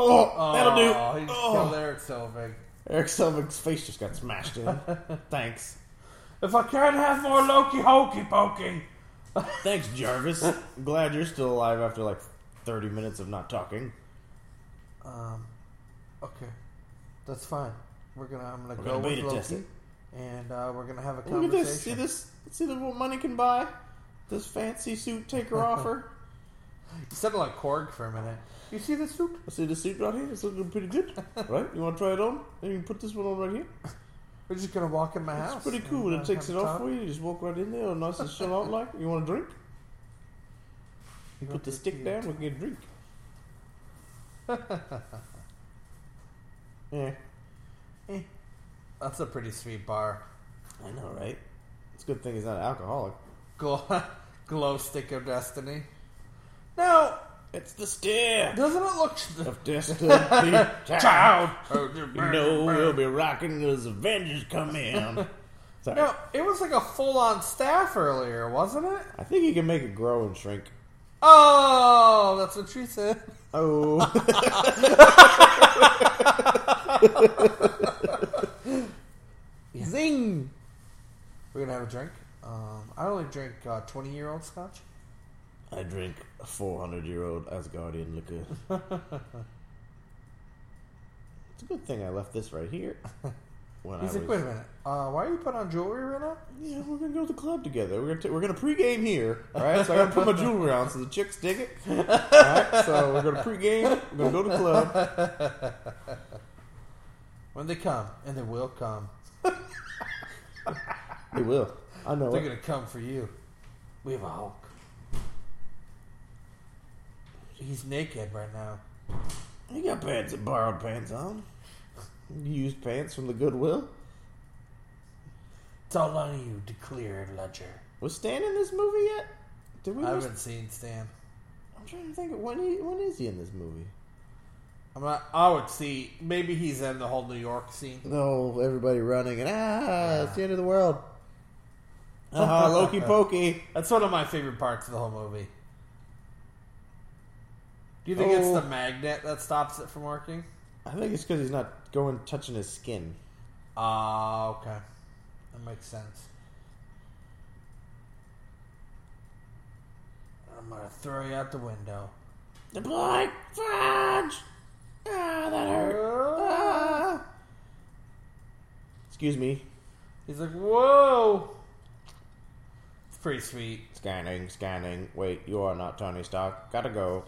Speaker 4: oh, that'll do.
Speaker 3: Oh, he just
Speaker 4: Oh.
Speaker 3: killed Eric Selvig.
Speaker 4: Eric Selvig's face just got smashed in.
Speaker 3: [laughs]
Speaker 4: Thanks.
Speaker 3: If I can't have more Loki Hokey Pokey.
Speaker 4: Thanks, Jarvis. I'm glad you're still alive after like 30 minutes of not talking.
Speaker 3: Um, okay, that's fine. We're gonna I'm gonna
Speaker 4: We're
Speaker 3: go
Speaker 4: gonna
Speaker 3: with
Speaker 4: beta test
Speaker 3: Loki,
Speaker 4: it.
Speaker 3: and uh, we're gonna have a
Speaker 4: Look at
Speaker 3: conversation.
Speaker 4: this. See this? See the what money can buy? This fancy suit
Speaker 3: [laughs]
Speaker 4: taker offer?
Speaker 3: You sounded like Korg for a minute. You see this suit?
Speaker 4: I see the suit right here. It's looking pretty good. Right? You want to try it on? And you can put this one on right here.
Speaker 3: We're just gonna walk in my house.
Speaker 4: It's pretty cool.
Speaker 3: and,
Speaker 4: It
Speaker 3: uh,
Speaker 4: takes it
Speaker 3: have a
Speaker 4: off
Speaker 3: talk.
Speaker 4: for you. You just walk right in there, all nice
Speaker 3: [laughs]
Speaker 4: and chill out like. You want a drink?
Speaker 3: You
Speaker 4: Put the stick down, we can get a
Speaker 3: [laughs]
Speaker 4: drink. yeah.
Speaker 3: Eh. That's a pretty sweet bar. [laughs]
Speaker 4: I know, right? It's a good thing he's not an alcoholic.
Speaker 3: Glow, glow stick of destiny. Now,
Speaker 4: It's the stair
Speaker 3: doesn't it look? [laughs] Oh,
Speaker 4: of destiny. Child, you know we'll
Speaker 3: no,
Speaker 4: be rocking as Avengers
Speaker 3: [laughs]
Speaker 4: come in. Sorry.
Speaker 3: no, it was like a full-on staff earlier, wasn't it?
Speaker 4: I think you can make it grow and shrink.
Speaker 3: Oh, that's what she said.
Speaker 4: Oh,
Speaker 3: [laughs]
Speaker 4: zing!
Speaker 3: We're gonna have a drink. Um, I only drink uh, twenty-year-old scotch.
Speaker 4: I drink a 400 year old Asgardian liquor. [laughs] it's a good thing I left this right here. [laughs] When
Speaker 3: He's
Speaker 4: I
Speaker 3: like,
Speaker 4: was,
Speaker 3: wait a minute. Uh, why are you putting on jewelry right now?
Speaker 4: yeah, we're gonna go to the club together. We're gonna t- we're gonna pregame here. All right, so I gotta put my
Speaker 3: [laughs]
Speaker 4: jewelry on so the chicks dig it. All right, so we're gonna pregame. We're gonna go to the
Speaker 3: [laughs]
Speaker 4: club.
Speaker 3: When they come, and they will come,
Speaker 4: They will. I know
Speaker 3: they're
Speaker 4: it.
Speaker 3: gonna come for you. We have a Hulk. He's naked right now.
Speaker 4: You got pants and borrowed pants on. Used pants from the Goodwill.
Speaker 3: It's all on you to clear ledger.
Speaker 4: Was Stan in this movie yet? Did we?
Speaker 3: I
Speaker 4: miss-
Speaker 3: haven't seen Stan.
Speaker 4: I'm trying to think. Of when he, when is he in this movie?
Speaker 3: I'm not. I would see. Maybe he's in the whole New York scene.
Speaker 4: No, everybody running and ah, it's the end of the world. [laughs] Ah, Loki pokey.
Speaker 3: That's one of my favorite parts of the whole movie. Do you think it's
Speaker 4: Oh.
Speaker 3: the magnet that stops it from working?
Speaker 4: I think it's because he's not going touching his skin.
Speaker 3: Ah, okay. That makes sense. I'm gonna throw you out the window.
Speaker 4: The boy fudge. Ah, that hurt. Ah. Excuse me.
Speaker 3: He's like, whoa! It's pretty sweet.
Speaker 4: Scanning, scanning. Wait, you are not Tony Stark. Gotta go.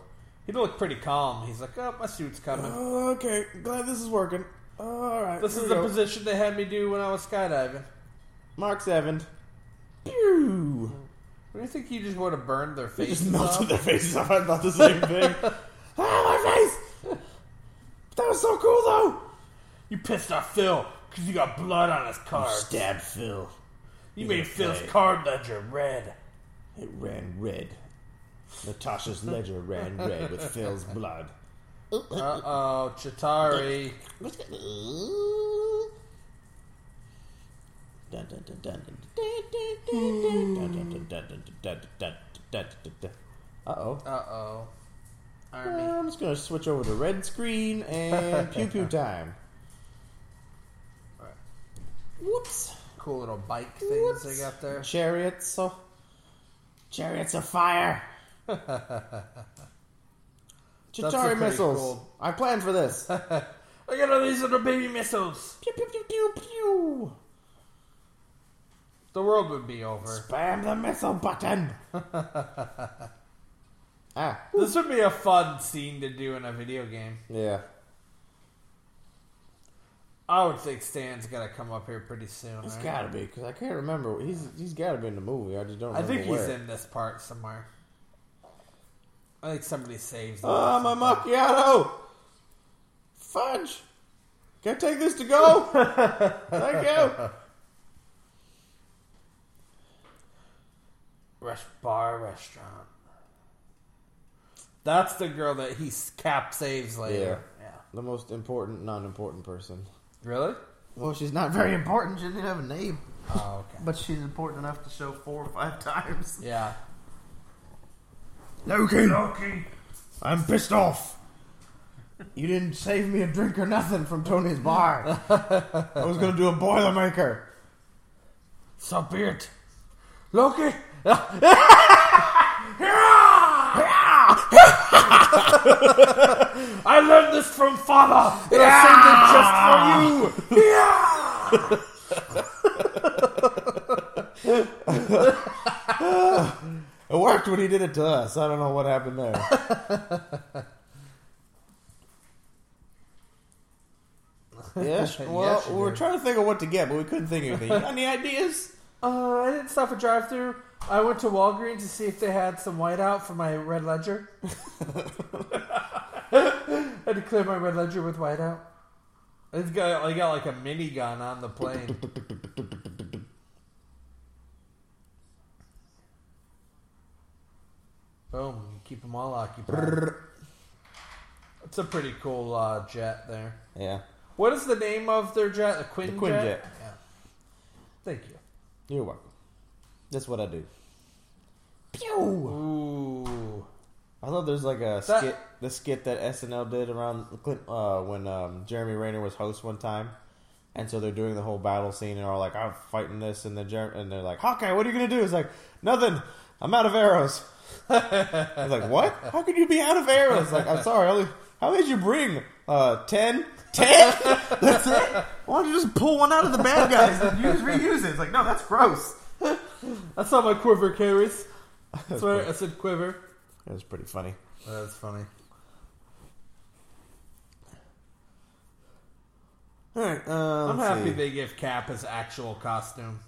Speaker 3: He looked pretty calm. He's like, "Oh, my suit's coming."
Speaker 4: [gasps] Oh, okay, glad this is working. All right.
Speaker 3: This
Speaker 4: here
Speaker 3: is
Speaker 4: we
Speaker 3: the
Speaker 4: go.
Speaker 3: position they had me do when I was skydiving.
Speaker 4: Mark seven. Pew.
Speaker 3: What do you think you just would have burned their faces
Speaker 4: Just melted
Speaker 3: off?
Speaker 4: their [laughs] faces off. I thought the same thing. [laughs] ah, my face! That was so cool, though.
Speaker 3: You pissed off Phil because you got blood on his card.
Speaker 4: Stabbed Phil.
Speaker 3: You made Phil's
Speaker 4: play.
Speaker 3: card ledger red.
Speaker 4: It ran red. Natasha's ledger ran red with Phil's blood.
Speaker 3: Uh oh,
Speaker 4: [laughs]
Speaker 3: Chitari.
Speaker 4: Dun, dun, dun, dun, dun, dun, dun, dun, dun, dun, dun, dun, dun, dun, dun, dun. Uh-oh.
Speaker 3: Uh oh. Army.
Speaker 4: I'm just gonna switch over to red screen [laughs] and pew pew time.
Speaker 3: Alright.
Speaker 4: Whoops.
Speaker 3: Cool little bike things
Speaker 4: Whoops.
Speaker 3: they got there.
Speaker 4: Chariots of chariots
Speaker 3: [laughs]
Speaker 4: of fire.
Speaker 3: a pretty
Speaker 4: Chitari missiles.
Speaker 3: cool-
Speaker 4: I planned
Speaker 3: [laughs]
Speaker 4: for this.
Speaker 3: Look at all these little baby missiles.
Speaker 4: pew pew pew pew pew.
Speaker 3: The world would be over.
Speaker 4: Spam the
Speaker 3: [laughs]
Speaker 4: missile button. ah,
Speaker 3: This would be a fun scene to do in a video game.
Speaker 4: yeah.
Speaker 3: I would think Stan's gotta come up here pretty soon.
Speaker 4: It's
Speaker 3: right?
Speaker 4: gotta be because I can't remember. He's he's gotta be in the movie. I just don't.
Speaker 3: I
Speaker 4: Remember
Speaker 3: think he's
Speaker 4: where.
Speaker 3: in this part somewhere. I think somebody saves him.
Speaker 4: Ah, my macchiato! Fudge! Can I take this
Speaker 3: [laughs]
Speaker 4: to go? Thank you!
Speaker 3: Rest bar restaurant. That's the girl that he s- cap saves later. Yeah.
Speaker 4: The most important, non important person.
Speaker 3: Really?
Speaker 4: Well, she's not very important. She didn't have a name.
Speaker 3: Oh, okay.
Speaker 4: But she's important enough to show four or five times.
Speaker 3: Yeah.
Speaker 4: Loki!
Speaker 2: Loki,
Speaker 4: I'm pissed off! You didn't save me a drink or nothing from Tony's bar. I was gonna do a Boilermaker.
Speaker 3: So be it. Loki! I learned this from father! And I saved it just for you!
Speaker 4: It worked when he did it to us. I don't know what happened there. [laughs] [laughs] yes. Well,
Speaker 3: Yes, you
Speaker 4: we were
Speaker 3: did.
Speaker 4: trying to think of what to get, but we couldn't think of anything. You got any ideas?
Speaker 3: Uh, I didn't stop at drive through. I went to Walgreens to see if they had some whiteout for my red ledger. [laughs] I had to clear my red ledger with whiteout. It's got, I got like a minigun on the plane. Boom, you keep them all occupied. It's a pretty cool uh, jet there.
Speaker 4: Yeah.
Speaker 3: What is the name of their jet? The Quinjet?
Speaker 4: Quinjet.
Speaker 3: Yeah. Thank you.
Speaker 4: You're welcome. That's what I do. Pew!
Speaker 3: Ooh.
Speaker 4: I thought there's like a
Speaker 3: That-
Speaker 4: skit, the skit that SNL did around Clint, uh, when um, Jeremy Rayner was host one time, and so they're doing the whole battle scene and are like, "I'm fighting this," and the Jer- and they're like, "Hawkeye, what are you gonna do?" He's like, "Nothing. I'm out of arrows." [laughs] He's like, "What? How could you be out of arrows?" Like, I'm sorry, I only, how many did you bring? Uh, ten. Ten? [laughs] That's it. Why don't you just pull one out of the bad guys and use reuse it? It's like, no, that's gross.
Speaker 3: That's how my quiver carries. [laughs] That's why I said quiver.
Speaker 4: That was pretty funny. [laughs]
Speaker 3: That's funny.
Speaker 4: All right, uh,
Speaker 3: I'm
Speaker 4: let's
Speaker 3: happy
Speaker 4: see.
Speaker 3: they give Cap his actual costume.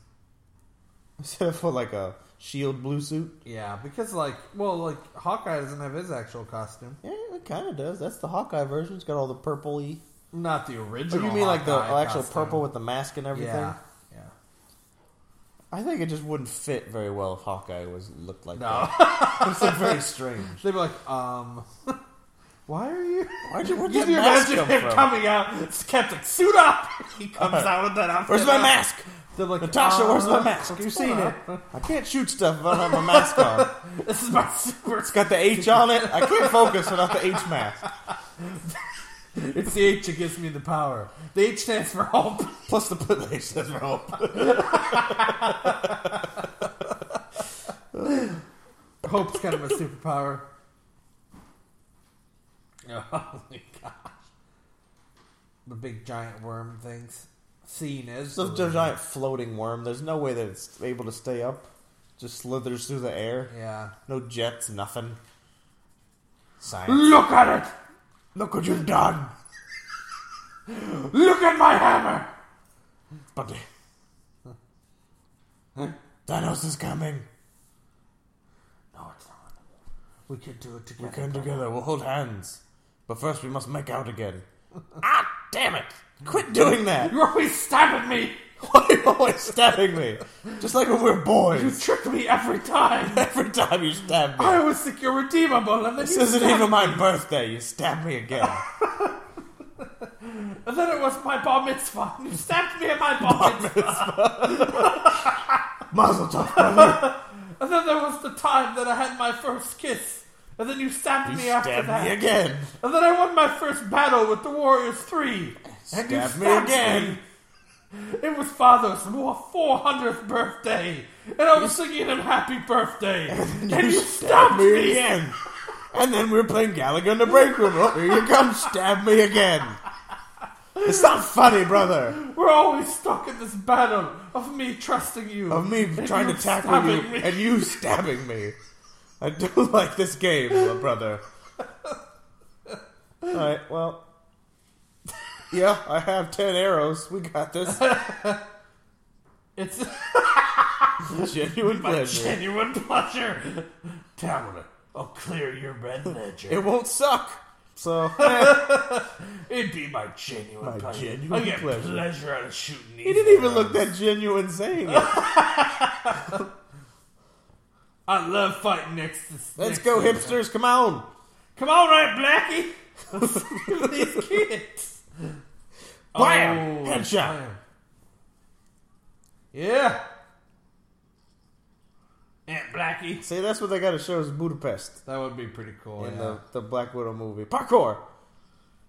Speaker 4: Instead of for like a shield blue suit.
Speaker 3: Yeah, because like, well, like Hawkeye doesn't have his actual costume.
Speaker 4: Yeah, it kind of does. That's the Hawkeye version. It's got all the purpley.
Speaker 3: Not the
Speaker 4: Oh,
Speaker 3: original.
Speaker 4: you mean like the
Speaker 3: Hawkeye
Speaker 4: actual
Speaker 3: costume.
Speaker 4: purple with the mask and everything?
Speaker 3: Yeah, yeah.
Speaker 4: I think it just wouldn't fit very well if Hawkeye was looked like
Speaker 3: No. [laughs]
Speaker 4: that. it's like very strange.
Speaker 3: They'd be like, [laughs] um, why are you?
Speaker 4: Where'd you, where'd
Speaker 3: Can you imagine him coming out? Skeptic, suit up. He comes out with that outfit.
Speaker 4: Where's my
Speaker 3: on.
Speaker 4: mask?
Speaker 3: They're like,
Speaker 4: Natasha, where's my
Speaker 3: uh,
Speaker 4: mask?
Speaker 3: what's
Speaker 4: You've seen
Speaker 3: going
Speaker 4: it. I can't shoot stuff if I don't have my mask on.
Speaker 3: on? This is my super.
Speaker 4: It's got the H on it. I can't focus without the H mask.
Speaker 3: It's the H that gives me the power. The H stands for [laughs] hope.
Speaker 4: Plus the the H says rope.
Speaker 3: [laughs] Hope's kind of a superpower. [laughs] Oh my gosh. The big giant worm things. Seen as.
Speaker 4: It's a giant floating worm. There's no way that it's able to stay up. Just slithers through the air.
Speaker 3: Yeah.
Speaker 4: No jets, nothing.
Speaker 6: Science.
Speaker 4: Look at it! Look what you've done! Look at my hammer! But Thanos is coming.
Speaker 3: No, it's not. We could do it
Speaker 4: We
Speaker 3: together.
Speaker 4: come together. We'll hold hands. But first, we must make
Speaker 3: [laughs]
Speaker 4: out again. ah, damn it! Quit doing that!
Speaker 3: You always stab at me.
Speaker 4: [laughs] Why are you always stabbing me? Just like when we were
Speaker 3: You
Speaker 4: boys.
Speaker 3: trick me every time.
Speaker 4: [laughs] Every time you stab me.
Speaker 3: I always think you're redeemable, and then
Speaker 4: This
Speaker 3: you
Speaker 4: isn't even my birthday. You stab me
Speaker 3: [laughs]
Speaker 4: again. [laughs]
Speaker 3: And then it was my bar mitzvah. You stabbed me at my bar, mitzvah. [laughs]
Speaker 4: Mazel tov, brother.
Speaker 3: And then there was the time that I had my first kiss. And then you stabbed me after
Speaker 4: Stab
Speaker 3: that.
Speaker 4: me again.
Speaker 3: And then I won my first battle with the Warriors 3.
Speaker 4: Stab
Speaker 3: you
Speaker 4: me
Speaker 3: stabbed
Speaker 4: again.
Speaker 3: It was Father's wa- 400th birthday. And I was singing him happy birthday. And, you stabbed me.
Speaker 4: Me again. And then we were playing Gallagher in the break room. Oh, here you come. Stab me again. It's not funny, brother.
Speaker 3: We're always stuck in this battle of me trusting you.
Speaker 4: Of me
Speaker 3: and
Speaker 4: trying
Speaker 3: you
Speaker 4: to tackle you
Speaker 3: stabbing me.
Speaker 4: and you [laughs] stabbing me. I do [laughs] like this game, uh,
Speaker 3: [laughs]
Speaker 4: brother. All right, well. Yeah, I have ten arrows. We
Speaker 3: [laughs]
Speaker 4: got this.
Speaker 3: It's [laughs]
Speaker 4: Genuine
Speaker 3: my
Speaker 4: pleasure.
Speaker 3: genuine pleasure. Tamara, I'll clear your red ledger.
Speaker 4: It won't suck. So. [laughs]
Speaker 3: It'd be my genuine
Speaker 4: My
Speaker 3: pleasure. I
Speaker 4: genuine
Speaker 3: get
Speaker 4: pleasure.
Speaker 3: pleasure. out of shooting these.
Speaker 4: He didn't even look that genuine saying it.
Speaker 3: [laughs] I love fighting next to next
Speaker 4: Let's go,
Speaker 3: to-
Speaker 4: hipsters, come on.
Speaker 3: Come on, right, Blackie. Let's save these kids.
Speaker 4: Bam!
Speaker 3: Oh,
Speaker 4: Headshot.
Speaker 3: bam. [laughs] Yeah. Aunt Blackie.
Speaker 4: See, that's what they gotta show is Budapest
Speaker 3: That would be pretty cool.
Speaker 4: in
Speaker 3: yeah.
Speaker 4: the, the Black Widow movie. Parkour!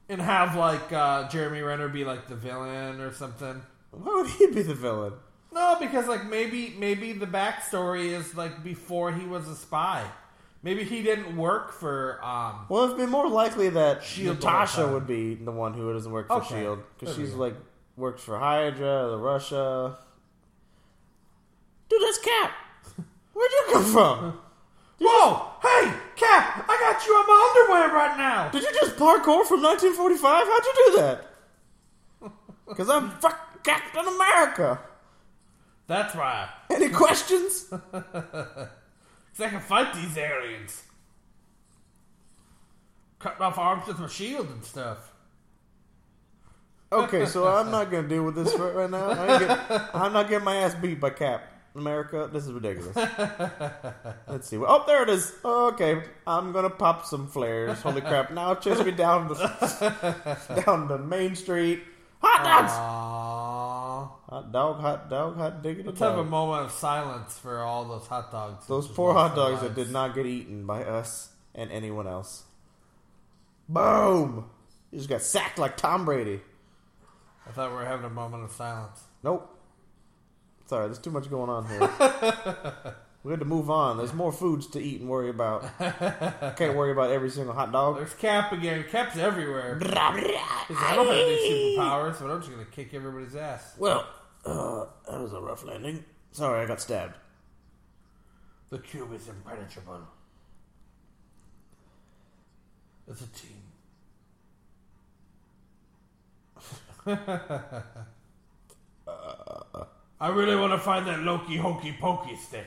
Speaker 3: and have like uh, Jeremy Renner be like the villain or something.
Speaker 4: Why would he be the villain?
Speaker 3: No, because like maybe maybe the backstory is like before he was a spy. Maybe he didn't work for um
Speaker 4: Well, it'd be more likely that
Speaker 3: Shield the whole
Speaker 4: Natasha
Speaker 3: time.
Speaker 4: would be the one who doesn't work for
Speaker 3: Okay.
Speaker 4: Shield because
Speaker 3: There we
Speaker 4: she's
Speaker 3: go.
Speaker 4: like works for Hydra, the Russia. Dude, that's Cap. [laughs] Where'd you come from?
Speaker 3: Whoa! Hey, Cap! I got you on my underwear right now!
Speaker 4: Did you just parkour from 1945? How'd you
Speaker 3: [laughs]
Speaker 4: do that? Because I'm fuck Captain America.
Speaker 3: That's right.
Speaker 4: Any questions?
Speaker 3: Because I can fight these aliens. Cutting off arms with my shield and stuff.
Speaker 4: Okay, so I'm not gonna deal with this right, right now. I ain't [laughs] get, I'm not getting my ass beat by Cap. America, this is ridiculous. Let's see. Oh, there it is. Okay, I'm gonna pop some flares. Holy crap! Now it chased me down the [laughs] down the main street. Hot dogs,
Speaker 3: Aww.
Speaker 4: hot dog, hot dog, hot diggity
Speaker 3: Let's have a
Speaker 4: dog.
Speaker 3: moment of silence for all those hot dogs.
Speaker 4: Those poor hot dogs that did not get eaten by us and anyone else. Boom! You just got sacked like Tom Brady.
Speaker 3: I thought we were having a moment of silence.
Speaker 4: Nope. Sorry, there's too much going on [laughs] here. we had to move on. There's more foods to eat and worry about. Can't worry about every single hot dog.
Speaker 3: There's Cap again. Cap's everywhere. He's
Speaker 4: well,
Speaker 3: like, I don't have any superpowers, but I'm just going to kick everybody's ass.
Speaker 4: uh, that was a rough landing. Sorry, I got stabbed.
Speaker 3: The cube is impenetrable. It's a team. [laughs] I really want to find that Loki hokey pokey stick.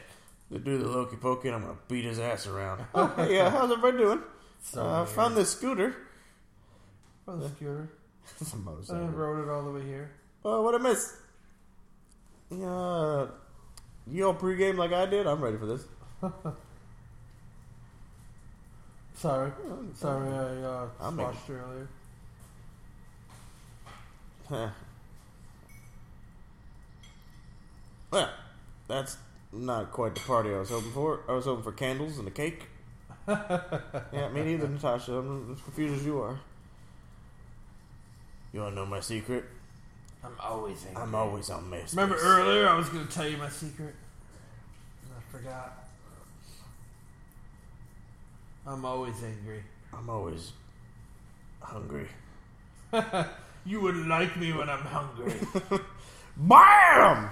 Speaker 4: They do the Loki Pokey, and I'm gonna beat his ass [laughs] around. Okay, Oh, yeah, how's everybody doing?
Speaker 3: So
Speaker 4: Uh, I
Speaker 3: weird.
Speaker 4: found this scooter.
Speaker 3: Oh, the scooter.
Speaker 4: [laughs] it's a
Speaker 3: I
Speaker 4: motorcycle.
Speaker 3: rode it all the way here.
Speaker 4: Oh, Uh, what I miss? Uh, you all pregame like I did? I'm ready for this.
Speaker 3: Sorry, sorry, I uh,
Speaker 4: I'll make
Speaker 3: squashed you earlier.
Speaker 4: Huh. Well, that's not quite the party I was hoping for. I was hoping for candles and
Speaker 3: [laughs]
Speaker 4: a cake. yeah, me neither, Natasha. I'm as confused as you are. You want to know my secret?
Speaker 3: I'm always angry.
Speaker 4: I'm always on mess.
Speaker 3: Remember earlier I was going to tell you my secret? And I forgot. I'm always angry.
Speaker 4: I'm always hungry.
Speaker 3: You wouldn't like me when I'm hungry.
Speaker 4: BAM!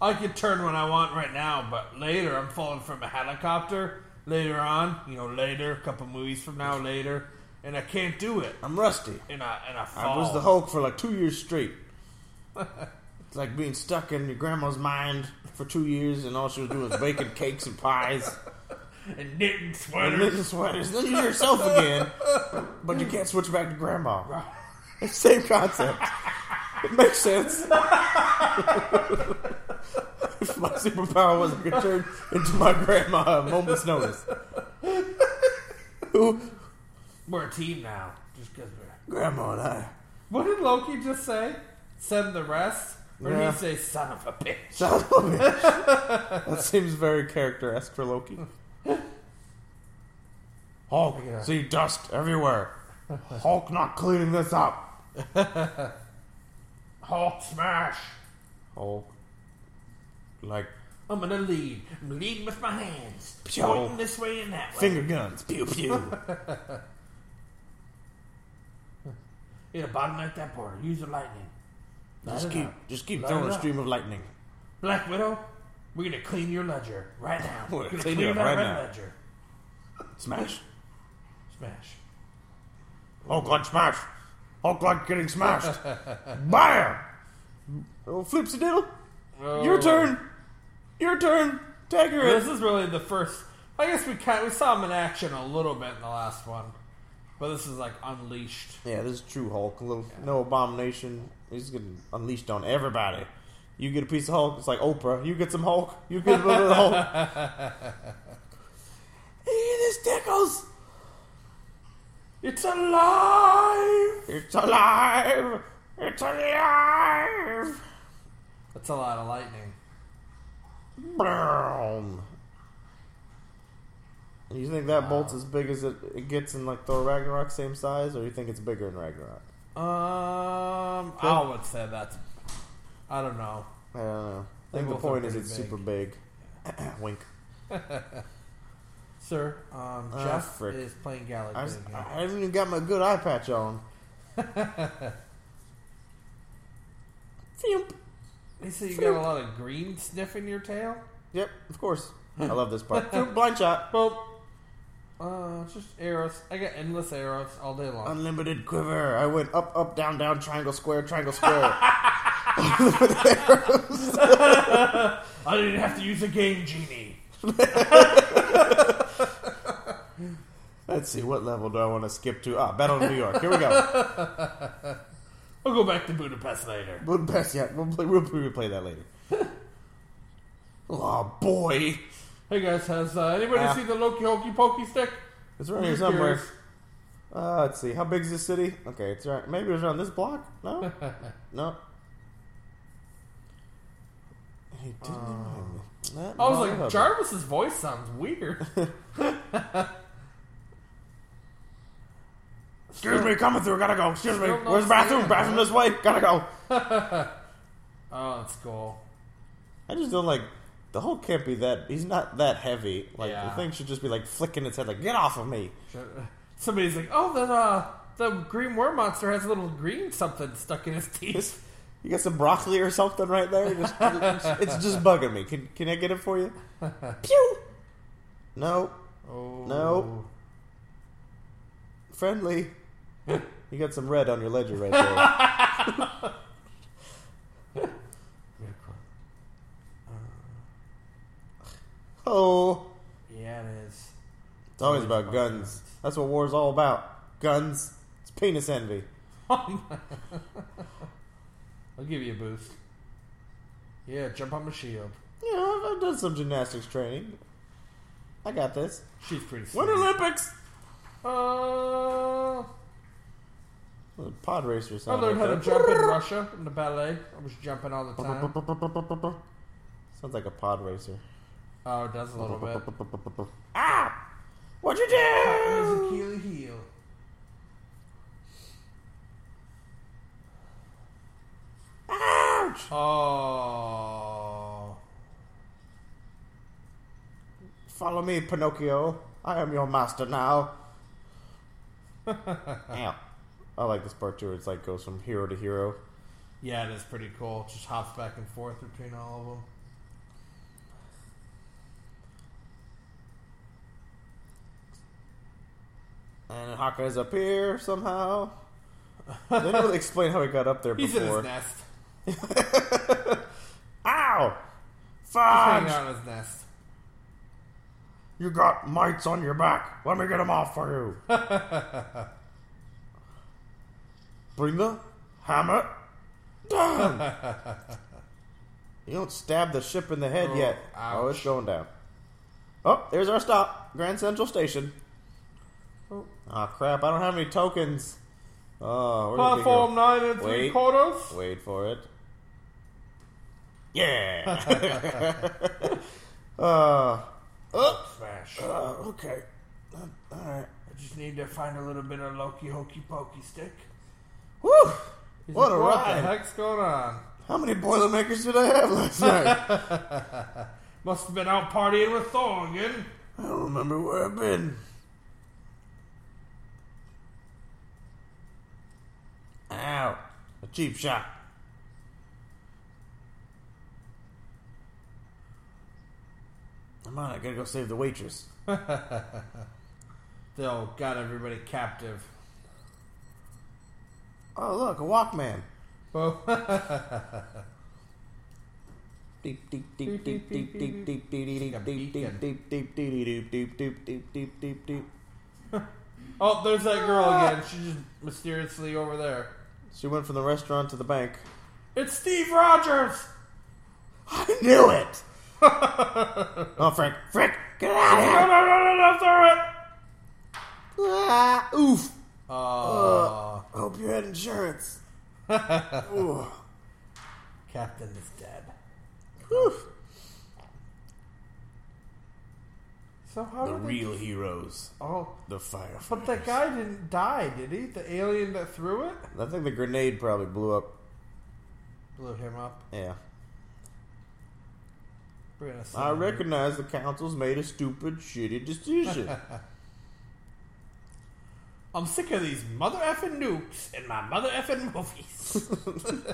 Speaker 3: I can turn when I want right now, but later I'm falling from a helicopter later on, you know, later, a couple movies from now, later, and I can't do it.
Speaker 4: I'm rusty.
Speaker 3: And I and I fall.
Speaker 4: I was the Hulk for like two years straight. [laughs] it's like being stuck in your grandma's mind for two years, and all she was doing
Speaker 3: [laughs]
Speaker 4: was baking cakes and pies
Speaker 3: and knitting
Speaker 4: and
Speaker 3: sweaters.
Speaker 4: knitting sweaters. Then you're yourself again, but you can't switch back to grandma. It's the [laughs] Same concept. It makes sense. [laughs] if my superpower was I could turn into my grandma at a moment's notice. Who,
Speaker 3: We're a team now, just because we're.
Speaker 4: grandma and I.
Speaker 3: [laughs] What did Loki just say? Send the rest? Or
Speaker 4: Yeah.
Speaker 3: did he say, son of a bitch?
Speaker 4: Son of a bitch. that seems very character esque for Loki. Hulk,
Speaker 3: Yeah.
Speaker 4: see dust everywhere. Hulk not cleaning this up.
Speaker 3: Hulk smash!
Speaker 4: Hulk. Like
Speaker 3: I'm gonna lead. I'm leading with my hands.
Speaker 4: Pshaw.
Speaker 3: Pointing this way and that way.
Speaker 4: finger guns. Pew [laughs] pew.
Speaker 3: Yeah, bottleneck that part. Use the lightning. Light
Speaker 4: just
Speaker 3: it
Speaker 4: keep
Speaker 3: up.
Speaker 4: just keep
Speaker 3: Light
Speaker 4: throwing
Speaker 3: it
Speaker 4: a
Speaker 3: up.
Speaker 4: stream of lightning.
Speaker 3: Black Widow, we're gonna clean your ledger right now.
Speaker 4: We're
Speaker 3: We're gonna
Speaker 4: cleaning
Speaker 3: clean
Speaker 4: it
Speaker 3: that
Speaker 4: right
Speaker 3: red
Speaker 4: now.
Speaker 3: ledger.
Speaker 4: Smash.
Speaker 3: Smash.
Speaker 4: Hulk like smash. Hulk like getting [laughs] smashed. Bam! Oh flipsy diddle. Your turn. Your turn. Tag her in.
Speaker 3: This is really the first. I guess we kind we saw him in action a little bit in the last one, but this is like unleashed.
Speaker 4: Yeah, this is true Hulk. A little, No abomination. He's getting unleashed on everybody. You get a piece of Hulk, it's like Oprah. You get some Hulk, you get a little bit of Hulk. Eh, this tickles.
Speaker 3: It's alive.
Speaker 4: It's alive. It's alive.
Speaker 3: That's a lot of lightning.
Speaker 4: Boom. You think that bolt's as big as it, it gets in like Thor Ragnarok, same size, or you think it's bigger in Ragnarok?
Speaker 3: Um, I would say that's. I don't know.
Speaker 4: I don't know. I
Speaker 3: They
Speaker 4: think the
Speaker 3: both are
Speaker 4: point is
Speaker 3: pretty
Speaker 4: it's
Speaker 3: big.
Speaker 4: super big. [clears throat] Wink.
Speaker 3: Sir, um,
Speaker 4: Ah,
Speaker 3: Jeff
Speaker 4: frick.
Speaker 3: is playing
Speaker 4: I,
Speaker 3: Galaxy
Speaker 4: was-
Speaker 3: again.
Speaker 4: I haven't even got my good eye
Speaker 3: [laughs]
Speaker 4: patch on. Phew.
Speaker 3: They say you got a lot of green sniff in your tail?
Speaker 4: Yep, of course. I love this part.
Speaker 3: [laughs]
Speaker 4: Phew, Blind shot.
Speaker 3: Well, uh, it's just arrows. I got endless arrows all day long.
Speaker 4: Unlimited quiver. I went up, up, down, down, triangle, square, triangle, square.
Speaker 3: [laughs] I didn't have to use a game genie.
Speaker 4: Let's see, what level do I want to skip to? Ah, Battle of New York. Here we go.
Speaker 3: [laughs] I'll go back to Budapest later.
Speaker 4: Budapest, yeah. We'll, play, we'll replay
Speaker 3: [laughs]
Speaker 4: that later. Oh, boy.
Speaker 3: Hey guys, has uh, anybody
Speaker 4: Ah.
Speaker 3: seen the Loki Hokey Pokey stick?
Speaker 4: It's right here
Speaker 3: Who
Speaker 4: somewhere.
Speaker 3: cares?
Speaker 4: Uh, let's see. How big is this city? Okay, it's right. Maybe it was on this block.
Speaker 3: [laughs]
Speaker 4: No, no. He didn't remind me. That
Speaker 3: Uh, I was
Speaker 4: mother-
Speaker 3: like, Jarvis's voice sounds weird.
Speaker 4: Excuse me, coming through. Gotta go. Excuse me.
Speaker 3: Still no
Speaker 4: Where's the bathroom?
Speaker 3: sand,
Speaker 4: Bathroom
Speaker 3: huh?
Speaker 4: this way. Gotta go.
Speaker 3: oh, it's cool.
Speaker 4: I just don't like. The Hulk can't be that. He's not that heavy. Like
Speaker 3: Yeah.
Speaker 4: the thing should just be like flicking its head. Like get off of me.
Speaker 3: Somebody's like, oh, that uh, the green worm monster has a little green something stuck in his teeth.
Speaker 4: [laughs] This, you got some broccoli or something right there. Just, it's just bugging me. Can can I get it for you? Pew. No.
Speaker 3: Oh.
Speaker 4: No. Friendly. you got some red on your ledger right there. oh.
Speaker 3: Yeah, it is.
Speaker 4: It's always about guns. That's what war's all about. Guns. It's penis envy.
Speaker 3: I'll give you a boost. Yeah, jump on my shield.
Speaker 4: You know, I've- I've done some gymnastics training. I got this.
Speaker 3: She's pretty sweet.
Speaker 4: Winter Olympics!
Speaker 3: Uh,
Speaker 4: Well, Pod racer
Speaker 3: I
Speaker 4: sound.
Speaker 3: learned how to
Speaker 4: like
Speaker 3: jump in Russia in the ballet. I was jumping all the time.
Speaker 4: that. Sounds like a pod racer.
Speaker 3: Oh, it does a little bit.
Speaker 4: Ah! What'd you do?
Speaker 3: There's Achilles heel.
Speaker 4: Ouch!
Speaker 3: Oh.
Speaker 4: Follow me, Pinocchio. I am your master
Speaker 3: [laughs]
Speaker 4: now. Ow. I like this part too. where It's like goes from hero to hero.
Speaker 3: Yeah, it is pretty cool. Just hops back and forth between all of them.
Speaker 4: and Hawkeye's up here somehow. They
Speaker 3: [laughs]
Speaker 4: didn't really explain how he got up there
Speaker 3: He's in his
Speaker 4: before.
Speaker 3: nest.
Speaker 4: Ow!
Speaker 3: Hanging
Speaker 4: Fudge!
Speaker 3: out in his nest.
Speaker 4: You got mites on your back. Let me get them off for
Speaker 3: [laughs]
Speaker 4: you. Bring the hammer down. you don't stab the ship in the head
Speaker 3: Oh,
Speaker 4: yet. Oh, it's
Speaker 3: ouch.
Speaker 4: going down. Oh, there's our stop, Grand Central Station. Oh crap! I don't have any tokens. Oh, we're gonna be here.
Speaker 3: Platform nine and three
Speaker 4: Wait.
Speaker 3: quarters.
Speaker 4: Wait for it.
Speaker 3: [laughs]
Speaker 4: Yeah. uh, oh,
Speaker 3: Smash.
Speaker 4: uh, okay. Uh, all right.
Speaker 3: I just need to find a little bit of Loki Hokey Pokey stick.
Speaker 4: Woo! What a
Speaker 3: what
Speaker 4: ride!
Speaker 3: the heck's going on?
Speaker 4: How many Boilermakers did I have last night?
Speaker 3: Must have been out partying with Thor again.
Speaker 4: I don't remember where I've been. Ow. A cheap shot. Come on, I gotta go save the waitress.
Speaker 3: They'll got everybody captive.
Speaker 4: Oh, look, a Walkman.
Speaker 3: Well,
Speaker 4: Deep, deep, deep, deep, deep, deep, deep, deep, deep, deep, deep, deep, deep, deep, deep, deep, deep, deep, deep, deep, deep.
Speaker 3: oh, there's that girl again. She's just mysteriously over there.
Speaker 4: She went from the restaurant to the bank.
Speaker 3: It's Steve Rogers.
Speaker 4: I
Speaker 3: [laughs]
Speaker 4: knew it! oh, Frank, Frank, get out
Speaker 3: No,
Speaker 4: of here!
Speaker 3: no, no, no, no, throw it.
Speaker 4: Ah, oof!
Speaker 3: Oh,
Speaker 4: Hope you had insurance. Ooh.
Speaker 3: Captain is dead.
Speaker 4: Oof.
Speaker 3: So how did they?
Speaker 4: heroes,
Speaker 3: Oh,
Speaker 4: the firefighters.
Speaker 3: but that guy didn't die, did he? The alien that threw it
Speaker 4: I think the grenade probably blew up.
Speaker 3: blew him up.
Speaker 4: Yeah.
Speaker 3: We're gonna see
Speaker 4: I
Speaker 3: him.
Speaker 4: recognize the council's made a stupid, shitty decision.
Speaker 3: [laughs] I'm sick of these mother effing nukes and my mother effing movies.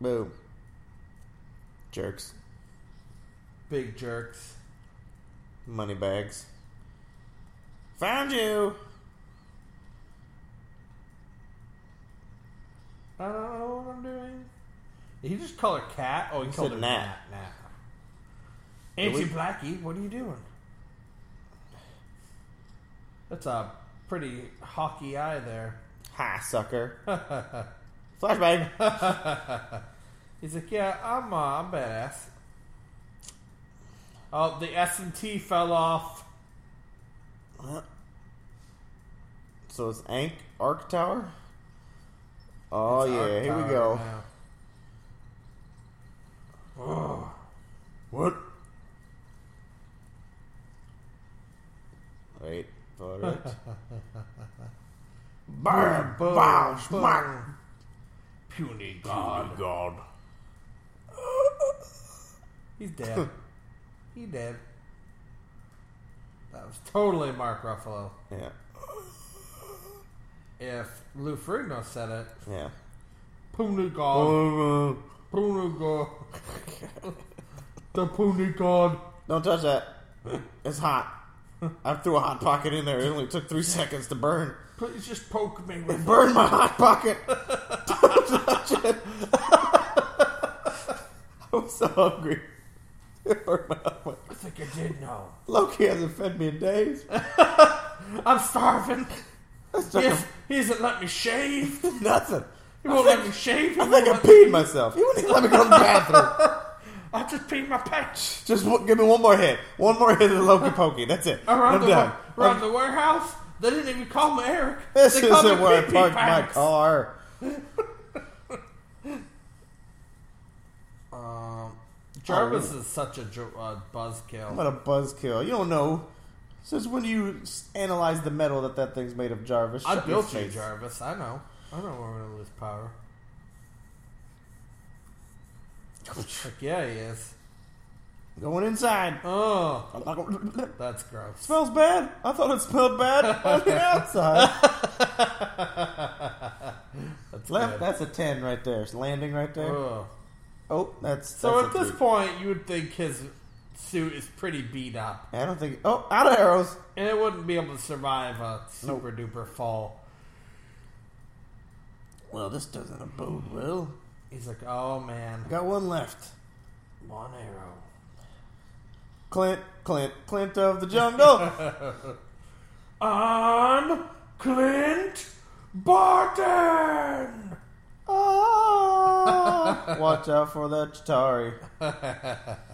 Speaker 4: Boom. Jerks.
Speaker 3: Big jerks.
Speaker 4: Money bags. Found you!
Speaker 3: I don't know what I'm doing. Did he just call her cat? Oh, he, called
Speaker 4: said
Speaker 3: her
Speaker 4: Nat.
Speaker 3: Nat. Nat. Auntie
Speaker 4: we-
Speaker 3: Blackie, what are you doing? That's a pretty hockey eye there.
Speaker 4: Ha, sucker. Flashbang!
Speaker 3: He's like, yeah, I'm uh, I'm badass. Oh, the S and T fell off.
Speaker 4: so it's Ank Arc Tower? Oh, yeah,
Speaker 3: Our
Speaker 4: here we
Speaker 3: tower
Speaker 4: go.
Speaker 3: now.
Speaker 4: What? Wait for it. Burn!
Speaker 3: Boom,
Speaker 4: Wow!
Speaker 3: boom.
Speaker 4: Smack!
Speaker 3: Puny god.
Speaker 4: God.
Speaker 3: He's dead. he dead. That was totally Mark Ruffalo.
Speaker 4: Yeah,
Speaker 3: If Lou Ferrigno said it,
Speaker 4: yeah.
Speaker 3: Puny god. Puny god. the puny god.
Speaker 4: Don't touch that. It's hot. I threw a hot pocket in there. It only took three seconds to burn.
Speaker 3: Please just poke me with
Speaker 4: Burn my hot pocket. [laughs] Don't touch it. I'm so hungry. It burned my hot pocket.
Speaker 3: I think I did know.
Speaker 4: Loki hasn't fed me in days.
Speaker 3: I'm starving.
Speaker 4: That's
Speaker 3: He,
Speaker 4: like
Speaker 3: has, he hasn't let me shave.
Speaker 4: a- nothing.
Speaker 3: He won't let me shave. He
Speaker 4: I think
Speaker 3: won't
Speaker 4: I
Speaker 3: let me-
Speaker 4: peed myself. You wouldn't even let me go to the bathroom.
Speaker 3: I just peed my pants.
Speaker 4: Just w- give me one more hit. One more hit of the Loki Pokey. That's it.
Speaker 3: Around,
Speaker 4: I'm
Speaker 3: the,
Speaker 4: done.
Speaker 3: wa- around the warehouse, they didn't even call me Eric.
Speaker 4: This
Speaker 3: they called
Speaker 4: isn't
Speaker 3: me
Speaker 4: where I
Speaker 3: Pee Pee
Speaker 4: parked my
Speaker 3: Pants. [laughs]
Speaker 4: car.
Speaker 3: Um,
Speaker 4: oh,
Speaker 3: Jarvis is such a jo- uh, buzzkill.
Speaker 4: What a buzzkill. You don't know. Since when do you s- analyze the metal that that thing's made of, Jarvis?
Speaker 3: I
Speaker 4: Shut your
Speaker 3: built you,
Speaker 4: face.
Speaker 3: Jarvis. I know. I know we're gonna lose power. Like, yeah, he is.
Speaker 4: Going inside.
Speaker 3: Oh, that's gross.
Speaker 4: smells bad.
Speaker 3: [laughs]
Speaker 4: I thought it smelled bad on the outside.
Speaker 3: That's That's
Speaker 4: Left,
Speaker 3: good.
Speaker 4: that's a 10 right there. It's landing right there.
Speaker 3: Ugh.
Speaker 4: Oh, that's.
Speaker 3: Uh, So
Speaker 4: that's
Speaker 3: at
Speaker 4: a
Speaker 3: this
Speaker 4: three.
Speaker 3: point, you would think his suit is pretty beat up,
Speaker 4: I don't think. Oh, out of arrows.
Speaker 3: and it wouldn't be able to survive a super duper fall.
Speaker 4: Well, this doesn't abode well.
Speaker 3: He's like, "Oh man,
Speaker 4: Got one left.
Speaker 3: one arrow."
Speaker 4: Clint, Clint, Clint of the jungle.
Speaker 3: On Clint Barton.
Speaker 4: [laughs] Ah, watch out for that Chitari. ah,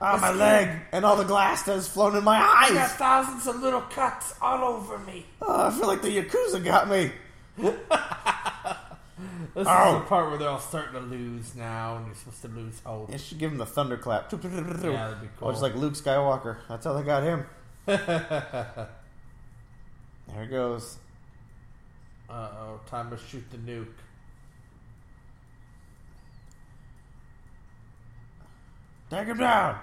Speaker 4: ah, my leg and all the glass that has flown in my
Speaker 3: I got
Speaker 4: eyes.
Speaker 3: thousands of little cuts all over me.
Speaker 4: Ah, I feel like the Yakuza got me.
Speaker 3: This
Speaker 4: Ow.
Speaker 3: is the part where they're all starting to lose now, and you're supposed to lose hope.
Speaker 4: You should give him the thunderclap. Yeah,
Speaker 3: that'd be cool.
Speaker 4: Or just like Luke Skywalker. That's how they got [laughs] him. there he goes.
Speaker 3: Uh oh, time to shoot the nuke.
Speaker 4: Take him down.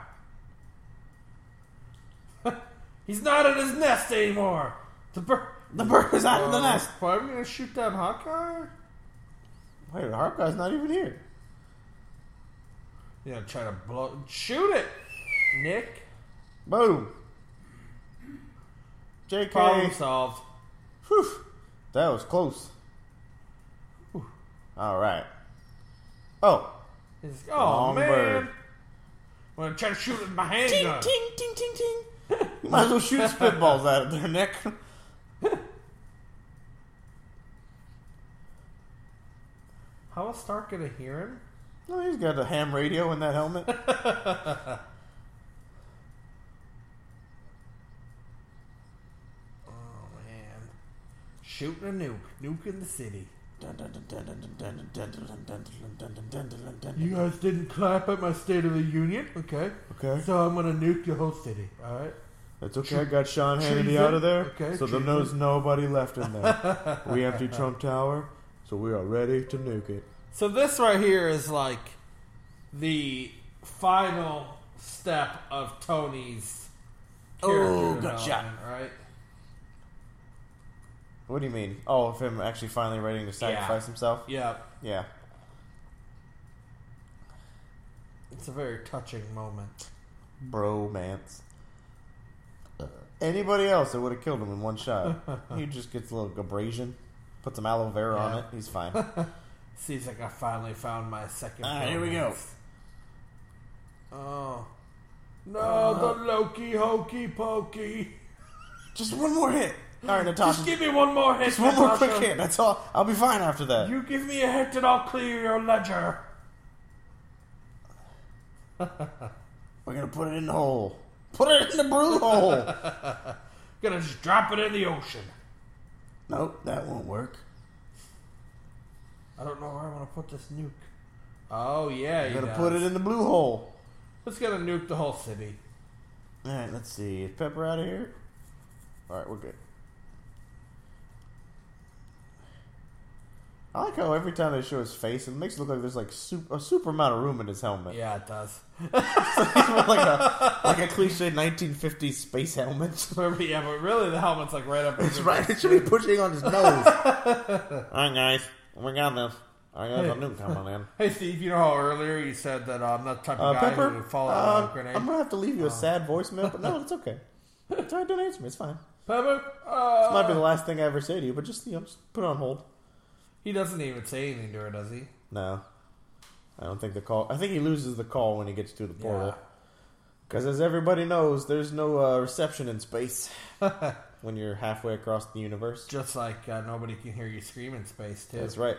Speaker 3: He's not in his nest anymore. The bird.
Speaker 4: The bird is out of the nest.
Speaker 3: Why are we gonna shoot that Hawkeye?
Speaker 4: Wait, the harp guy's not even here.
Speaker 3: Yeah, try to blow. Shoot it, Nick.
Speaker 4: Boom. JK.
Speaker 3: Problem solved.
Speaker 4: Whew. That was close. All right. Oh,
Speaker 3: He's- oh
Speaker 4: Long
Speaker 3: man,
Speaker 4: bird.
Speaker 3: I'm gonna try to shoot it with my handgun.
Speaker 4: ting, ting, ting, ting, ting. You might as well shoot spitballs out of there, Nick.
Speaker 3: How is Stark gonna hear him?
Speaker 4: [laughs] Oh, he's got a ham radio in that helmet.
Speaker 3: Oh man, shooting a nuke, nuke in the city. You guys didn't clap at my State of the Union, okay?
Speaker 4: Okay.
Speaker 3: So I'm gonna nuke your whole city. All right.
Speaker 4: That's okay. I got Sean Hannity
Speaker 3: Treason.
Speaker 4: out of there,
Speaker 3: Okay,
Speaker 4: so
Speaker 3: treason.
Speaker 4: there knows nobody left in
Speaker 3: [laughs]
Speaker 4: there. we emptied Trump Tower, so we are ready to nuke it.
Speaker 3: So this right here is like the final step of Tony's. character
Speaker 4: Oh, good
Speaker 3: development,
Speaker 4: shot.
Speaker 3: Right.
Speaker 4: What do you mean? Oh, of him actually finally ready to sacrifice himself?
Speaker 3: Yeah.
Speaker 4: Yeah.
Speaker 3: It's a very touching moment.
Speaker 4: bromance. Uh, Anybody else, it would have killed him in one
Speaker 3: [laughs]
Speaker 4: shot. he just gets a little abrasion, put some aloe vera on
Speaker 3: Yeah.
Speaker 4: it.
Speaker 3: [laughs]
Speaker 4: He's fine.
Speaker 3: Seems like I finally found my second.
Speaker 4: All right, Ah, here we
Speaker 3: romance. Oh. No,
Speaker 4: Uh-huh.
Speaker 3: the Loki hokey pokey.
Speaker 4: just one more hit. All right, Natasha.
Speaker 3: Just give me one more hit.
Speaker 4: just one more
Speaker 3: Natasha.
Speaker 4: quick hit. That's all. I'll be fine after that.
Speaker 3: You give me a hit and I'll clear your ledger.
Speaker 4: We're gonna put it in the hole. Put it in the brew
Speaker 3: [laughs]
Speaker 4: hole.
Speaker 3: Gonna just drop it in the ocean.
Speaker 4: nope, that won't work.
Speaker 3: I don't know where I want to put this nuke. Oh yeah,
Speaker 4: We're gonna put it in the blue hole.
Speaker 3: It's gonna nuke the whole city.
Speaker 4: All right, let's see. Is Pepper out of here? All right, we're good. I like how every time they show his face, it makes it look like there's like super, a super amount of room in his helmet.
Speaker 3: Yeah, it does.
Speaker 4: [laughs] like a like a cliche 1950s space helmet. [laughs]
Speaker 3: yeah, but really the helmet's like right up.
Speaker 4: It's right. It should be pushing
Speaker 3: [laughs]
Speaker 4: on his nose. All right, guys, we got this. I got a new coming in.
Speaker 3: Hey Steve, you know how earlier you said that I'm not the type
Speaker 4: Uh,
Speaker 3: of guy who
Speaker 4: Pepper,
Speaker 3: would fall
Speaker 4: uh,
Speaker 3: out of a grenade. Oh.
Speaker 4: I'm gonna have to leave you a sad voicemail, but no,
Speaker 3: [laughs]
Speaker 4: it's okay. It's all right. Don't answer me. It's fine.
Speaker 3: Pepper, uh,
Speaker 4: Might be the last thing I ever say to you, but just you know, just put it on hold.
Speaker 3: he doesn't even say anything to her, does he?
Speaker 4: No, I don't think the call. I think he loses the call when he gets through the portal.
Speaker 3: Yeah.
Speaker 4: Because as everybody knows, there's no uh, reception in space
Speaker 3: [laughs]
Speaker 4: when you're halfway across the universe.
Speaker 3: Just like uh, nobody can hear you scream in space too.
Speaker 4: That's right.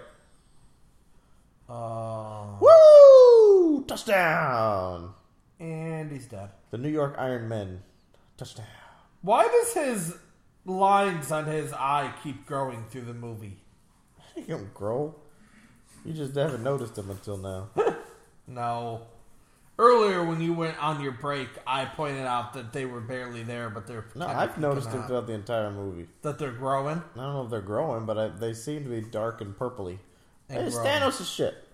Speaker 3: Uh,
Speaker 4: Woo! Touchdown!
Speaker 3: and he's dead.
Speaker 4: The New York Iron Men. Touchdown.
Speaker 3: Why does his lines on his eye keep growing through the movie?
Speaker 4: They don't grow. You just haven't noticed them
Speaker 3: [laughs]
Speaker 4: until now.
Speaker 3: No. Earlier, when you went on your break, I pointed out that they were barely there, but they're
Speaker 4: No,
Speaker 3: kinda
Speaker 4: I've
Speaker 3: peeking
Speaker 4: noticed uh, them
Speaker 3: out.
Speaker 4: throughout the entire movie.
Speaker 3: that they're growing.
Speaker 4: I don't know if they're growing, but I, they seem to be dark and purpley.
Speaker 3: And
Speaker 4: it's
Speaker 3: growing. Uh.
Speaker 4: Thanos' ship.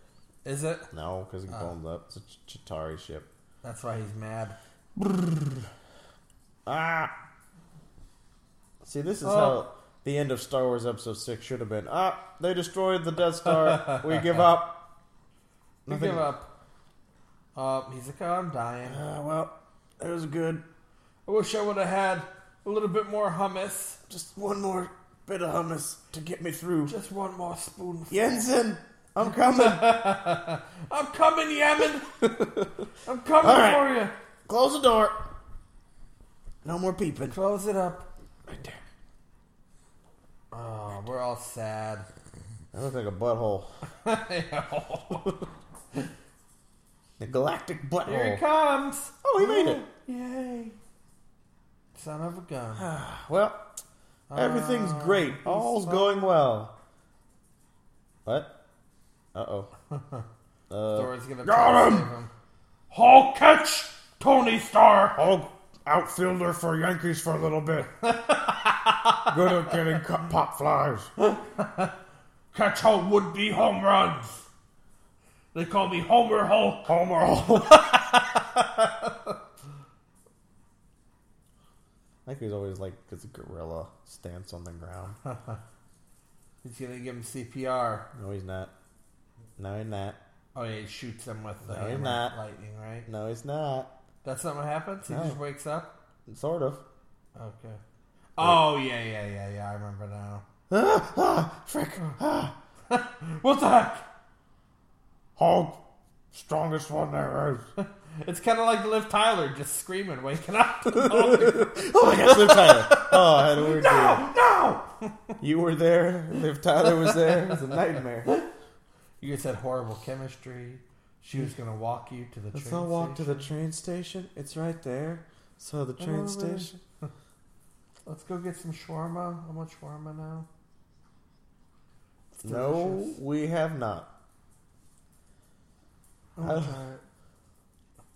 Speaker 3: Is it?
Speaker 4: No, because he blown up. It's a Ch- Chitari ship.
Speaker 3: That's why he's mad.
Speaker 4: Ah! See, this is
Speaker 3: Oh.
Speaker 4: how the end of Star Wars Episode Six should have been. Ah, they destroyed the Death
Speaker 3: [laughs]
Speaker 4: Star. we give up.
Speaker 3: We
Speaker 4: Nothing-
Speaker 3: give up. Uh, he's like, oh, I'm dying.
Speaker 4: Ah, well, it was good.
Speaker 3: I wish I would have had a little bit more hummus.
Speaker 4: Just one more bit of hummus to get me through.
Speaker 3: Just one more spoonful.
Speaker 4: Jensen, I'm coming.
Speaker 3: [laughs] I'm coming,
Speaker 4: [laughs]
Speaker 3: Yemen. I'm coming
Speaker 4: All right.
Speaker 3: for you.
Speaker 4: Close the door. No more peeping.
Speaker 3: Close it up. Oh, we're all sad.
Speaker 4: That looks like a butthole.
Speaker 3: [laughs]
Speaker 4: [laughs] the galactic
Speaker 3: Here he
Speaker 4: butthole.
Speaker 3: comes.
Speaker 4: Oh, he made it.
Speaker 3: Yay. Son of a gun.
Speaker 4: Well, everything's great. All's going Uh, well. What? Uh oh.
Speaker 3: Thor's gonna try to
Speaker 7: him!
Speaker 3: save him.
Speaker 7: Hall catch Tony Stark. Hall outfielder for Yankees for a
Speaker 3: [laughs]
Speaker 7: little bit. Good at getting cu- pop flies. catch all would be home runs. They call me Homer Hulk. Homer Hulk.
Speaker 4: I think he's always like this gorilla stance on the ground.
Speaker 3: He's gonna give him CPR.
Speaker 4: No, he's not. No, he's not.
Speaker 3: Oh, yeah, he shoots him with the
Speaker 4: No, you're
Speaker 3: hammer
Speaker 4: not.
Speaker 3: lightning, right?
Speaker 4: No, he's not.
Speaker 3: That's not what happens. He
Speaker 4: No.
Speaker 3: just wakes up.
Speaker 4: Sort of.
Speaker 3: Okay. Oh yeah, yeah, yeah, yeah. I remember now.
Speaker 4: Ah, ah, frick. Ah.
Speaker 3: What the heck?
Speaker 7: Hulk, strongest one there is.
Speaker 3: It's kind of like Liv Tyler just screaming, waking up. [laughs]
Speaker 4: Oh my gosh, Liv Tyler. Oh, I had a weird dream.
Speaker 3: no!
Speaker 4: You were there. Liv Tyler was there. It was a nightmare.
Speaker 3: You guys had horrible chemistry. She was gonna walk you to the
Speaker 4: Hmm. Let's
Speaker 3: train
Speaker 4: not walk to
Speaker 3: station.
Speaker 4: the train station. It's right there. So the train
Speaker 3: Over there.
Speaker 4: station.
Speaker 3: Let's go get some shawarma. I want shawarma now. It's
Speaker 4: No,
Speaker 3: delicious.
Speaker 4: we have not.
Speaker 3: I wanna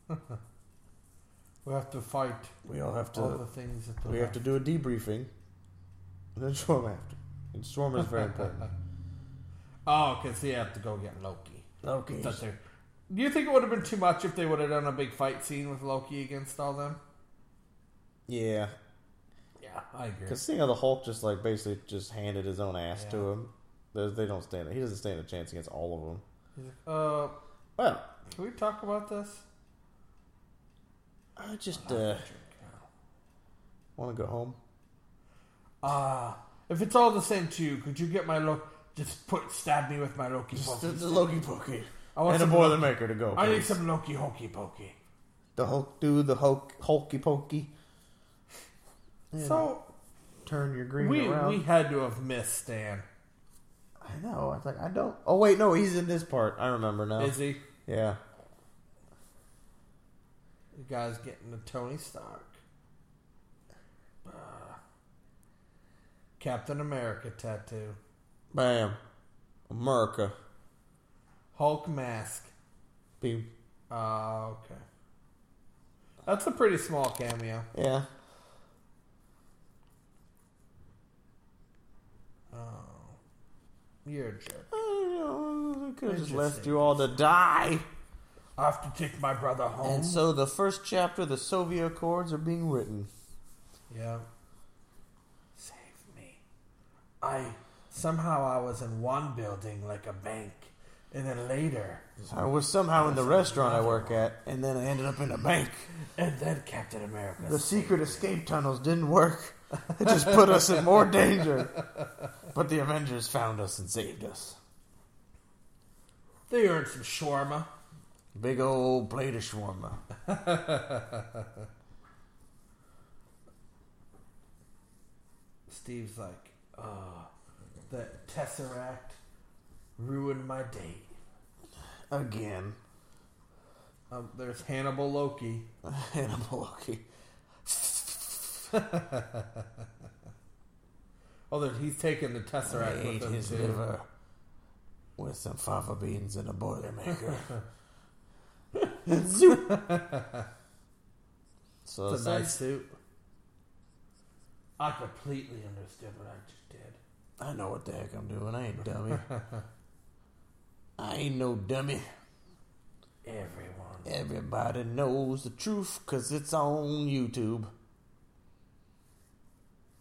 Speaker 3: try it. [laughs] we have to fight
Speaker 4: We all have
Speaker 3: all
Speaker 4: to.
Speaker 3: the things that the
Speaker 4: We have to
Speaker 3: left-
Speaker 4: do a debriefing. And then storm after. And storm
Speaker 3: [laughs]
Speaker 4: is very important.
Speaker 3: Oh, because they have to go get Loki.
Speaker 4: Okay.
Speaker 3: That's their- Do you think it would have been too much if they would have done a big fight scene with Loki against all them?
Speaker 4: Yeah,
Speaker 3: Yeah, I agree.
Speaker 4: because seeing how the Hulk just like basically just handed his own ass to
Speaker 3: Yeah.
Speaker 4: him, they, they don't stand. He doesn't stand a chance against all of them.
Speaker 3: Uh,
Speaker 4: Well,
Speaker 3: can we talk about this?
Speaker 4: I just uh, want to go home.
Speaker 3: Ah, if it's all the same to you, could you get my Loki? Just put stab me with my Loki pokey.
Speaker 4: Loki Pokey
Speaker 3: I want
Speaker 4: and a
Speaker 3: Oh, some
Speaker 4: Boilermaker to go.
Speaker 3: I need
Speaker 4: please.
Speaker 3: some Loki hokey pokey.
Speaker 4: The Hulk, do the Hulk, Hulky Pokey.
Speaker 3: So
Speaker 4: Turn your green
Speaker 3: we
Speaker 4: around.
Speaker 3: we had to have missed Stan.
Speaker 4: I know. I was like, I don't. Oh wait, no, he's in this part. I remember now.
Speaker 3: Is he?
Speaker 4: yeah.
Speaker 3: The guy's getting the Tony Stark. Ah. Captain America tattoo.
Speaker 4: Bam. America.
Speaker 3: Hulk mask.
Speaker 4: Beam.
Speaker 3: Ah, okay. That's a pretty small cameo.
Speaker 4: Yeah.
Speaker 3: You're a jerk.
Speaker 4: Could have just left
Speaker 3: Interesting.
Speaker 4: you all to die. Oh.
Speaker 3: I have to take my brother home.
Speaker 4: And so the first chapter, the Soviet Accords, are being written.
Speaker 3: Yeah. Save me. I somehow I was in one building like a bank, and then later,
Speaker 4: I was somehow in the restaurant I work at, and then I ended up in a bank.
Speaker 3: and then Captain America.
Speaker 4: The secret escape tunnels didn't work. It just put us in more danger. But the Avengers found us and saved us.
Speaker 3: They earned some shawarma.
Speaker 4: Big old plate of shawarma.
Speaker 3: Steve's like, oh, the Tesseract ruined my day.
Speaker 4: Again. [laughs]
Speaker 3: Um, there's Hannibal Loki.
Speaker 4: Hannibal Loki.
Speaker 3: Oh, there, he's taking the Tesseract
Speaker 4: I ate
Speaker 3: with him
Speaker 4: his
Speaker 3: too.
Speaker 4: liver with some fava beans and
Speaker 3: [laughs]
Speaker 4: a boilermaker. Zoop. so
Speaker 3: It's a nice suit. I completely understood what I just did.
Speaker 4: I know what the heck I'm doing. I ain't dummy. I ain't no dummy.
Speaker 3: Everyone.
Speaker 4: Everybody knows the truth because it's on YouTube.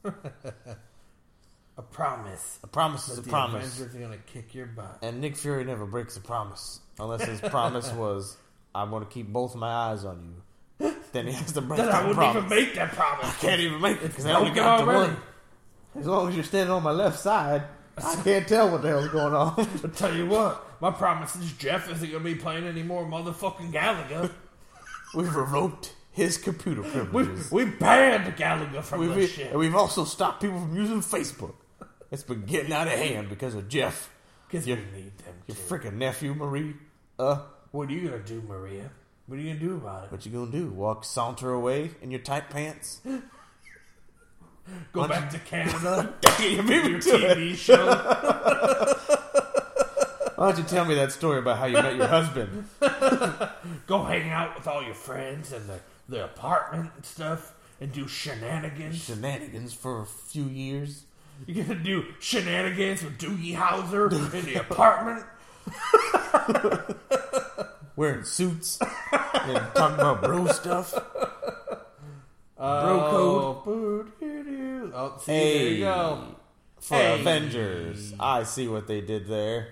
Speaker 3: a promise.
Speaker 4: A promise is a
Speaker 3: The
Speaker 4: promise.
Speaker 3: Avengers are gonna kick your butt.
Speaker 4: And Nick Fury never breaks a promise. Unless
Speaker 3: [laughs]
Speaker 4: his promise was, I'm going to keep both my eyes on you. Then he has to break
Speaker 3: I
Speaker 4: that
Speaker 3: wouldn't
Speaker 4: promise.
Speaker 3: even make that [laughs] promise.
Speaker 4: can't even make it because I
Speaker 3: broken
Speaker 4: only got the
Speaker 3: already.
Speaker 4: one. As long as you're standing on my left side, I can't tell what the hell's going on.
Speaker 3: I tell you what, my promise is Jeff isn't gonna be playing any more motherfucking Gallagher.
Speaker 4: [laughs] We've revoked his computer
Speaker 3: We,
Speaker 4: privileges.
Speaker 3: we banned Gallagher from
Speaker 4: We've,
Speaker 3: this shit
Speaker 4: and we've also stopped people from using Facebook. It's been getting out of hand because of Jeff,
Speaker 3: because we
Speaker 4: you-
Speaker 3: need them.
Speaker 4: your
Speaker 3: to.
Speaker 4: freaking nephew Marie. Uh,
Speaker 3: What are you gonna do, Maria? What are you gonna do about it?
Speaker 4: what you gonna do? Walk saunter away in your tight pants?
Speaker 3: Go back to Canada.
Speaker 4: Damn, maybe
Speaker 3: your
Speaker 4: do it.
Speaker 3: TV show.
Speaker 4: Why don't you tell me that story about how you [laughs] met your husband?
Speaker 3: Go hang out with all your friends and the, the apartment and stuff, and do shenanigans.
Speaker 4: Shenanigans for a few years.
Speaker 3: You're gonna do shenanigans with Doogie Howser in the apartment.
Speaker 4: wearing [laughs] suits and talking about bro stuff. bro code
Speaker 3: code. Oh, see, there
Speaker 4: Hey.
Speaker 3: you go.
Speaker 4: for
Speaker 3: Hey.
Speaker 4: Avengers. I see what they did there.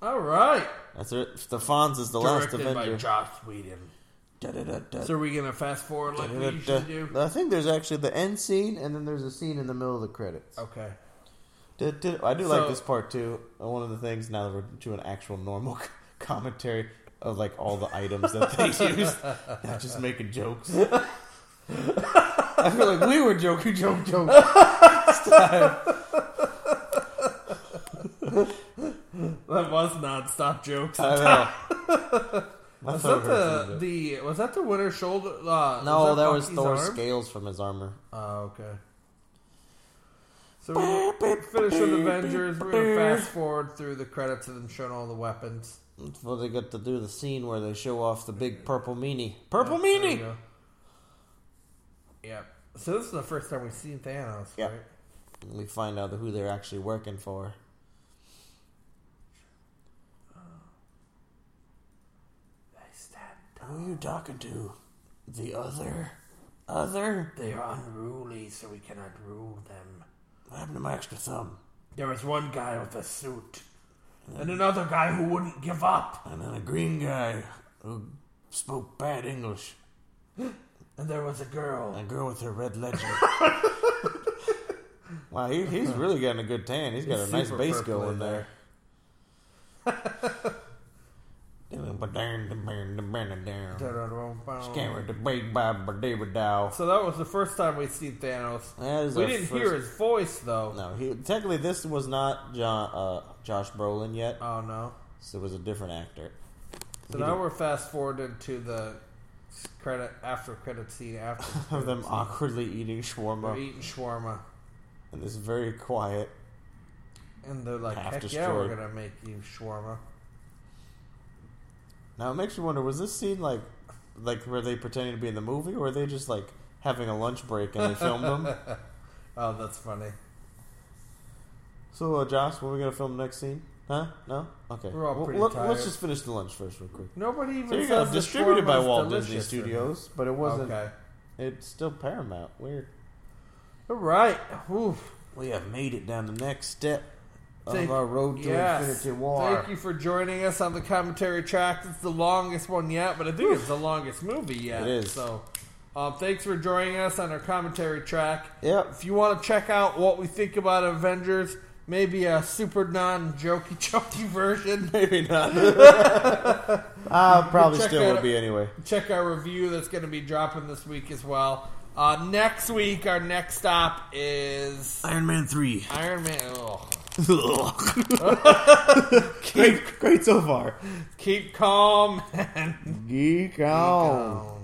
Speaker 3: All right.
Speaker 4: That's it. The Fonz is the last
Speaker 3: Directed by
Speaker 4: Avenger.
Speaker 3: Josh Whedon.
Speaker 4: Da-da-da-da.
Speaker 3: So are we gonna fast forward like we usually do?
Speaker 4: Da-da-da. I think there's actually the end scene, and then there's a scene in the middle of the credits.
Speaker 3: Okay.
Speaker 4: Da-da. I do like
Speaker 3: Oh. So-
Speaker 4: this part too. Uh, One of the things now that we're doing actual normal [laughs] c- commentary of like all the items that they
Speaker 3: [laughs]
Speaker 4: used, not just making jokes. [laughs] I feel like we were joking, joke, joke.
Speaker 3: [laughs] That was non-stop jokes.
Speaker 4: I know. My
Speaker 3: Was
Speaker 4: throat
Speaker 3: that
Speaker 4: hurts a
Speaker 3: the,
Speaker 4: little bit.
Speaker 3: the was that the winter shoulder? Uh,
Speaker 4: No,
Speaker 3: was that
Speaker 4: that was
Speaker 3: Bucky's
Speaker 4: Thor's
Speaker 3: arm?
Speaker 4: scales from his armor.
Speaker 3: Oh, okay. So we finish with Avengers. We're gonna fast forward through the credits of them showing all the weapons.
Speaker 4: That's what they got to do the scene where they show off the big purple meanie. Purple
Speaker 3: There you
Speaker 4: meanie!
Speaker 3: go. Yep. So this is the first time we've seen Thanos,
Speaker 4: Yep.
Speaker 3: right?
Speaker 4: And we find out who they're actually working for.
Speaker 3: Uh, Nice
Speaker 4: Who are you talking to? The other? Other?
Speaker 3: They are unruly, so we cannot rule them.
Speaker 4: What happened to my extra thumb?
Speaker 3: There was one guy with a suit, and another guy who wouldn't give up,
Speaker 4: And then a green guy who spoke bad English.
Speaker 3: and there was a girl.
Speaker 4: A girl with her
Speaker 3: [laughs]
Speaker 4: red ledger. wow, he, he's really getting a good tan. he's got
Speaker 3: He's
Speaker 4: a nice
Speaker 3: super
Speaker 4: bass
Speaker 3: purple
Speaker 4: going
Speaker 3: in
Speaker 4: there.
Speaker 3: there.
Speaker 4: Scammer the big Bob David Dow.
Speaker 3: So that was the first time we'd seen Thanos.
Speaker 4: That is
Speaker 3: We
Speaker 4: our
Speaker 3: didn't
Speaker 4: first-
Speaker 3: hear his voice though.
Speaker 4: No, he, technically this was not John, uh, Josh Brolin yet.
Speaker 3: Oh no.
Speaker 4: So it was a different actor.
Speaker 3: So now we're fast forwarded to the credit after credit scene after
Speaker 4: [laughs]
Speaker 3: the
Speaker 4: Of them
Speaker 3: credit scene.
Speaker 4: awkwardly eating
Speaker 3: They're
Speaker 4: shawarma
Speaker 3: eating shawarma,
Speaker 4: and this very quiet.
Speaker 3: and they're like,
Speaker 4: Half
Speaker 3: "Heck yeah, we're
Speaker 4: destroyed.
Speaker 3: gonna make you shawarma."
Speaker 4: Now it makes you wonder: was this scene like, like were they pretending to be in the movie, or were they just like having a lunch break and they
Speaker 3: [laughs]
Speaker 4: filmed them?
Speaker 3: Oh, that's funny.
Speaker 4: So, uh, Josh, when are we gonna film the next scene? Huh? No. Okay.
Speaker 3: We're all
Speaker 4: Well,
Speaker 3: pretty
Speaker 4: let,
Speaker 3: tired.
Speaker 4: us just finish the lunch first, real quick.
Speaker 3: Nobody even
Speaker 4: So you
Speaker 3: says
Speaker 4: got
Speaker 3: the
Speaker 4: distributed by
Speaker 3: shawarma's
Speaker 4: Walt Disney
Speaker 3: delicious.
Speaker 4: Studios, but it wasn't.
Speaker 3: Okay.
Speaker 4: It's still Paramount. Weird.
Speaker 3: All right. Oof.
Speaker 4: We have made it down the next step of
Speaker 3: Thank-
Speaker 4: our road to
Speaker 3: yes.
Speaker 4: Infinity War.
Speaker 3: Thank you for joining us on the commentary track. It's the longest one yet, but I think it's the longest movie yet.
Speaker 4: It is.
Speaker 3: So, um, thanks for joining us on our commentary track.
Speaker 4: Yep.
Speaker 3: If you want to check out what we think about Avengers, maybe a super non [laughs] jokey chokey version,
Speaker 4: Maybe
Speaker 3: [laughs]
Speaker 4: not. [laughs] I probably
Speaker 3: check
Speaker 4: still
Speaker 3: out-
Speaker 4: will be anyway.
Speaker 3: check our review that's going to be dropping this week as well. Uh, next week, our next stop is
Speaker 4: Iron Man 3.
Speaker 3: Iron Man. Ugh.
Speaker 8: Great, great so far.
Speaker 3: Keep calm and
Speaker 8: Geek on.
Speaker 3: um,